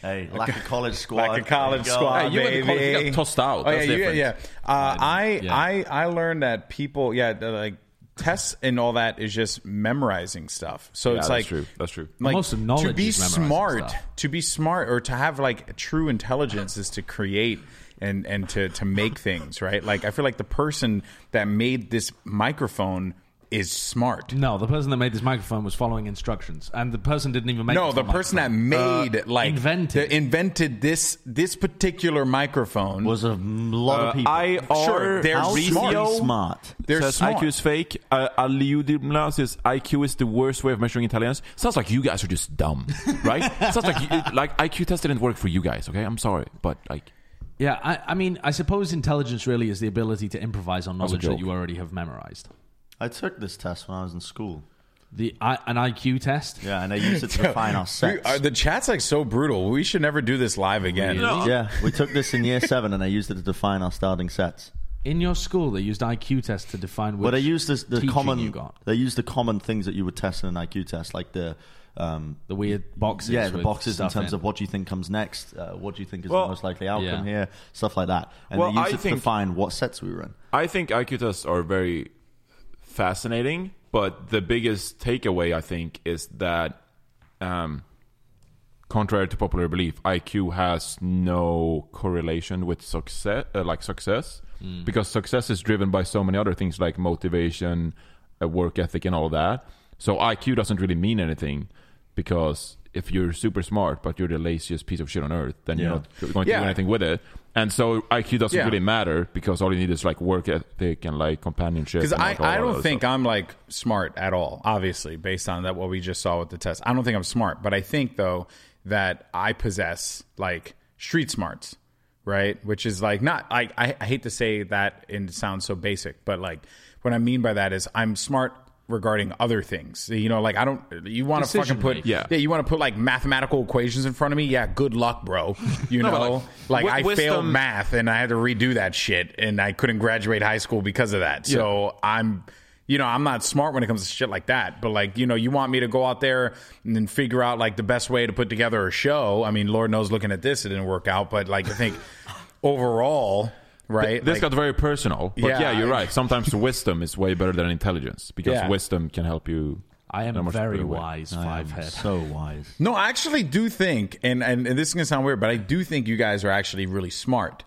Speaker 2: Hey, like a college squad.
Speaker 1: Like a college
Speaker 2: There you go.
Speaker 1: squad,
Speaker 4: Hey, you went to
Speaker 1: baby.
Speaker 4: college, you got tossed out.
Speaker 1: Oh, yeah,
Speaker 4: That's
Speaker 1: you-
Speaker 4: different.
Speaker 1: yeah. Uh, I,
Speaker 3: yeah.
Speaker 1: I, I learned that people, yeah, the, like tests and all that is just memorizing stuff. So
Speaker 4: Yeah,
Speaker 1: it's
Speaker 4: that's
Speaker 1: like
Speaker 4: true. That's true.
Speaker 1: Like,
Speaker 3: Most of knowledge
Speaker 1: to be
Speaker 3: is memorizing
Speaker 1: smart,
Speaker 3: stuff.
Speaker 1: to be smart, or to have like true intelligence is to create and and to to make things right. Like I feel like the person that made this microphone is smart.
Speaker 3: No, the person that made this microphone was following instructions, and the person didn't even make.
Speaker 1: No,
Speaker 3: this
Speaker 1: the person that
Speaker 3: microphone. Uh,
Speaker 1: made like
Speaker 3: invented.
Speaker 1: the- invented this this particular microphone
Speaker 2: Was a lot
Speaker 1: Uh,
Speaker 2: of people.
Speaker 4: I
Speaker 1: Sure,
Speaker 4: are
Speaker 1: they're
Speaker 2: How
Speaker 1: smart.
Speaker 2: smart. smart.
Speaker 1: They're
Speaker 4: says
Speaker 1: smart.
Speaker 4: IQ is fake. Uh, Aliudimla says IQ is the worst way of measuring intelligence. Sounds like you guys are just dumb, right? Sounds like you, like IQ test didn't work for you guys. Okay, I'm sorry, but like
Speaker 3: Yeah, I, I mean, I suppose intelligence really is the ability to improvise on
Speaker 4: was a
Speaker 3: knowledge that
Speaker 4: joke.
Speaker 3: you already have memorized.
Speaker 2: I took this test when I was in school.
Speaker 3: The I, an IQ test.
Speaker 2: Yeah, and they used it to define our
Speaker 1: We-
Speaker 2: sex.
Speaker 1: uh, the chat's like so brutal. We should never do this live again.
Speaker 2: yeah, we took this in year seven, and they used it to define our starting sets.
Speaker 3: In your school, they used IQ tests to define which.
Speaker 2: But they used this, the
Speaker 3: teaching
Speaker 2: common.
Speaker 3: you got.
Speaker 2: They used the common things that you would test in an IQ test, like the. Um,
Speaker 3: The weird boxes.
Speaker 2: yeah, the
Speaker 3: with
Speaker 2: boxes in
Speaker 3: stuff
Speaker 2: terms
Speaker 3: in.
Speaker 2: of what do you think comes next, uh, what do you think is
Speaker 4: Well,
Speaker 2: the most likely outcome
Speaker 3: yeah.
Speaker 2: here, stuff like that, and
Speaker 4: Well,
Speaker 2: they used it
Speaker 4: I
Speaker 2: to
Speaker 4: think-
Speaker 2: define what sets we were in.
Speaker 4: I think IQ tests are very fascinating, but the biggest takeaway I think is that, um, contrary to popular belief, IQ has no correlation with success, uh, like success, because success is driven by so many other things like motivation, uh, work ethic, and all that. So IQ doesn't really mean anything because if you're super smart but you're the laziest piece of shit on earth, then you're
Speaker 2: Yeah.
Speaker 4: not going to
Speaker 1: Yeah.
Speaker 4: do anything with it. And so IQ doesn't
Speaker 1: Yeah.
Speaker 4: really matter because all you need is like work ethic and like companionship.
Speaker 1: Because
Speaker 4: and,
Speaker 1: I,
Speaker 4: like, all
Speaker 1: I
Speaker 4: that
Speaker 1: don't
Speaker 4: other
Speaker 1: think
Speaker 4: stuff.
Speaker 1: I'm like smart at all, obviously, based on that what we just saw with the test. I don't think I'm smart, but I think though that I possess like street smarts, right? Which is like not I, I, I hate to say that and it sounds so basic, but like what I mean by that is I'm smart regarding other things. You know, like I don't you want to fucking
Speaker 3: Decision
Speaker 1: put
Speaker 3: making.
Speaker 4: Yeah.
Speaker 1: you want to put like mathematical equations in front of me? Yeah, good luck, bro. You
Speaker 4: No, but,
Speaker 1: know, like,
Speaker 4: like, wi-
Speaker 1: I failed
Speaker 4: wisdom-
Speaker 1: math and I had to redo that shit and I couldn't graduate high school because of that. So I'm you know, I'm not smart when it comes to shit like that, but like, you know, you want me to go out there and then figure out like the best way to put together a show. I mean, Lord knows looking at this it didn't work out, but like I think overall, right?
Speaker 4: This
Speaker 1: like,
Speaker 4: got very personal, but yeah,
Speaker 1: Yeah,
Speaker 4: you're
Speaker 1: I-
Speaker 4: right. Sometimes wisdom is way better than intelligence because
Speaker 1: Yeah.
Speaker 4: wisdom can help you.
Speaker 3: I
Speaker 4: in a
Speaker 3: am
Speaker 4: much
Speaker 3: very
Speaker 4: better way.
Speaker 3: wise, five head.
Speaker 2: So wise.
Speaker 1: No, I actually do think, and, and and this is gonna sound weird, but I do think you guys are actually really smart.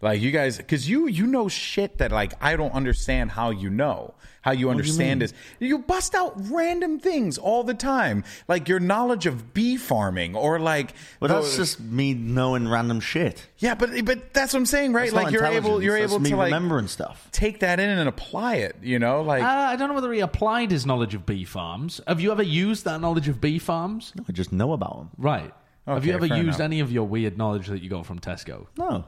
Speaker 1: Like you guys, because you you know shit that like I don't understand how you know how you understand this. You bust out random things all the time, like your knowledge of bee farming or like.
Speaker 2: But that's
Speaker 1: the-
Speaker 2: just me knowing random shit.
Speaker 1: yeah, but but that's what I'm saying, right?
Speaker 2: That's
Speaker 1: like
Speaker 2: not
Speaker 1: you're able
Speaker 2: intelligence,
Speaker 1: you're
Speaker 2: that's
Speaker 1: able
Speaker 2: me
Speaker 1: to like
Speaker 2: remembering stuff.
Speaker 1: take that in and apply it. You know, like
Speaker 3: Uh, I don't know whether he applied his knowledge of bee farms. Have you ever used that knowledge of bee farms?
Speaker 2: I just know about them.
Speaker 3: Right. Have you
Speaker 1: Okay,
Speaker 3: ever
Speaker 1: fair enough.
Speaker 3: used any of your weird knowledge that you got from Tesco?
Speaker 2: No.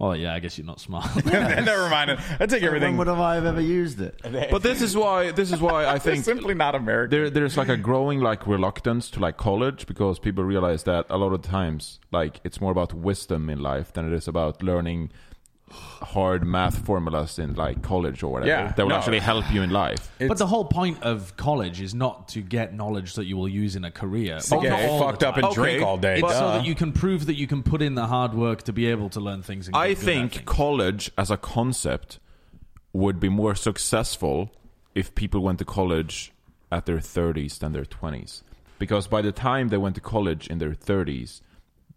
Speaker 3: Oh yeah, I guess you're not smart.
Speaker 1: never mind. I take
Speaker 2: When
Speaker 1: everything.
Speaker 2: would have I have ever used it?
Speaker 4: But this is why this is why
Speaker 1: They're
Speaker 4: I think
Speaker 1: simply not American.
Speaker 4: there there's like a growing like reluctance to like college because people realize that a lot of times like it's more about wisdom in life than it is about learning hard math formulas in like college or whatever
Speaker 1: Yeah,
Speaker 4: that will
Speaker 1: no.
Speaker 4: actually help you in life.
Speaker 3: but the whole point of college is not to get knowledge that you will use in a career.
Speaker 1: to get
Speaker 3: Not all the
Speaker 1: fucked up Ah.
Speaker 3: time.
Speaker 1: and
Speaker 4: Okay,
Speaker 1: drink all day.
Speaker 3: It's
Speaker 1: duh.
Speaker 3: so that you can prove that you can put in the hard work to be able to learn things. And get
Speaker 4: I
Speaker 3: good at
Speaker 4: think
Speaker 3: things.
Speaker 4: college as a concept would be more successful if people went to college at their 30s than their 20s because by the time they went to college in their 30s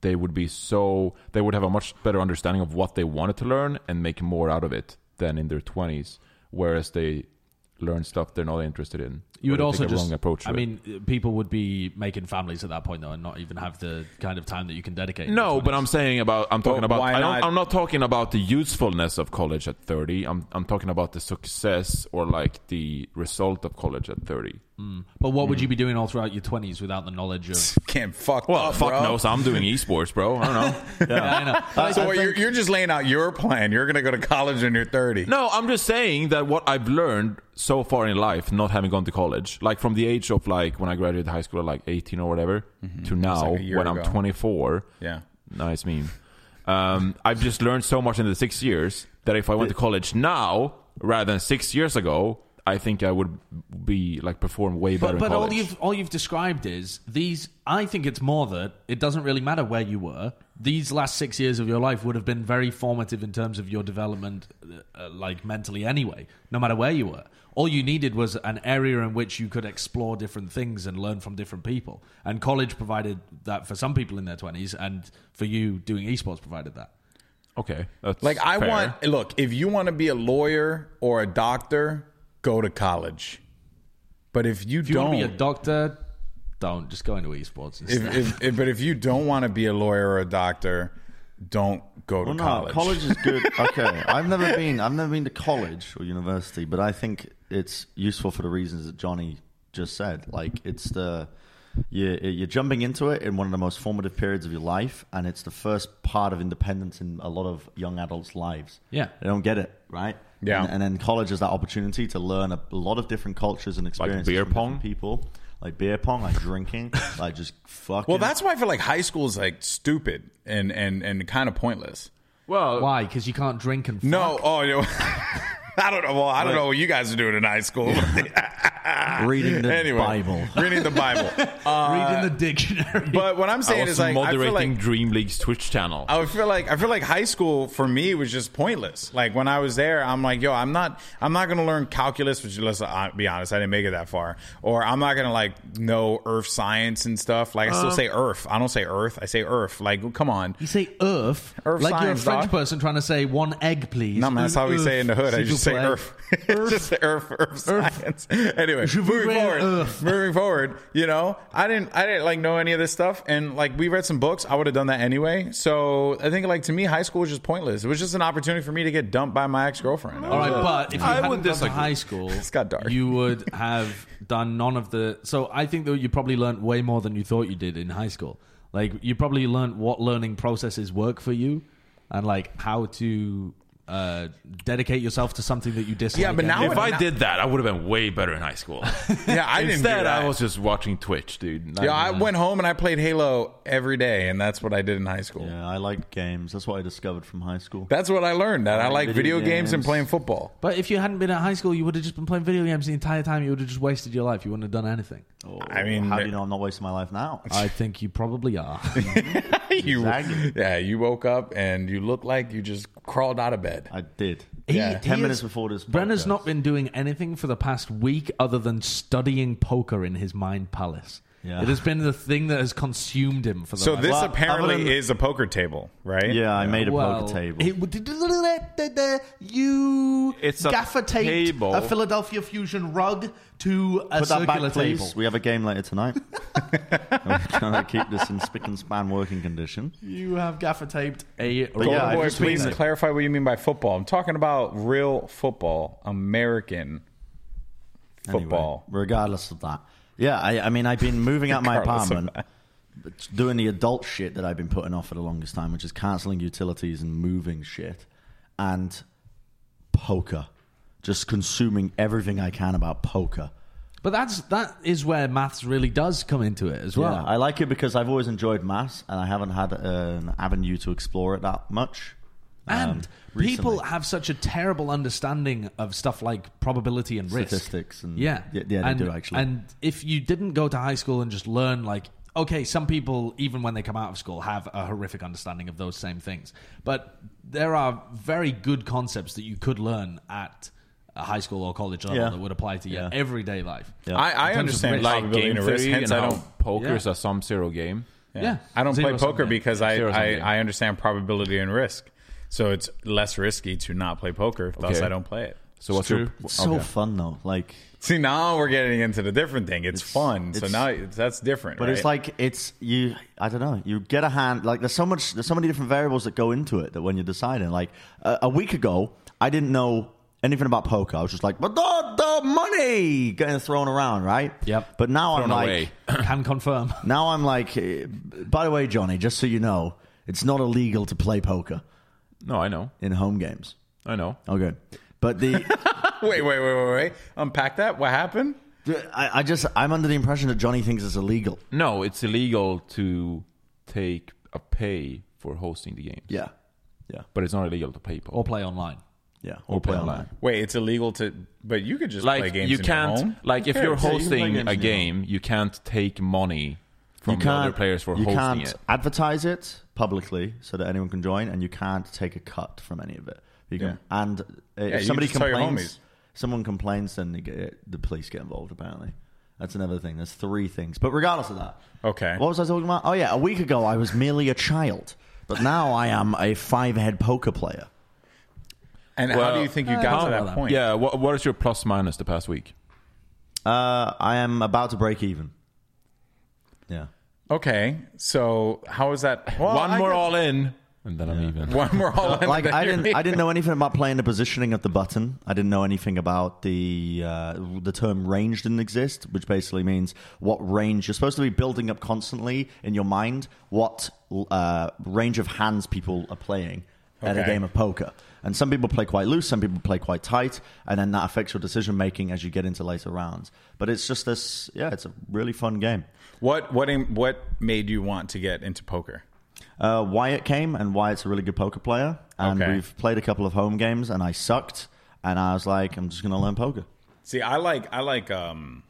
Speaker 4: they would be so they would have a much better understanding of what they wanted to learn and make more out of it than in their 20s whereas they learn stuff they're not interested in
Speaker 3: You
Speaker 4: or
Speaker 3: would
Speaker 4: they
Speaker 3: also
Speaker 4: take a
Speaker 3: just.
Speaker 4: wrong approach to
Speaker 3: I
Speaker 4: it.
Speaker 3: mean, uh, people would be making families at that point, though, and not even have the kind of time that you can dedicate.
Speaker 4: No, but I'm saying about I'm talking about
Speaker 1: why
Speaker 4: I
Speaker 1: not?
Speaker 4: don't, I'm not talking about the usefulness of college at 30. I'm I'm talking about the success or like the result of college at 30.
Speaker 3: But what
Speaker 4: Mm-hmm.
Speaker 3: would you be doing all throughout your twenties without the knowledge of?
Speaker 1: Can't fuck.
Speaker 4: Well,
Speaker 1: up,
Speaker 4: fuck
Speaker 1: bro.
Speaker 4: knows I'm doing esports, bro. I don't know.
Speaker 3: I know.
Speaker 1: So what, you're, you're just laying out your plan. You're gonna go to college when you're 30.
Speaker 4: No, I'm just saying that what I've learned so far in life, not having gone to college, like from the age of like when I graduated high school at like 18 or whatever, to now
Speaker 1: Mm-hmm. like a year
Speaker 4: when I'm
Speaker 1: ago.
Speaker 4: 24.
Speaker 1: Yeah.
Speaker 4: Nice meme. Um, I've just learned so much in the six years that if I went to college now rather than six years ago, I think I would be like perform way better.
Speaker 3: But, but
Speaker 4: in college.
Speaker 3: all you've all you've described is these. I think it's more that it doesn't really matter where you were. These last six years of your life would have been very formative in terms of your development, uh, uh, like mentally anyway. No matter where you were, all you needed was an area in which you could explore different things and learn from different people. And college provided that for some people in their twenties, and for you doing esports provided that.
Speaker 4: okay, that's
Speaker 1: Like I
Speaker 4: fair.
Speaker 1: want. Look, if you want to be a lawyer or a doctor, go to college. But if you
Speaker 3: If you
Speaker 1: don't,
Speaker 3: want to be a doctor, don't just go into esports. Instead.
Speaker 1: if, if, if, but if you don't want to be a lawyer or a doctor, don't go to
Speaker 2: Well, no,
Speaker 1: college.
Speaker 2: college. is good. Okay, I've never been. I've never been to college or university, but I think it's useful for the reasons that Johnny just said. Like it's the you're, you're jumping into it in one of the most formative periods of your life, and it's the first part of independence in a lot of young adults' lives.
Speaker 3: Yeah.
Speaker 2: they don't get it right.
Speaker 1: Yeah.
Speaker 2: and, and then college is that opportunity to learn a lot of different cultures and experiences,
Speaker 4: beer
Speaker 2: from different
Speaker 4: pong?
Speaker 2: people. Like beer pong, like drinking, like just fucking.
Speaker 1: Well, that's why I feel like high school is like stupid and and and kind of pointless.
Speaker 4: well,
Speaker 3: Why? Because you can't drink and
Speaker 1: No, oh, you I don't know. Well, I don't know what you guys are doing in high school.
Speaker 2: reading the
Speaker 1: anyway,
Speaker 2: Bible.
Speaker 1: reading the Bible.
Speaker 3: reading the dictionary.
Speaker 1: uh, But what I'm
Speaker 4: I
Speaker 1: saying
Speaker 4: was
Speaker 1: is like I feel
Speaker 4: moderating
Speaker 1: like
Speaker 4: Dream League's Twitch channel.
Speaker 1: I would feel like I feel like high school for me was just pointless. Like when I was there, I'm like, yo, I'm not I'm not gonna learn calculus, which let's uh, be honest, I didn't make it that far. Or I'm not gonna like know earth science and stuff. Like I still say earth. I don't say earth. I say earth. Like come on.
Speaker 3: You say earth,
Speaker 1: Earth
Speaker 3: like you're a
Speaker 1: science,
Speaker 3: French
Speaker 1: dog.
Speaker 3: person trying to say one egg, please.
Speaker 1: No man, that's how we
Speaker 3: Une
Speaker 1: say it in the hood. I
Speaker 3: s'il
Speaker 1: just
Speaker 3: vous
Speaker 1: say
Speaker 3: plaît.
Speaker 1: earth. It's just earth, earth, science. Anyway,
Speaker 3: Je vous
Speaker 1: moving
Speaker 3: plaît,
Speaker 1: forward,
Speaker 3: earth.
Speaker 1: moving forward. You know, I didn't, I didn't like know any of this stuff, and like we read some books. I would have done that anyway. So I think like to me, high school was just pointless. It was just an opportunity for me to get dumped by my ex girlfriend.
Speaker 3: All right, but if you
Speaker 4: I
Speaker 3: hadn't
Speaker 4: would
Speaker 3: gone to
Speaker 4: disagree.
Speaker 3: high school,
Speaker 1: got dark.
Speaker 3: you would have done none of the. So I think that you probably learned way more than you thought you did in high school. Like you probably learned what learning processes work for you, and like how to uh, dedicate yourself to something that you dislike.
Speaker 1: Yeah, but now
Speaker 3: anyway.
Speaker 4: if
Speaker 1: would
Speaker 4: I
Speaker 1: not-
Speaker 4: did that, I would have been way better in high school.
Speaker 1: Yeah, I didn't. do
Speaker 4: Instead,
Speaker 1: that.
Speaker 4: I was just watching Twitch, dude.
Speaker 1: Yeah, I went home and I played Halo every day, and that's what I did in high school.
Speaker 2: Yeah, I like games. That's what I discovered from high school.
Speaker 1: That's what I learned. That I like video,
Speaker 2: video
Speaker 1: games and
Speaker 2: games.
Speaker 1: playing football.
Speaker 3: but if you hadn't been at high school, you would have just been playing video games the entire time. You would have just wasted your life. You wouldn't have done anything.
Speaker 1: I mean,
Speaker 2: how do you know I'm not wasting my life now?
Speaker 3: I think you probably are.
Speaker 1: you,
Speaker 2: Exactly.
Speaker 1: yeah, you woke up and you looked like you just crawled out of bed.
Speaker 2: I did.
Speaker 1: Yeah.
Speaker 2: Ten
Speaker 3: he
Speaker 2: minutes
Speaker 3: is-
Speaker 2: before this.
Speaker 3: Brenner's
Speaker 2: podcast.
Speaker 3: not been doing anything for the past week other than studying poker in his mind palace.
Speaker 2: Yeah.
Speaker 3: It has been the thing that has consumed him for the
Speaker 1: So
Speaker 3: last-
Speaker 1: this
Speaker 2: Well,
Speaker 1: apparently
Speaker 2: other than-
Speaker 1: is a poker table, right?
Speaker 2: Yeah, I made a
Speaker 3: Well,
Speaker 2: poker table.
Speaker 3: it would- you
Speaker 4: It's a
Speaker 3: gaffer taped
Speaker 4: table.
Speaker 3: a Philadelphia Fusion rug to a
Speaker 2: Put that back,
Speaker 3: circular
Speaker 2: please.
Speaker 3: table.
Speaker 2: We have a game later tonight. I'm trying to keep this in spick and span working condition.
Speaker 3: You have gaffer taped a rug.
Speaker 1: Golden
Speaker 2: Yeah, I've
Speaker 1: boy,
Speaker 2: just been
Speaker 1: please
Speaker 2: there.
Speaker 1: clarify what you mean by football. I'm talking about real football, American
Speaker 2: Anyway,
Speaker 1: football.
Speaker 2: regardless of that. Yeah, I, I mean, I've been moving out my
Speaker 1: Regardless of
Speaker 2: apartment, but doing the adult shit that I've been putting off for the longest time, which is canceling utilities and moving shit, and poker, just consuming everything I can about poker.
Speaker 3: But that's that is where maths really does come into it as well.
Speaker 2: Yeah, I like it because I've always enjoyed maths, and I haven't had an avenue to explore it that much.
Speaker 3: and
Speaker 2: um,
Speaker 3: people
Speaker 2: recently.
Speaker 3: have such a terrible understanding of stuff like probability and risk.
Speaker 2: Statistics and
Speaker 3: Yeah,
Speaker 2: yeah, yeah, they
Speaker 3: and,
Speaker 2: do actually.
Speaker 3: And if you didn't go to high school and just learn, like, okay, some people even when they come out of school have a horrific understanding of those same things, but there are very good concepts that you could learn at. a high school or college level
Speaker 2: Yeah.
Speaker 3: that would apply to your
Speaker 2: Yeah.
Speaker 3: everyday life. Yeah.
Speaker 1: I, I
Speaker 3: In terms of
Speaker 1: understand
Speaker 3: risk.
Speaker 4: like
Speaker 1: probability
Speaker 4: game
Speaker 1: and risk.
Speaker 4: theory
Speaker 1: Hence,
Speaker 4: and
Speaker 1: I
Speaker 4: how
Speaker 1: don't.
Speaker 4: poker
Speaker 3: Yeah.
Speaker 4: is a sum-zero game.
Speaker 1: I don't play
Speaker 3: Zero-sum
Speaker 1: poker
Speaker 3: game.
Speaker 1: because I,
Speaker 4: Zero-sum
Speaker 1: I,
Speaker 4: game.
Speaker 1: I understand probability and risk. So it's less risky to not play poker. Thus,
Speaker 4: Okay.
Speaker 1: I don't play it.
Speaker 4: So what's
Speaker 3: true.
Speaker 4: your
Speaker 2: It's so
Speaker 4: okay.
Speaker 2: fun though. Like,
Speaker 1: See, now we're getting into the different thing. It's, fun. so
Speaker 2: it's-
Speaker 1: now it's- that's different.
Speaker 2: but it's
Speaker 1: right?
Speaker 2: like it's you. I don't know. You get a hand. Like, there's so much. There's so many different variables that go into it that when you're deciding. Like a a week ago, I didn't know anything about poker. I was just like, but the, the money getting thrown around, right?
Speaker 3: Yep.
Speaker 2: But now I'm
Speaker 4: thrown
Speaker 2: like,
Speaker 4: away?
Speaker 3: Can confirm.
Speaker 2: now I'm like, eh, by the way, Johnny, just so you know, it's not illegal to play poker
Speaker 4: No, I know,
Speaker 2: in home games.
Speaker 4: I know.
Speaker 2: Oh, good. But the
Speaker 1: wait, wait, wait, wait, wait. Unpack that. What happened?
Speaker 2: I, I just I'm under the impression that Johnny thinks it's illegal.
Speaker 4: No, it's illegal to take a pay for hosting the game,
Speaker 2: Yeah, yeah,
Speaker 4: but it's not illegal to play poker
Speaker 3: Or play online.
Speaker 2: yeah.
Speaker 4: Or play online.
Speaker 1: Wait, it's illegal to. But you could just play
Speaker 4: Like
Speaker 1: games
Speaker 4: you
Speaker 1: in
Speaker 4: can't,
Speaker 1: your home.
Speaker 4: like if
Speaker 2: Yeah,
Speaker 4: you're
Speaker 2: yeah, you can play
Speaker 4: hosting
Speaker 2: games in
Speaker 4: a
Speaker 2: your
Speaker 4: game, you can't take money from the other players for
Speaker 2: you
Speaker 4: hosting
Speaker 2: can't
Speaker 4: it.
Speaker 2: advertise it publicly so that anyone can join, and you can't take a cut from any of it. You can, And uh,
Speaker 1: you
Speaker 2: if somebody
Speaker 1: just tell your homies.
Speaker 2: complains, someone complains, then they get, the police get involved. Apparently, that's another thing. There's three things. But regardless of that,
Speaker 1: Okay.
Speaker 2: What was I talking about? Oh yeah, a week ago I was merely a child, but now I am a five-head poker player.
Speaker 1: And how
Speaker 4: Well,
Speaker 1: do you think you got to
Speaker 3: how-
Speaker 1: that point?
Speaker 4: Yeah, what, what is your plus minus the past week?
Speaker 2: Uh, I am about to break even. Yeah.
Speaker 1: Okay. So how is that? Well,
Speaker 4: One
Speaker 1: I
Speaker 4: more
Speaker 1: guess-
Speaker 4: all in, and then I'm even.
Speaker 1: One more all. in
Speaker 2: like
Speaker 1: that
Speaker 2: I
Speaker 1: you're
Speaker 2: didn't I didn't know anything about playing the positioning of the button. I didn't know anything about the uh, the term range didn't exist, which basically means what range you're supposed to be building up constantly in your mind what uh, range of hands people are playing at a
Speaker 1: Okay.
Speaker 2: game of poker. And some people play quite loose, some people play quite tight, and then that affects your decision making as you get into later rounds. But it's just this, yeah, it's a really fun game.
Speaker 1: What what im- what made you want to get into poker?
Speaker 2: Uh, Wyatt came, and Wyatt's a really good poker player. And
Speaker 1: Okay.
Speaker 2: we've played a couple of home games, and I sucked. And I was like, I'm just going to learn poker.
Speaker 1: See, I like I like um,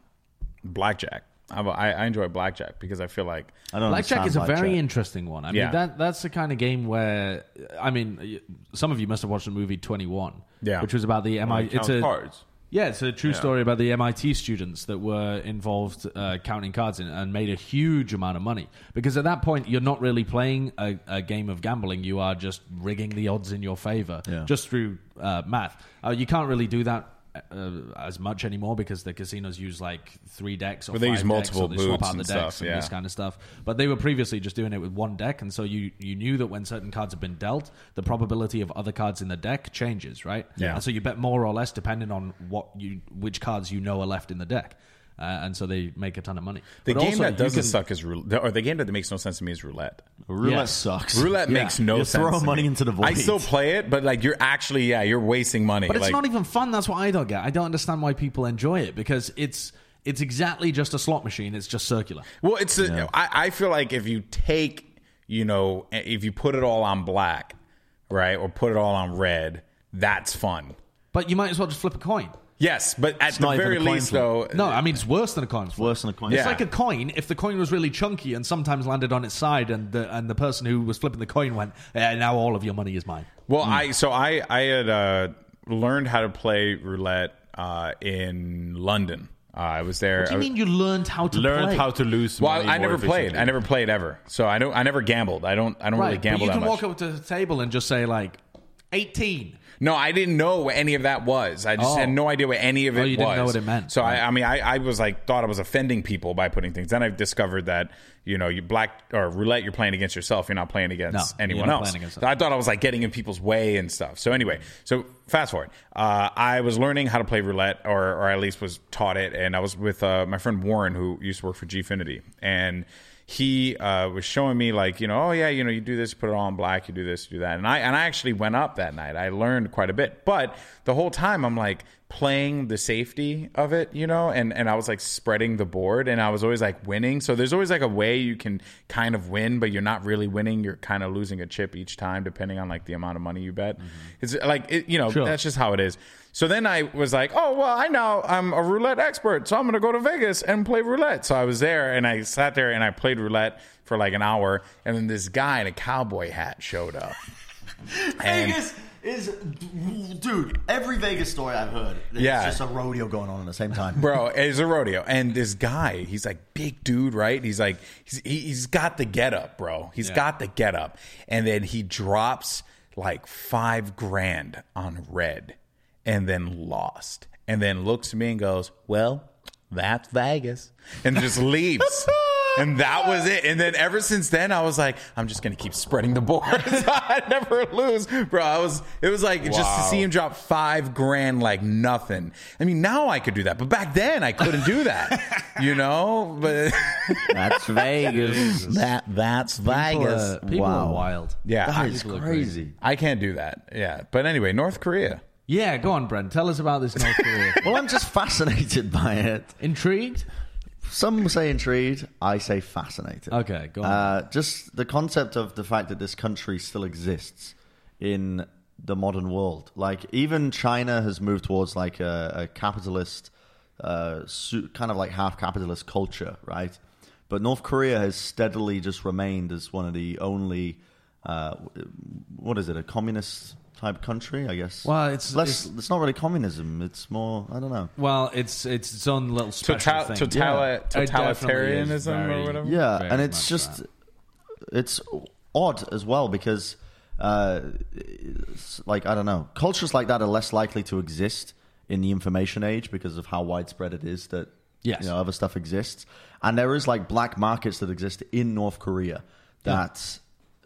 Speaker 1: blackjack. I, I I enjoy blackjack because I feel like
Speaker 2: I don't
Speaker 3: Blackjack
Speaker 2: understand
Speaker 3: is a very
Speaker 2: blackjack.
Speaker 3: interesting one. I mean,
Speaker 1: Yeah.
Speaker 3: that that's the kind of game where I mean, y- some of you must have watched the movie Twenty One,
Speaker 1: Yeah.
Speaker 3: which was about the MI.
Speaker 4: Like
Speaker 3: it's
Speaker 4: count
Speaker 3: a
Speaker 4: cards.
Speaker 3: yeah, it's a true story about the MIT students that were involved uh, counting cards and, and made a huge amount of money because at that point you're not really playing a, a game of gambling; you are just rigging the odds in your favor
Speaker 2: Yeah.
Speaker 3: just through uh, math. Uh, you can't really do that. Uh, as much anymore because the casinos use like three decks or
Speaker 1: But they use
Speaker 3: five decks, or
Speaker 1: multiple
Speaker 3: they swap
Speaker 1: boots
Speaker 3: out
Speaker 1: and
Speaker 3: the decks
Speaker 1: stuff,
Speaker 3: and
Speaker 1: yeah.
Speaker 3: this kind of stuff. But they were previously just doing it with one deck, and so you you knew that when certain cards have been dealt, the probability of other cards in the deck changes, right?
Speaker 1: Yeah.
Speaker 3: And so you bet more or less depending on what you which cards you know are left in the deck, uh, and so they make a ton of money.
Speaker 1: the
Speaker 3: But
Speaker 1: game
Speaker 3: also,
Speaker 1: that
Speaker 3: you
Speaker 1: doesn't
Speaker 3: can-
Speaker 1: suck is roulette, or the game that makes no sense to me is roulette.
Speaker 2: Roulette
Speaker 3: Yeah.
Speaker 2: sucks.
Speaker 1: Roulette
Speaker 3: Yeah.
Speaker 1: makes no
Speaker 2: You're
Speaker 1: sense.
Speaker 2: throwing
Speaker 1: to
Speaker 2: money
Speaker 1: me.
Speaker 2: into the void.
Speaker 1: I still play it, but like you're actually yeah, you're wasting money.
Speaker 3: But it's
Speaker 1: Like,
Speaker 3: not even fun. That's what I don't get. I don't understand why people enjoy it because it's it's exactly just a slot machine. It's just circular.
Speaker 1: Well, it's a, I, I feel like if you take, you know, if you put it all on black, right, or put it all on red, that's fun.
Speaker 3: But you might as well just flip a coin.
Speaker 1: Yes, but at the
Speaker 2: not even
Speaker 1: very
Speaker 2: a coin
Speaker 1: least,
Speaker 2: flip.
Speaker 1: though,
Speaker 3: No, I mean it's worse than a coin. flip.
Speaker 2: Worse than a coin.
Speaker 1: Yeah.
Speaker 3: It's like a coin. If the coin was really chunky and sometimes landed on its side, and the and the person who was flipping the coin went, eh, "Now all of your money is mine."
Speaker 1: Well, I so I I had uh, learned how to play roulette uh, in London. Uh, I was there.
Speaker 3: What do you mean you learned how to
Speaker 4: Learned
Speaker 3: play?
Speaker 4: how to lose
Speaker 1: Well,
Speaker 4: money.
Speaker 1: I
Speaker 4: more
Speaker 1: never played.
Speaker 4: efficiently.
Speaker 1: I never played ever. So I don't. I never gambled. I don't. I don't really
Speaker 3: right, but
Speaker 1: gamble
Speaker 3: you
Speaker 1: that
Speaker 3: can
Speaker 1: much.
Speaker 3: walk up to the table and just say like, 18.
Speaker 1: No, I didn't know what any of that was. I just
Speaker 3: Oh.
Speaker 1: had no idea what any of it
Speaker 3: Oh, you didn't
Speaker 1: was.
Speaker 3: know what it meant.
Speaker 1: So I, I mean, I, I was like thought I was offending people by putting things. Then I discovered that you know you black or roulette, you're playing against yourself. You're not playing against
Speaker 3: No, you're
Speaker 1: anyone
Speaker 3: not
Speaker 1: else.
Speaker 3: playing against
Speaker 1: So I thought I was like getting in people's way and stuff. So anyway, so fast forward, uh, I was learning how to play roulette, or or at least was taught it, and I was with uh, my friend Warren who used to work for Gfinity, and he uh, was showing me like you know oh yeah you know you do this put it all in black you do this you do that and I and I actually went up that night I learned quite a bit but the whole time I'm like playing the safety of it you know and and I was like spreading the board and I was always like winning so there's always like a way you can kind of win but you're not really winning you're kind of losing a chip each time depending on like the amount of money you bet it's like it, you know that's just how it is so then I was like, oh, well, I know I'm a roulette expert, so I'm going to go to Vegas and play roulette. So I was there and I sat there and I played roulette for like an hour. And then this guy in a cowboy hat showed up. And-
Speaker 3: Vegas
Speaker 2: is, dude, every Vegas story I've heard, there's
Speaker 1: Yeah.
Speaker 2: just a rodeo going on at the same time.
Speaker 1: Bro, it's a rodeo, and this guy, he's like big dude, right? He's like he's he- he's got the get up, bro. He's got the get up, and then he drops like five grand on red, and then lost, and then looks at me and goes, "Well, that's Vegas," and just leaves. And that was it. And then ever since then, I was like, I'm just gonna keep spreading the board. I never lose, bro. I was. It was like just to
Speaker 4: Wow.
Speaker 1: see him drop five grand like nothing. I mean, now I could do that, but back then I couldn't do that. you know, but
Speaker 2: That's Vegas.
Speaker 6: That that's Vegas.
Speaker 3: Uh, people
Speaker 2: Wow.
Speaker 3: are wild.
Speaker 1: yeah,
Speaker 2: That
Speaker 1: I,
Speaker 2: is crazy.
Speaker 1: I can't do that. Yeah, but anyway, North Korea.
Speaker 3: Yeah, go on, Brent. Tell us about this North Korea.
Speaker 2: Well, I'm just fascinated by it.
Speaker 3: Intrigued?
Speaker 2: Some say intrigued, I say fascinated.
Speaker 3: Okay, go on.
Speaker 2: Uh, just the concept of the fact that this country still exists in the modern world. Like even China has moved towards like a, a capitalist, uh, su- kind of like half capitalist culture, right? But North Korea has steadily just remained as one of the only, uh, what is it, a communist type country? I guess.
Speaker 3: Well, it's-
Speaker 2: less.
Speaker 3: it's-
Speaker 2: It's, not really communism. It's more. I don't know.
Speaker 3: well, it's it's its own little special
Speaker 1: Total-
Speaker 3: thing.
Speaker 1: totali-
Speaker 3: Yeah. It definitely
Speaker 1: totalitarianism
Speaker 3: is
Speaker 1: or
Speaker 3: very-
Speaker 1: whatever?
Speaker 2: Yeah,
Speaker 3: Very
Speaker 2: and it's
Speaker 3: much
Speaker 2: just it's odd as well because uh, it's like I don't know, cultures like that are less likely to exist in the information age because of how widespread it is that
Speaker 3: Yes.
Speaker 2: you know other stuff exists, and there is like black markets that exist in North Korea that.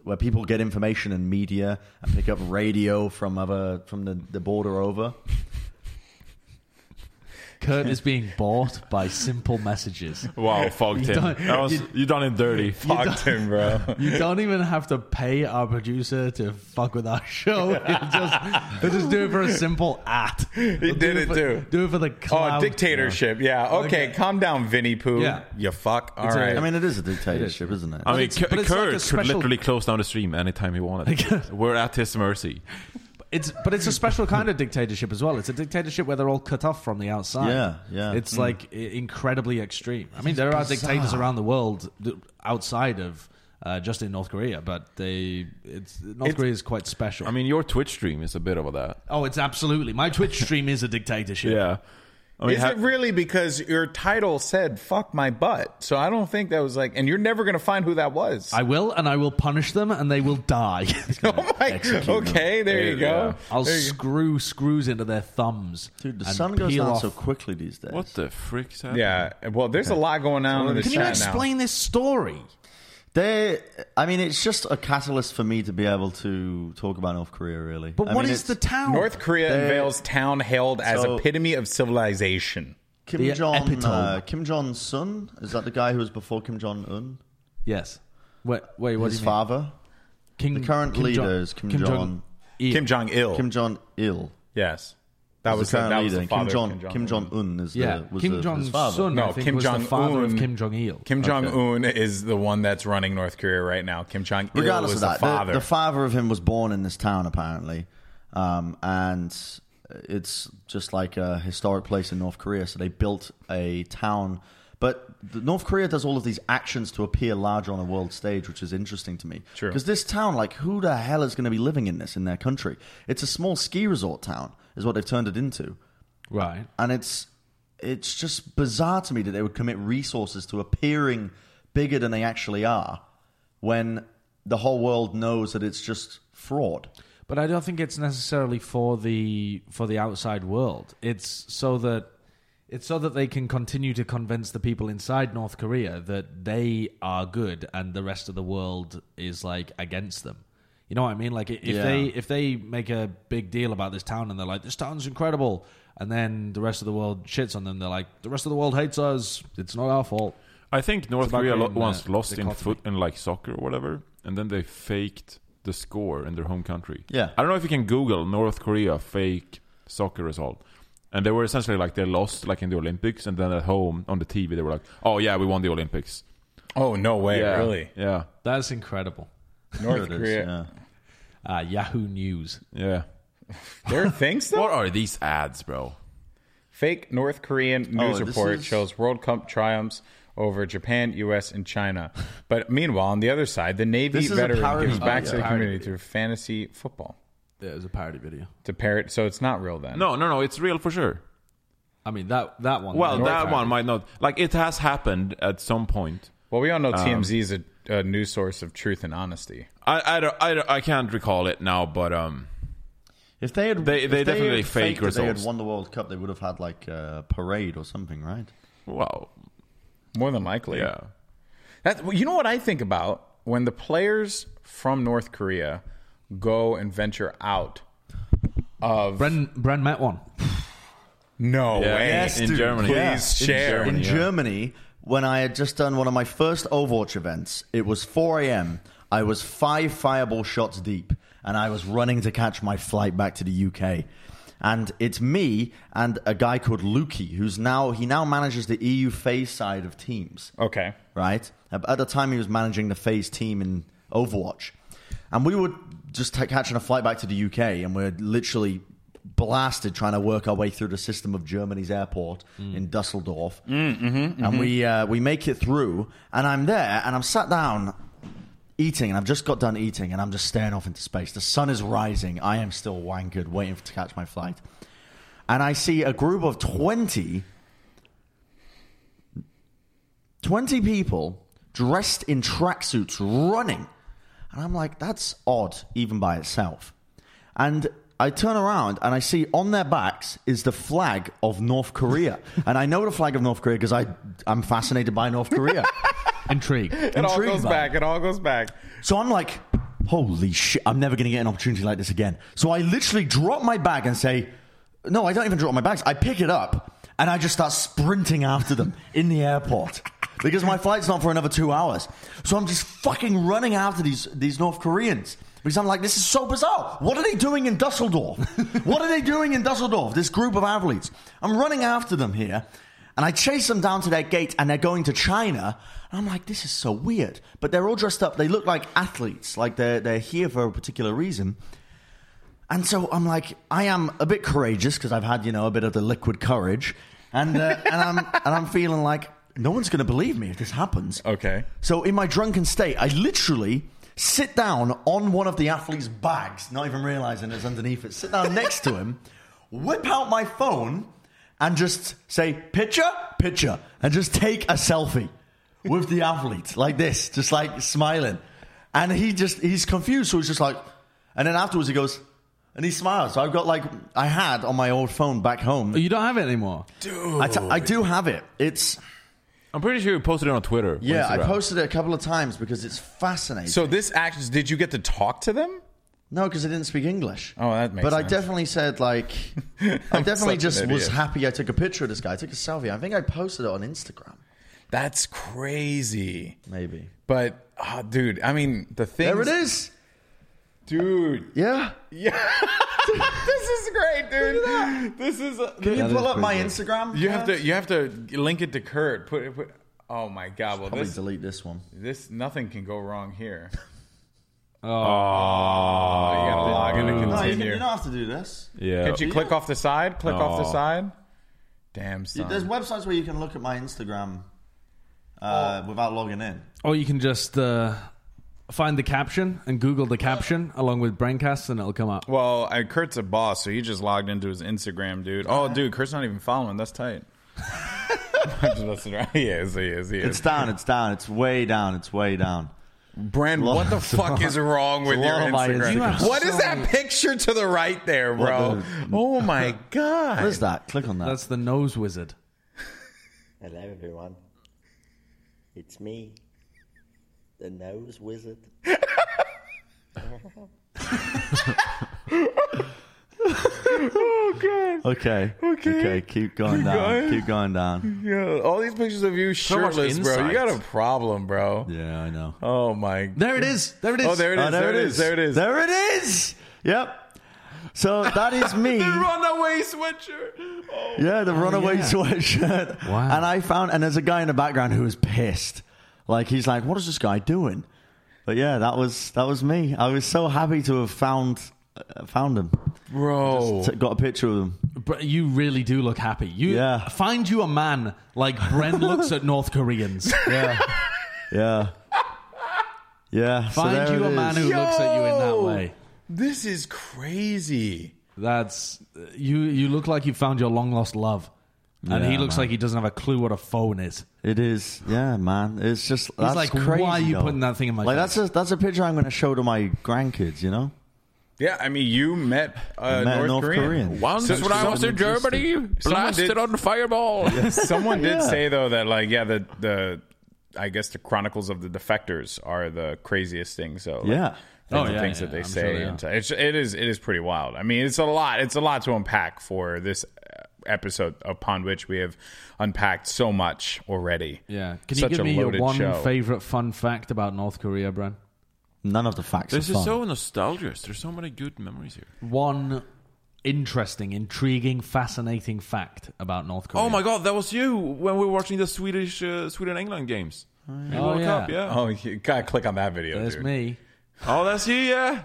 Speaker 2: Where people get information and media and pick up radio from other from the, the border over.
Speaker 3: Kurt is being bought by simple messages.
Speaker 4: Wow, fogged him.
Speaker 3: done-
Speaker 4: That was, you,
Speaker 3: you-
Speaker 4: done it dirty.
Speaker 1: Fucked him, bro.
Speaker 3: You don't even have to pay our producer to fuck with our show. It just, they just do it for a simple ad. He
Speaker 1: did it too.
Speaker 3: Do it for the cloud.
Speaker 1: Oh, dictatorship. Yeah. Okay,
Speaker 3: Okay.
Speaker 1: calm down, Vinny Pooh.
Speaker 3: Yeah.
Speaker 1: You fuck. All
Speaker 3: a-
Speaker 1: right.
Speaker 2: I mean, it is a dictatorship, isn't it?
Speaker 4: I mean,
Speaker 3: it's- but
Speaker 4: Kurt
Speaker 3: it's like a
Speaker 4: could
Speaker 3: special-
Speaker 4: literally close down the stream anytime he wanted. We're at his mercy.
Speaker 3: It's but it's a special kind of dictatorship as well. It's a dictatorship where they're all cut off from the outside.
Speaker 2: Yeah, yeah.
Speaker 3: It's
Speaker 4: Hmm.
Speaker 3: like i- incredibly extreme. I mean, there are dictators around the world th- outside of uh, just in North Korea, but they it's North Korea is quite special.
Speaker 4: I mean, your Twitch stream is a bit of that.
Speaker 3: oh, it's absolutely my Twitch stream is a dictatorship.
Speaker 4: Yeah. I mean,
Speaker 1: is
Speaker 4: ha-
Speaker 1: it really because your title said "fuck my butt"? So I don't think that was like, and you're never gonna find who that was.
Speaker 3: I will, and I will punish them, and they will die.
Speaker 1: oh my. Okay, there you
Speaker 4: Yeah.
Speaker 1: go.
Speaker 3: I'll
Speaker 1: There you go.
Speaker 3: screw screws into their thumbs.
Speaker 2: Dude, the
Speaker 3: and
Speaker 2: sun goes
Speaker 3: peel
Speaker 2: down
Speaker 3: off.
Speaker 2: so quickly these days.
Speaker 4: what the frick's happening?
Speaker 1: Yeah. Well, there's a lot going on in the
Speaker 3: Can
Speaker 1: chat
Speaker 3: you explain this story?
Speaker 2: They, I mean, it's just a catalyst for me to be able to talk about North Korea, really.
Speaker 3: But
Speaker 2: I
Speaker 3: what
Speaker 2: mean,
Speaker 3: is the
Speaker 2: it's
Speaker 1: now.
Speaker 3: town?
Speaker 1: North Korea
Speaker 2: They-
Speaker 1: unveils town hailed as
Speaker 2: So-
Speaker 1: epitome of civilization.
Speaker 2: Kim
Speaker 3: the
Speaker 2: Jong uh,
Speaker 3: epitome?
Speaker 2: Kim Jong Sun? Is that the guy who was before Kim Jong Un?
Speaker 3: Yes. Wait, wait. What
Speaker 2: His
Speaker 3: do you mean?
Speaker 2: father,
Speaker 3: King,
Speaker 2: the current
Speaker 3: Kim
Speaker 2: leader
Speaker 3: Jong-
Speaker 2: is Kim, Jong,
Speaker 3: Il.
Speaker 1: Kim Jong Il.
Speaker 2: Kim Jong Il.
Speaker 1: yes. That was,
Speaker 2: the
Speaker 1: the,
Speaker 2: current
Speaker 1: that was
Speaker 2: leader.
Speaker 1: the father
Speaker 2: Kim
Speaker 1: of
Speaker 2: Jong Kim Jong Un is
Speaker 3: Yeah,
Speaker 2: the was
Speaker 3: Kim
Speaker 2: the,
Speaker 3: Jong
Speaker 2: his father.
Speaker 3: Sun.
Speaker 1: No,
Speaker 3: I think,
Speaker 1: Kim
Speaker 3: was
Speaker 1: Jong
Speaker 3: the father
Speaker 1: Un.
Speaker 3: of Kim Jong Il.
Speaker 1: Kim Jong Un is the one that's running North Korea right now. Kim Jong Il
Speaker 2: Regardless
Speaker 1: was
Speaker 2: of that,
Speaker 1: the father.
Speaker 2: The, father of him was born in this town apparently, um, and it's just like a historic place in North Korea. So they built a town, but the, North Korea does all of these actions to appear large on a world stage, which is interesting to me.
Speaker 1: True.
Speaker 2: because this town, like, who the hell is going to be living in this in their country? It's a small ski resort town, is what they've turned it into
Speaker 3: Right.
Speaker 2: and it's it's just bizarre to me that they would commit resources to appearing bigger than they actually are when the whole world knows that it's just fraud.
Speaker 3: But I don't think it's necessarily for the for the outside world. It's so that it's so that they can continue to convince the people inside North Korea that they are good and the rest of the world is like against them. You know what I mean? Like i- if
Speaker 2: Yeah.
Speaker 3: they if they make a big deal about this town and they're like this town's incredible and then the rest of the world shits on them, they're like the rest of the world hates us. It's not our fault.
Speaker 4: I think North
Speaker 3: about
Speaker 4: Korea lo-
Speaker 3: creating, uh,
Speaker 4: once lost in
Speaker 3: dichotomy.
Speaker 4: foot in like soccer or whatever, and then they faked the score in their home country.
Speaker 2: Yeah.
Speaker 4: I don't know if you can Google North Korea fake soccer result. And they were essentially like they lost like in the Olympics, and then at home on the TV they were like, "Oh yeah, we won the Olympics."
Speaker 1: oh no way!
Speaker 4: yeah,
Speaker 1: Really?
Speaker 4: Yeah,
Speaker 3: That's incredible.
Speaker 1: North
Speaker 2: It is,
Speaker 1: Korea.
Speaker 2: yeah.
Speaker 3: Uh, Yahoo News.
Speaker 4: yeah.
Speaker 1: There are things though.
Speaker 4: What are these ads, bro?
Speaker 1: Fake North Korean news
Speaker 2: Oh, this
Speaker 1: report
Speaker 2: is-
Speaker 1: shows World Cup triumphs over Japan, U.S., and China. But meanwhile, on the other side, the Navy
Speaker 2: This is a
Speaker 1: veteran
Speaker 2: parody.
Speaker 1: gives back
Speaker 2: Oh,
Speaker 1: to
Speaker 2: yeah.
Speaker 1: the community through fantasy football.
Speaker 3: Yeah, it was a parody video.
Speaker 1: to parrot. So it's not real then.
Speaker 4: No, no, no. It's real for sure.
Speaker 1: Mm-hmm.
Speaker 3: I mean that that one.
Speaker 4: Well,
Speaker 3: that,
Speaker 4: that one might not. Like it has happened at some point.
Speaker 1: Well, we all
Speaker 2: Um,
Speaker 1: know TMZ is a, a news source of truth and honesty.
Speaker 4: I I don't, I, don't, I can't recall it now, but um.
Speaker 2: If they had,
Speaker 4: They-
Speaker 2: if
Speaker 4: they
Speaker 2: had
Speaker 4: definitely fake
Speaker 2: faked that They had
Speaker 4: results.
Speaker 2: won the World Cup. They would have had like a parade or something, right?
Speaker 4: Well,
Speaker 1: More than likely.
Speaker 4: yeah.
Speaker 1: That, well, you know what I think about when the players from North Korea go and venture out of
Speaker 3: Bren Bren met one.
Speaker 1: no
Speaker 4: Yeah.
Speaker 1: way.
Speaker 4: Yes, In dude. Germany.
Speaker 1: Please
Speaker 4: Yeah. In
Speaker 1: share.
Speaker 4: Germany.
Speaker 2: In
Speaker 4: Yeah.
Speaker 2: Germany, when I had just done one of my first Overwatch events, it was 4 a.m. I was five fireball shots deep, and I was running to catch my flight back to the UK. And it's me and a guy called Lukey, who's now he now manages the EU phase side of teams.
Speaker 1: Okay.
Speaker 2: right? At at the time, he was managing the phase team in Overwatch. And we were just t- catching a flight back to the UK, and we're literally blasted trying to work our way through the system of Germany's airport in Dusseldorf. And we uh, we make it through, and I'm there, and I'm sat down eating, and I've just got done eating, and I'm just staring off into space. The sun is rising. I am still wankered, waiting to catch my flight. And I see a group of 20 20 people dressed in tracksuits running. And I'm like, that's odd even by itself. And I turn around and I see on their backs is the flag of North Korea. and I know the flag of North Korea because I'm fascinated by North Korea.
Speaker 3: Intrigue.
Speaker 1: It all
Speaker 2: Intrigued
Speaker 1: goes
Speaker 2: by
Speaker 1: back. It all goes back.
Speaker 2: So I'm like, holy shit, I'm never going to get an opportunity like this again. So I literally drop my bag and say, no, I don't even drop my bags. I pick it up and I just start sprinting after them in the airport because my flight's not for another two hours. So I'm just fucking running after these, these North Koreans. Because I'm like, this is so bizarre. What are they doing in Dusseldorf? what are they doing in Dusseldorf? This group of athletes. I'm running after them here. And I chase them down to their gate and they're going to China. And I'm like, this is so weird. But they're all dressed up. They look like athletes. Like they're, they're here for a particular reason. And so I'm like, I am a bit courageous because I've had, you know, a bit of the liquid courage. And, uh, and, I'm, and I'm feeling like no one's going to believe me if this happens.
Speaker 1: Okay.
Speaker 2: So in my drunken state, I literally sit down on one of the athlete's bags, not even realizing it's underneath it. Sit down next to him, whip out my phone, and just say picture, picture, and just take a selfie with the athlete like this, just like smiling. And he just he's confused, so he's just like, and then afterwards he goes. And he smiles. So I've got like I had on my old phone back home.
Speaker 3: Oh, You don't have it anymore.
Speaker 2: I, t- I do have it. It's
Speaker 4: I'm pretty sure you posted it on Twitter.
Speaker 2: yeah. I
Speaker 4: Instagram.
Speaker 2: posted it a couple of times because it's fascinating.
Speaker 1: So this action. Did you get to talk to them?
Speaker 2: No, because I didn't speak English.
Speaker 1: Oh, that makes
Speaker 2: But I
Speaker 1: sense.
Speaker 2: definitely said like, I
Speaker 1: I'm such
Speaker 2: definitely
Speaker 1: an
Speaker 2: just was
Speaker 1: idiot.
Speaker 2: happy. I took a picture of this guy. I took a selfie. I think I posted it on Instagram.
Speaker 1: That's crazy.
Speaker 2: Maybe
Speaker 1: But ah, dude, I mean, the thing.
Speaker 2: there it is.
Speaker 1: dude.
Speaker 2: Yeah.
Speaker 1: Yeah. this is great, dude. This is.
Speaker 2: Can you
Speaker 3: that
Speaker 2: pull
Speaker 3: is
Speaker 2: up my
Speaker 3: pretty
Speaker 2: Instagram?
Speaker 1: you have to. You have to link it to Kurt. Put. it. put oh my God. Well,
Speaker 2: Probably
Speaker 1: this.
Speaker 2: delete this one.
Speaker 1: This. Nothing can go wrong here.
Speaker 4: Oh,
Speaker 1: You gotta log in and
Speaker 2: No, you, can,
Speaker 1: continue.
Speaker 2: you don't have to do this.
Speaker 4: yeah.
Speaker 1: Could you click off the side? Click off the
Speaker 4: No.
Speaker 1: side. Damn son.
Speaker 2: There's websites where you can look at my Instagram uh, without logging in.
Speaker 3: Or you can just uh, find the caption and Google the caption along with Braincast, and it'll come up.
Speaker 1: well, I, Kurt's a boss, so he just logged into his Instagram, dude. Oh, dude, Kurt's not even following. That's tight. That's right. He is. He is. He is.
Speaker 2: It's down. It's down. It's way down. It's way down.
Speaker 1: Brand,
Speaker 2: Well,
Speaker 1: what the
Speaker 2: it's a
Speaker 1: fuck
Speaker 2: lot-
Speaker 1: is wrong with
Speaker 2: it's a
Speaker 1: your
Speaker 2: lot of my
Speaker 1: Instagram?
Speaker 2: Instagram.
Speaker 1: What is that picture to the right there, bro?
Speaker 2: the-
Speaker 1: Oh my god!
Speaker 2: What is that? Click on that.
Speaker 3: That's the nose wizard.
Speaker 6: Hello, everyone. It's me, the nose wizard.
Speaker 2: okay. Okay. Okay. Keep going down.
Speaker 1: going.
Speaker 2: Keep going down.
Speaker 1: Yeah, all these pictures of you
Speaker 4: much
Speaker 1: shirtless, bro. You
Speaker 4: insight.
Speaker 1: got a problem, bro.
Speaker 2: Yeah, I know.
Speaker 1: Oh my. god.
Speaker 3: There it is. There it is.
Speaker 1: Oh, there it is.
Speaker 2: Oh,
Speaker 1: there it is. There it is.
Speaker 2: There it is. Yep. So that is me.
Speaker 4: runaway sweatshirt? Oh.
Speaker 2: yeah, the runaway
Speaker 3: yeah.
Speaker 2: sweatshirt.
Speaker 3: Wow.
Speaker 2: And I found, and there's a guy in the background who was pissed. Like he's like, "What is this guy doing?" But yeah, that was that was me. I was so happy to have found uh, found him.
Speaker 1: bro.
Speaker 2: T- got a picture of him.
Speaker 3: But you really do look happy. You
Speaker 2: Yeah.
Speaker 3: find you a man like Bren looks at North Koreans.
Speaker 2: Yeah, yeah, yeah. so
Speaker 3: Find
Speaker 2: there
Speaker 3: you
Speaker 2: it
Speaker 3: a man
Speaker 2: is.
Speaker 3: who looks at you in that
Speaker 1: Yo!
Speaker 3: way.
Speaker 1: This is crazy.
Speaker 3: That's you. You look like you found your long lost love, and he
Speaker 2: Yeah,
Speaker 3: looks
Speaker 2: man.
Speaker 3: like he doesn't have a clue what a phone is.
Speaker 2: It is, yeah, man. It's just that's
Speaker 3: like,
Speaker 2: crazy,
Speaker 3: "Why are you
Speaker 2: though."
Speaker 3: putting that thing in my
Speaker 2: Like
Speaker 3: face?"
Speaker 2: that's a that's a picture I'm going to show to my grandkids. You know,
Speaker 1: Yeah, I mean, you met, uh,
Speaker 2: Met
Speaker 1: North,
Speaker 2: North
Speaker 1: Korean.
Speaker 2: Korean.
Speaker 4: Once
Speaker 1: So-
Speaker 4: when I was in
Speaker 2: someone just-
Speaker 4: Germany, blasted
Speaker 1: did-
Speaker 4: on fireball.
Speaker 1: Someone did
Speaker 2: Yeah.
Speaker 1: say though that like yeah the the I guess the chronicles of the defectors are the craziest things. So like,
Speaker 2: Yeah.
Speaker 1: things,
Speaker 3: Oh, yeah,
Speaker 1: things that
Speaker 3: yeah,
Speaker 1: they
Speaker 3: I'm sure
Speaker 1: say.
Speaker 3: they
Speaker 1: and it's, it is it is pretty wild. I mean, it's a lot. It's a lot to unpack for this uh, episode upon which we have unpacked so much already.
Speaker 3: Yeah. Can
Speaker 1: Such
Speaker 3: you
Speaker 1: a
Speaker 3: give me your
Speaker 1: loaded
Speaker 3: one
Speaker 1: show.
Speaker 3: favorite fun fact about North Korea, Bran?
Speaker 2: none of the facts.
Speaker 4: This
Speaker 2: are
Speaker 4: is
Speaker 2: fun.
Speaker 4: so nostalgic. There's so many good memories here.
Speaker 3: One interesting, intriguing, fascinating fact about North Korea.
Speaker 4: Oh my god, that was you when we were watching the Swedish uh, Sweden England games. In
Speaker 3: Oh,
Speaker 4: World
Speaker 3: yeah.
Speaker 4: Cup, yeah.
Speaker 1: Oh, you gotta click on that video.
Speaker 3: There's
Speaker 1: dude.
Speaker 3: me.
Speaker 4: Oh, that's you, yeah.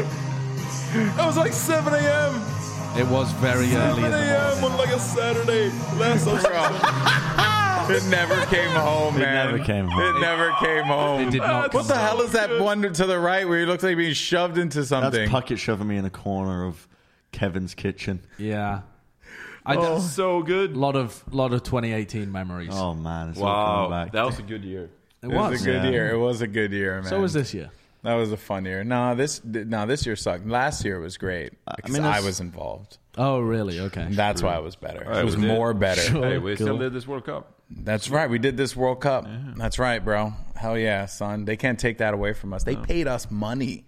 Speaker 4: it was like 7 a.m.
Speaker 3: It was very early.
Speaker 4: 7
Speaker 3: in the morning.
Speaker 4: a.m. on like a Saturday. Last of
Speaker 1: It never came home, man.
Speaker 2: never came home.
Speaker 1: It never came home.
Speaker 3: It did not.
Speaker 1: What
Speaker 3: come
Speaker 1: the
Speaker 3: out.
Speaker 1: hell is that one to the right where he looks like he's being shoved into
Speaker 2: That's
Speaker 1: something?
Speaker 2: Puckett shoving me in a corner of Kevin's kitchen.
Speaker 3: Yeah. I
Speaker 4: oh,
Speaker 3: a
Speaker 4: so good.
Speaker 3: lot of lot of 2018 memories.
Speaker 2: Oh man, it's all coming
Speaker 4: Wow,
Speaker 2: back.
Speaker 4: that was a good year.
Speaker 3: it
Speaker 1: It was
Speaker 3: was.
Speaker 1: a good
Speaker 2: Yeah.
Speaker 1: year. It was a good year, man.
Speaker 3: So was this year.
Speaker 1: That was a fun year. No, this no, this year sucked. Last year was great because I,
Speaker 2: mean, it's-
Speaker 1: was involved.
Speaker 3: Oh really? Okay.
Speaker 1: That's why I was better.
Speaker 4: Alright,
Speaker 1: it was
Speaker 4: we did.
Speaker 1: more better.
Speaker 3: Sure.
Speaker 4: Hey, we still
Speaker 3: Cool.
Speaker 4: did this World Cup.
Speaker 1: That's right. We did this World Cup. That's right, bro. Hell yeah, son. They can't take that away from us. They paid us money.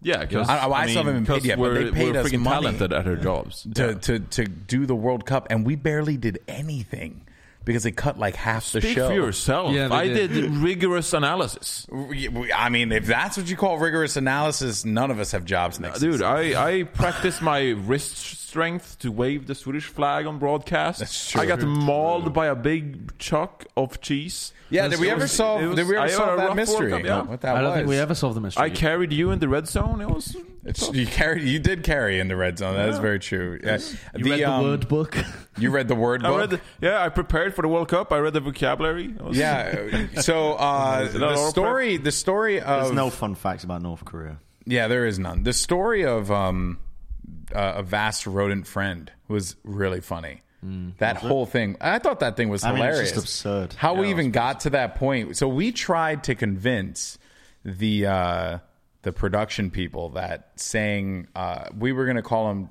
Speaker 4: Yeah, because
Speaker 1: I- I- I still haven't been paid yet, but they paid
Speaker 4: we're
Speaker 1: us
Speaker 4: freaking
Speaker 1: money.
Speaker 4: talented at our jobs.
Speaker 1: to, to to do the World Cup, and we barely did anything because they cut like half the
Speaker 4: Speak
Speaker 1: show.
Speaker 4: for yourself.
Speaker 3: Yeah, they
Speaker 4: I
Speaker 3: did.
Speaker 4: did rigorous analysis.
Speaker 1: We- we- I mean, if that's what you call rigorous analysis, none of us have jobs next.
Speaker 4: Dude,
Speaker 1: season.
Speaker 4: I, I practiced my wrist strength to wave the Swedish flag on broadcast.
Speaker 1: That's true.
Speaker 4: I got mauled by a big chuck of cheese.
Speaker 1: Yeah, did we ever solve- did we ever
Speaker 4: I had a
Speaker 1: solve that
Speaker 4: rough
Speaker 1: mystery?
Speaker 4: World Cup,
Speaker 1: No,
Speaker 4: yeah.
Speaker 1: what that
Speaker 3: I don't
Speaker 1: was.
Speaker 3: think we ever solved the mystery.
Speaker 4: I carried you in the red zone. It was
Speaker 1: It's, you carried. You did carry in the red zone. That is very true. Yeah.
Speaker 3: You read the
Speaker 1: um,
Speaker 3: word book.
Speaker 1: You read the word
Speaker 4: I
Speaker 1: book.
Speaker 4: read the, yeah, I prepared for the World Cup. I read the vocabulary. It was-
Speaker 1: yeah. uh, So uh,
Speaker 4: that
Speaker 1: the
Speaker 4: all
Speaker 1: story. The story
Speaker 2: There's
Speaker 1: of
Speaker 2: no fun facts about North Korea.
Speaker 1: yeah. There is none. The story of um, uh, a vast rodent friend was really funny. That whole thing. I thought that thing was
Speaker 2: I mean, it's
Speaker 1: hilarious.
Speaker 2: just absurd.
Speaker 1: How we even got to that point. So we tried to convince the uh, the production people that saying uh, we were going to call him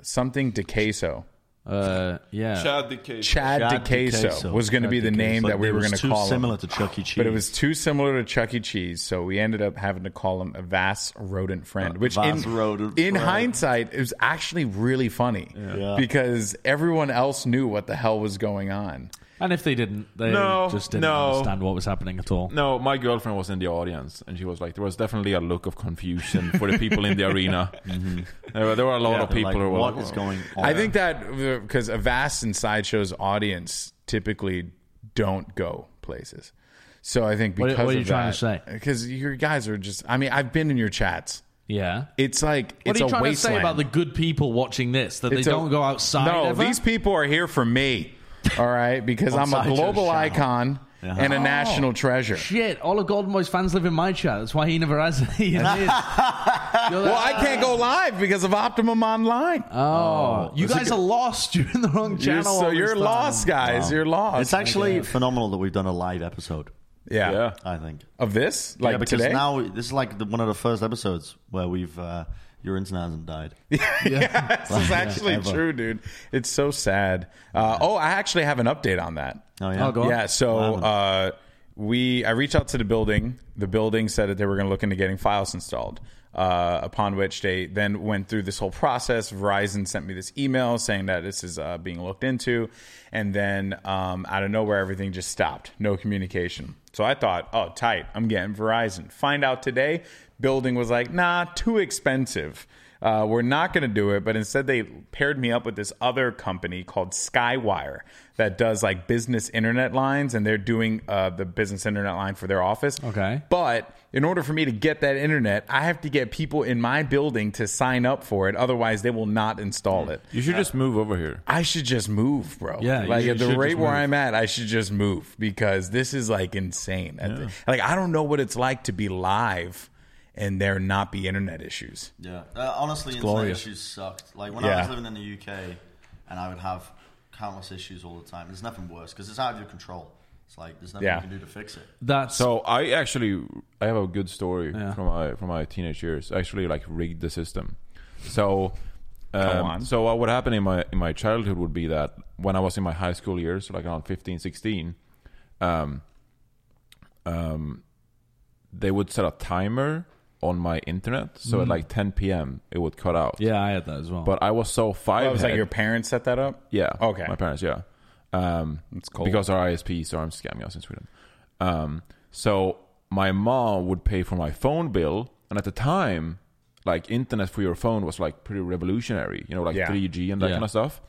Speaker 1: something DeCaso.
Speaker 3: uh, yeah.
Speaker 4: Chad the case.
Speaker 1: Chad,
Speaker 2: Chad
Speaker 1: DeCaso,
Speaker 2: DeCaso.
Speaker 1: was going to be the name
Speaker 2: Like,
Speaker 1: that we
Speaker 2: it
Speaker 1: were
Speaker 2: was
Speaker 1: going to
Speaker 2: too
Speaker 1: call him.
Speaker 2: similar to Chuck E. Cheese.
Speaker 1: But it was too similar to Chuck E. Cheese, so we ended up having to call him a vast rodent friend, which in,
Speaker 2: vast rodent
Speaker 1: in
Speaker 2: friend.
Speaker 1: hindsight is actually really funny
Speaker 2: Yeah.
Speaker 1: because everyone else knew what the hell was going on.
Speaker 3: And if they didn't, they
Speaker 4: No,
Speaker 3: just didn't
Speaker 4: no.
Speaker 3: understand what was happening at all.
Speaker 4: No, my girlfriend was in the audience, and she was like, "There was definitely a look of confusion for the people in the arena. There, were, there were a lot of
Speaker 2: Mm-hmm. Like,
Speaker 4: people who were
Speaker 2: what
Speaker 4: like, "Oh."
Speaker 2: is going on?
Speaker 1: I think that because a vast and sideshow's audience typically don't go places. So I think
Speaker 3: What-
Speaker 1: because
Speaker 3: what are you
Speaker 1: of
Speaker 3: trying to
Speaker 1: that-
Speaker 3: say?
Speaker 1: because your guys are just. I mean, I've been in your chats.
Speaker 3: Yeah.
Speaker 1: It's like
Speaker 3: what
Speaker 1: it's
Speaker 3: are you
Speaker 1: a
Speaker 3: trying
Speaker 1: wasteland.
Speaker 3: to say about the good people watching this that
Speaker 1: It's
Speaker 3: they
Speaker 1: a-
Speaker 3: don't go outside?
Speaker 1: No,
Speaker 3: ever?
Speaker 1: these people are here for me. All right, because I'm a
Speaker 2: Outside your Oh.
Speaker 1: global
Speaker 2: channel.
Speaker 1: icon and a national treasure.
Speaker 3: Shit, all of Golden Boy's fans live in my chat. That's why he never has any. in his.
Speaker 1: Well, I can't go live because of Optimum Online.
Speaker 2: Uh,
Speaker 3: Oh, you guys are lost. You're in the wrong channel.
Speaker 1: You're- so
Speaker 3: all this
Speaker 1: you're
Speaker 3: time.
Speaker 1: lost, guys. You're lost.
Speaker 2: it's actually phenomenal that we've done a live episode.
Speaker 1: yeah.
Speaker 4: yeah,
Speaker 2: I think.
Speaker 1: Of this, like
Speaker 2: yeah, because
Speaker 1: today.
Speaker 2: now this is like the, one of the first episodes where we've uh, your internet hasn't died.
Speaker 1: this is actually
Speaker 2: ever.
Speaker 1: true, dude. It's so sad. Uh, oh, I actually have an update on that.
Speaker 2: Oh yeah,
Speaker 3: Oh, go on.
Speaker 1: Yeah, so uh, we I reached out to the building. The building said that they were going to look into getting files installed. Uh, upon which they then went through this whole process. Verizon sent me this email saying that this is uh, being looked into, and then um, out of nowhere, everything just stopped. No communication. So I thought, oh, tight. I'm getting Verizon. Find out today. Building was like, nah, too expensive. Uh, we're not going to do it, but instead they paired me up with this other company called Skywire that does like business internet lines, and they're doing uh, the business internet line for their office.
Speaker 3: Okay.
Speaker 1: But in order for me to get that internet, I have to get people in my building to sign up for it. Otherwise, they will not install it.
Speaker 4: You should just move over here.
Speaker 1: I should just move, bro.
Speaker 3: Yeah, you
Speaker 1: like
Speaker 3: should-
Speaker 1: at the
Speaker 3: should
Speaker 1: rate
Speaker 3: just
Speaker 1: where
Speaker 3: move.
Speaker 1: I'm at, I should just move because this is like insane. At the- like I don't know what it's like to be live and there not be internet issues.
Speaker 2: Yeah. Uh, honestly, internet
Speaker 3: glorious.
Speaker 2: issues sucked. Like when
Speaker 1: Yeah.
Speaker 2: I was living in the UK, and I would have countless issues all the time. There's nothing worse because it's out of your control. It's like there's nothing
Speaker 1: Yeah.
Speaker 2: you can do to fix it.
Speaker 3: That's
Speaker 4: So I actually I have a good story
Speaker 3: Yeah.
Speaker 4: from my from my teenage years. I actually like rigged the system. So
Speaker 1: Come
Speaker 4: um,
Speaker 1: on.
Speaker 4: so what would happen in my in my childhood would be that when I was in my high school years, like around 15, 16, um, um, they would set a timer on my internet. So
Speaker 1: Mm-hmm.
Speaker 4: at like 10 p.m. it would cut out.
Speaker 3: yeah, I had that as well.
Speaker 4: But I was so five.
Speaker 1: That Oh, was like
Speaker 4: head-
Speaker 1: your parents set that up.
Speaker 4: yeah.
Speaker 1: Okay.
Speaker 4: My parents, yeah. Um,
Speaker 1: That's cold.
Speaker 4: Because our ISPs are I'm scamming us in Sweden. Um, so my mom would pay for my phone bill, and at the time, like internet for your phone was like pretty revolutionary, you know, like
Speaker 1: Yeah.
Speaker 4: 3G and that
Speaker 3: Yeah.
Speaker 4: kind of stuff.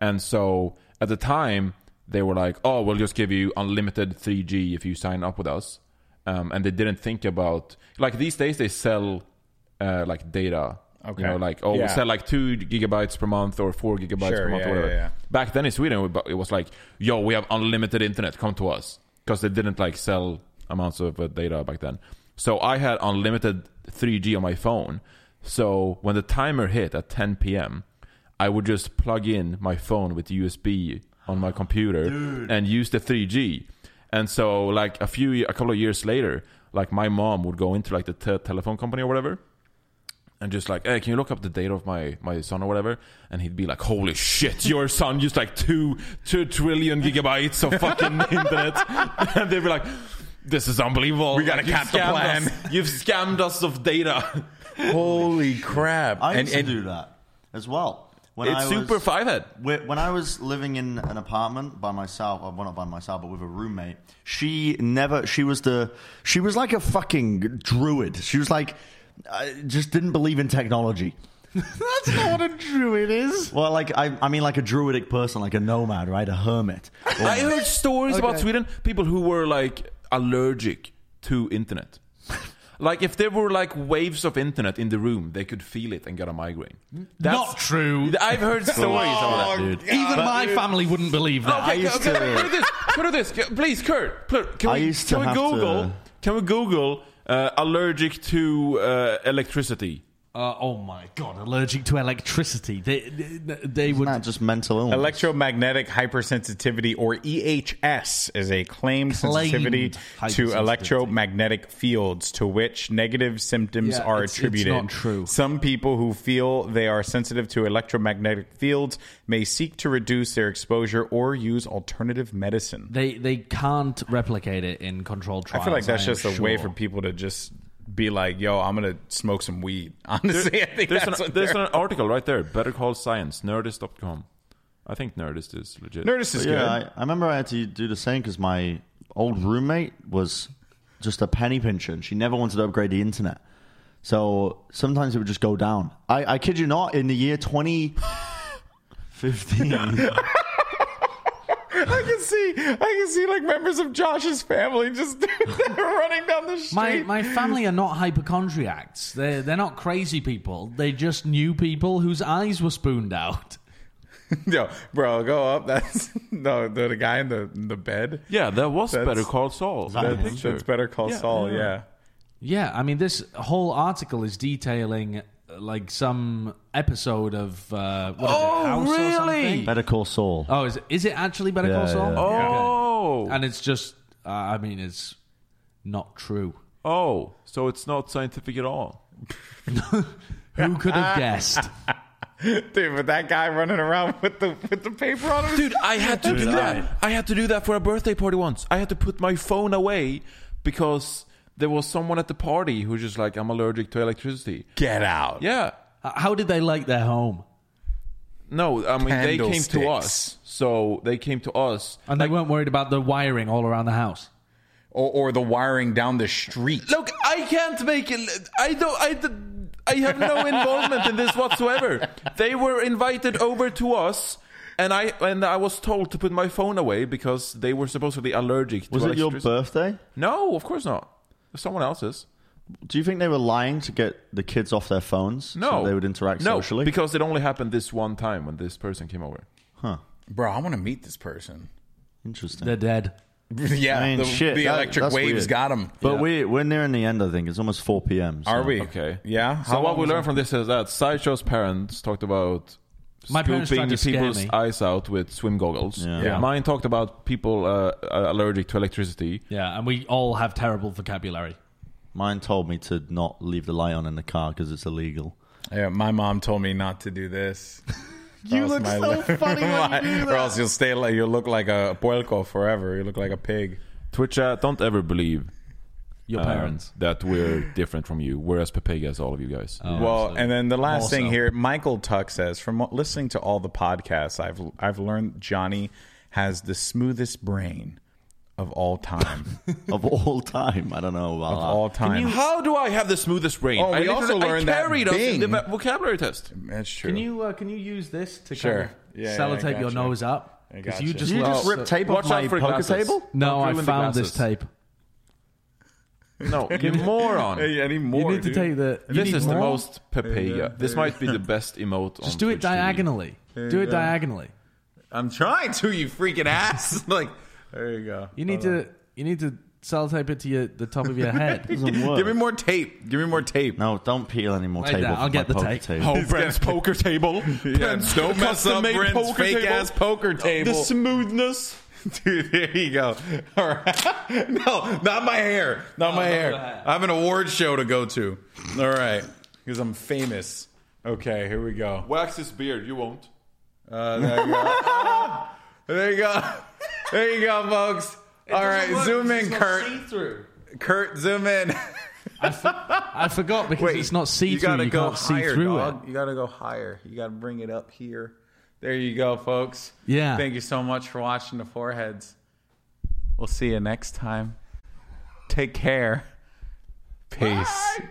Speaker 4: And so at the time, they were like, "Oh, we'll just give you unlimited 3G if you sign up with us," um, and they didn't think about like these days they sell uh, like data.
Speaker 1: Okay.
Speaker 4: You know, like oh, we
Speaker 1: Yeah.
Speaker 4: sell like two gigabytes per month or four gigabytes gigabytes
Speaker 1: Sure,
Speaker 4: per month or
Speaker 1: yeah,
Speaker 4: whatever.
Speaker 1: yeah, yeah.
Speaker 4: Back then in Sweden, we- but it was like, yo, we have unlimited internet, come to us. Because they didn't like sell amounts of uh, data back then. So I had unlimited 3G on my phone. So when the timer hit at 10 p.m., I would just plug in my phone with USB on my computer and use the 3G. And so like a few, a couple of years later, like my mom would go into like the te- telephone company or whatever and just like, hey, can you look up the date of my my son or whatever? And he'd be like, holy shit, your son used like two two trillion gigabytes of fucking internet, and they'd be like, this is unbelievable.
Speaker 1: We gotta
Speaker 4: Like, you've
Speaker 1: cap the
Speaker 4: scammed
Speaker 1: plan."
Speaker 4: us. You've scammed us of data.
Speaker 1: Holy crap!
Speaker 2: I
Speaker 1: and
Speaker 2: used
Speaker 1: and
Speaker 2: to do that as well. When
Speaker 4: it's
Speaker 2: I
Speaker 4: super
Speaker 2: was,
Speaker 4: fivehead.
Speaker 2: Wh- When I was living in an apartment by myself, uh, well, not by myself, but with a roommate, she never. She was the. She was like a fucking druid. She was like, I just didn't believe in technology.
Speaker 3: that's not what a druid is.
Speaker 2: Well, like I, I mean, like a druidic person, like a nomad, right? A hermit.
Speaker 4: I heard stories about Sweden people who were like allergic to internet. Like if there were like waves of internet in the room, they could feel it and got a migraine.
Speaker 1: Mm.
Speaker 4: That's
Speaker 3: Not true.
Speaker 4: I've heard stories about
Speaker 2: Oh,
Speaker 4: that.
Speaker 3: Even my family wouldn't believe that.
Speaker 4: Okay,
Speaker 2: used
Speaker 4: okay,
Speaker 2: to-
Speaker 4: Kurt, do this. Kurt, do this. Can- Please, Kurt. pl- Can we,
Speaker 2: I used to
Speaker 4: can we
Speaker 2: have
Speaker 4: Google?
Speaker 2: to-
Speaker 4: Can we Google uh, allergic to uh, electricity?
Speaker 3: Uh, oh my god, allergic to electricity. They they, they would.
Speaker 2: Not just mental illness.
Speaker 1: Electromagnetic hypersensitivity, or EHS, is a claimed, sensitivity to
Speaker 3: hypersensitivity.
Speaker 1: electromagnetic fields to which negative symptoms
Speaker 3: Yeah,
Speaker 1: are
Speaker 3: it's- it's
Speaker 1: attributed.
Speaker 3: not true.
Speaker 1: Some people who feel they are sensitive to electromagnetic fields may seek to reduce their exposure or use alternative medicine.
Speaker 3: They they can't replicate it in controlled
Speaker 1: I
Speaker 3: trials.
Speaker 1: feel like that's
Speaker 3: am
Speaker 1: just a way
Speaker 3: sure.
Speaker 1: for people to just be like, "Yo, I'm gonna smoke some weed." Honestly, I think
Speaker 4: There's,
Speaker 1: that's
Speaker 4: an,
Speaker 1: what
Speaker 4: there's
Speaker 1: they're-
Speaker 4: an article right there. Better Call Science, Nerdist.com. I think Nerdist is legit.
Speaker 1: Nerdist is
Speaker 2: Yeah,
Speaker 1: good.
Speaker 2: I, I remember I had to do the same because my old roommate was just a penny pincher. And she never wanted to upgrade the internet. So sometimes it would just go down. I, I kid you not, in the year 2015,
Speaker 1: I can see, I can see like members of Josh's family just running down the street.
Speaker 3: My my family are not hypochondriacs. They're they're not crazy people. They just knew people whose eyes were spooned out.
Speaker 1: Yo, bro, go up. That's no, the, the guy in the in the bed.
Speaker 4: Yeah, that was
Speaker 1: That's-
Speaker 4: Better Call Saul.
Speaker 1: That's,
Speaker 4: That picture.
Speaker 1: that's better call
Speaker 4: Yeah,
Speaker 1: Saul. Yeah.
Speaker 3: Yeah, I mean this whole article is detailing uh, like some episode of uh, what is
Speaker 4: Oh,
Speaker 3: it, House or
Speaker 4: really?
Speaker 3: something?
Speaker 2: Better Call Saul.
Speaker 4: Uh,
Speaker 3: Oh, is it, is it actually Better Call
Speaker 2: Yeah,
Speaker 3: Saul?
Speaker 2: yeah.
Speaker 4: Oh,
Speaker 3: And it's just, uh, I mean, it's not true.
Speaker 4: oh, so it's not scientific at all.
Speaker 3: Who could have guessed?
Speaker 1: dude, but that guy running around with the with the paper on him.
Speaker 4: Dude, I had to do that. I had to do that for a birthday party once. I had to put my phone away because there was someone at the party who was just like, I'm allergic to electricity.
Speaker 1: get out.
Speaker 4: Yeah.
Speaker 3: How did they like their home?
Speaker 4: No, I mean they came to us.
Speaker 1: Candlesticks.
Speaker 4: So they came to us.
Speaker 3: And they weren't worried about the wiring all around the house.
Speaker 1: Or, or the wiring down the street.
Speaker 4: Look, I can't make it. I don't. I. I have no involvement in this whatsoever. They were invited over to us, and I and I was told to put my phone away because they were supposedly allergic.
Speaker 2: Was
Speaker 4: to
Speaker 2: it your
Speaker 4: electric-
Speaker 2: birthday?
Speaker 4: No, of course not. Someone else's.
Speaker 2: Do you think they were lying to get the kids off their phones? so
Speaker 4: No,
Speaker 2: that they would interact
Speaker 4: no,
Speaker 2: socially.
Speaker 4: because it only happened this one time when this person came over.
Speaker 2: huh?
Speaker 1: Bro, I want to meet this person.
Speaker 2: Interesting.
Speaker 3: They're dead.
Speaker 1: yeah,
Speaker 2: I mean,
Speaker 1: the,
Speaker 2: shit,
Speaker 1: the
Speaker 2: that-
Speaker 1: electric
Speaker 2: that's
Speaker 1: waves
Speaker 2: weird.
Speaker 1: got him.
Speaker 2: But we we're nearing the end. I think it's almost four p.m. so-
Speaker 1: Are we?
Speaker 4: Okay.
Speaker 1: Yeah.
Speaker 4: So what
Speaker 1: long
Speaker 4: we
Speaker 1: was
Speaker 4: learned
Speaker 1: it?
Speaker 4: from this is that Sideshow's parents talked about
Speaker 3: My parents
Speaker 4: scooping
Speaker 3: tried to scare
Speaker 4: people's
Speaker 3: me.
Speaker 4: eyes out with swim goggles.
Speaker 2: Yeah.
Speaker 1: Yeah.
Speaker 4: Mine talked about people uh, uh, allergic to electricity.
Speaker 3: Yeah, and we all have terrible vocabulary.
Speaker 2: Mine told me to not leave the light on in the car because it's illegal.
Speaker 1: Yeah, my mom told me not to do this. you
Speaker 2: look so funny when you do
Speaker 1: Or else you'll stay like you'll look like a puerco forever. You look like a pig.
Speaker 4: Twitch, uh, don't ever believe
Speaker 3: Your
Speaker 4: um,
Speaker 3: parents.
Speaker 4: that we're different from you. We're as Pepega as all of you guys.
Speaker 3: Oh.
Speaker 1: well, and then the last
Speaker 3: Also.
Speaker 1: thing here, Michael Tuck says, from what- listening to all the podcasts, I've I've learned Johnny has the smoothest brain of all time. of
Speaker 2: Of all time, I don't know about that.
Speaker 1: all time.
Speaker 4: How do I have the smoothest brain?
Speaker 1: Oh,
Speaker 4: I
Speaker 1: we also
Speaker 4: literally- I
Speaker 1: learned that
Speaker 4: carried us in
Speaker 1: Bing-
Speaker 4: the va- vocabulary test.
Speaker 1: That's true.
Speaker 3: Can you uh, can you use this to
Speaker 1: Sure.
Speaker 3: kind of
Speaker 1: Yeah, yeah, I
Speaker 3: sellotape your
Speaker 1: gotcha.
Speaker 3: nose up?
Speaker 1: I
Speaker 3: you
Speaker 1: gotcha.
Speaker 3: just,
Speaker 2: Did you just
Speaker 3: lost-
Speaker 2: rip tape off
Speaker 4: Watch out
Speaker 2: my
Speaker 4: for
Speaker 2: poker
Speaker 4: glasses.
Speaker 2: table?
Speaker 3: No,
Speaker 4: Don't
Speaker 3: I
Speaker 4: ruin the
Speaker 3: found this
Speaker 4: glasses.
Speaker 3: tape.
Speaker 4: No, you moron.
Speaker 1: Hey, any more,
Speaker 3: You need to
Speaker 1: dude?
Speaker 3: take the. you
Speaker 4: This
Speaker 3: need
Speaker 4: is the
Speaker 3: more?
Speaker 4: most Pepega. This might be the best emote.
Speaker 3: Just do it diagonally. Do it diagonally.
Speaker 4: I'm trying to, you freaking ass. like, there you go.
Speaker 3: You need to. You need to sellotape it to your, the top of your head.
Speaker 2: Doesn't work.
Speaker 4: more tape. Give me more tape.
Speaker 2: no, don't peel any more
Speaker 3: Like
Speaker 2: table.
Speaker 3: that,
Speaker 2: from
Speaker 3: I'll get
Speaker 2: my
Speaker 3: the
Speaker 2: poker
Speaker 3: tape.
Speaker 2: table.
Speaker 4: Oh, Brent's poker table. Brent's
Speaker 1: don't mess up
Speaker 4: custom-made
Speaker 1: Brent's fake ass poker table.
Speaker 4: The smoothness.
Speaker 1: Dude, there you go. All right. No, not my hair. Not my hair. I have an award show to go to. All right. Because I'm famous. Okay, here we go.
Speaker 4: Wax his beard. You won't.
Speaker 1: Uh, there you go. there you go. There you go, folks. All right, zoom in, Kurt.
Speaker 3: through.
Speaker 1: Kurt, zoom in.
Speaker 3: I forgot because it's not see through. You, can't see through it.
Speaker 1: You gotta go higher. You gotta bring it up here. There you go, folks.
Speaker 3: Yeah.
Speaker 1: Thank you so much for watching the foreheads. We'll see you next time. Take care. Peace.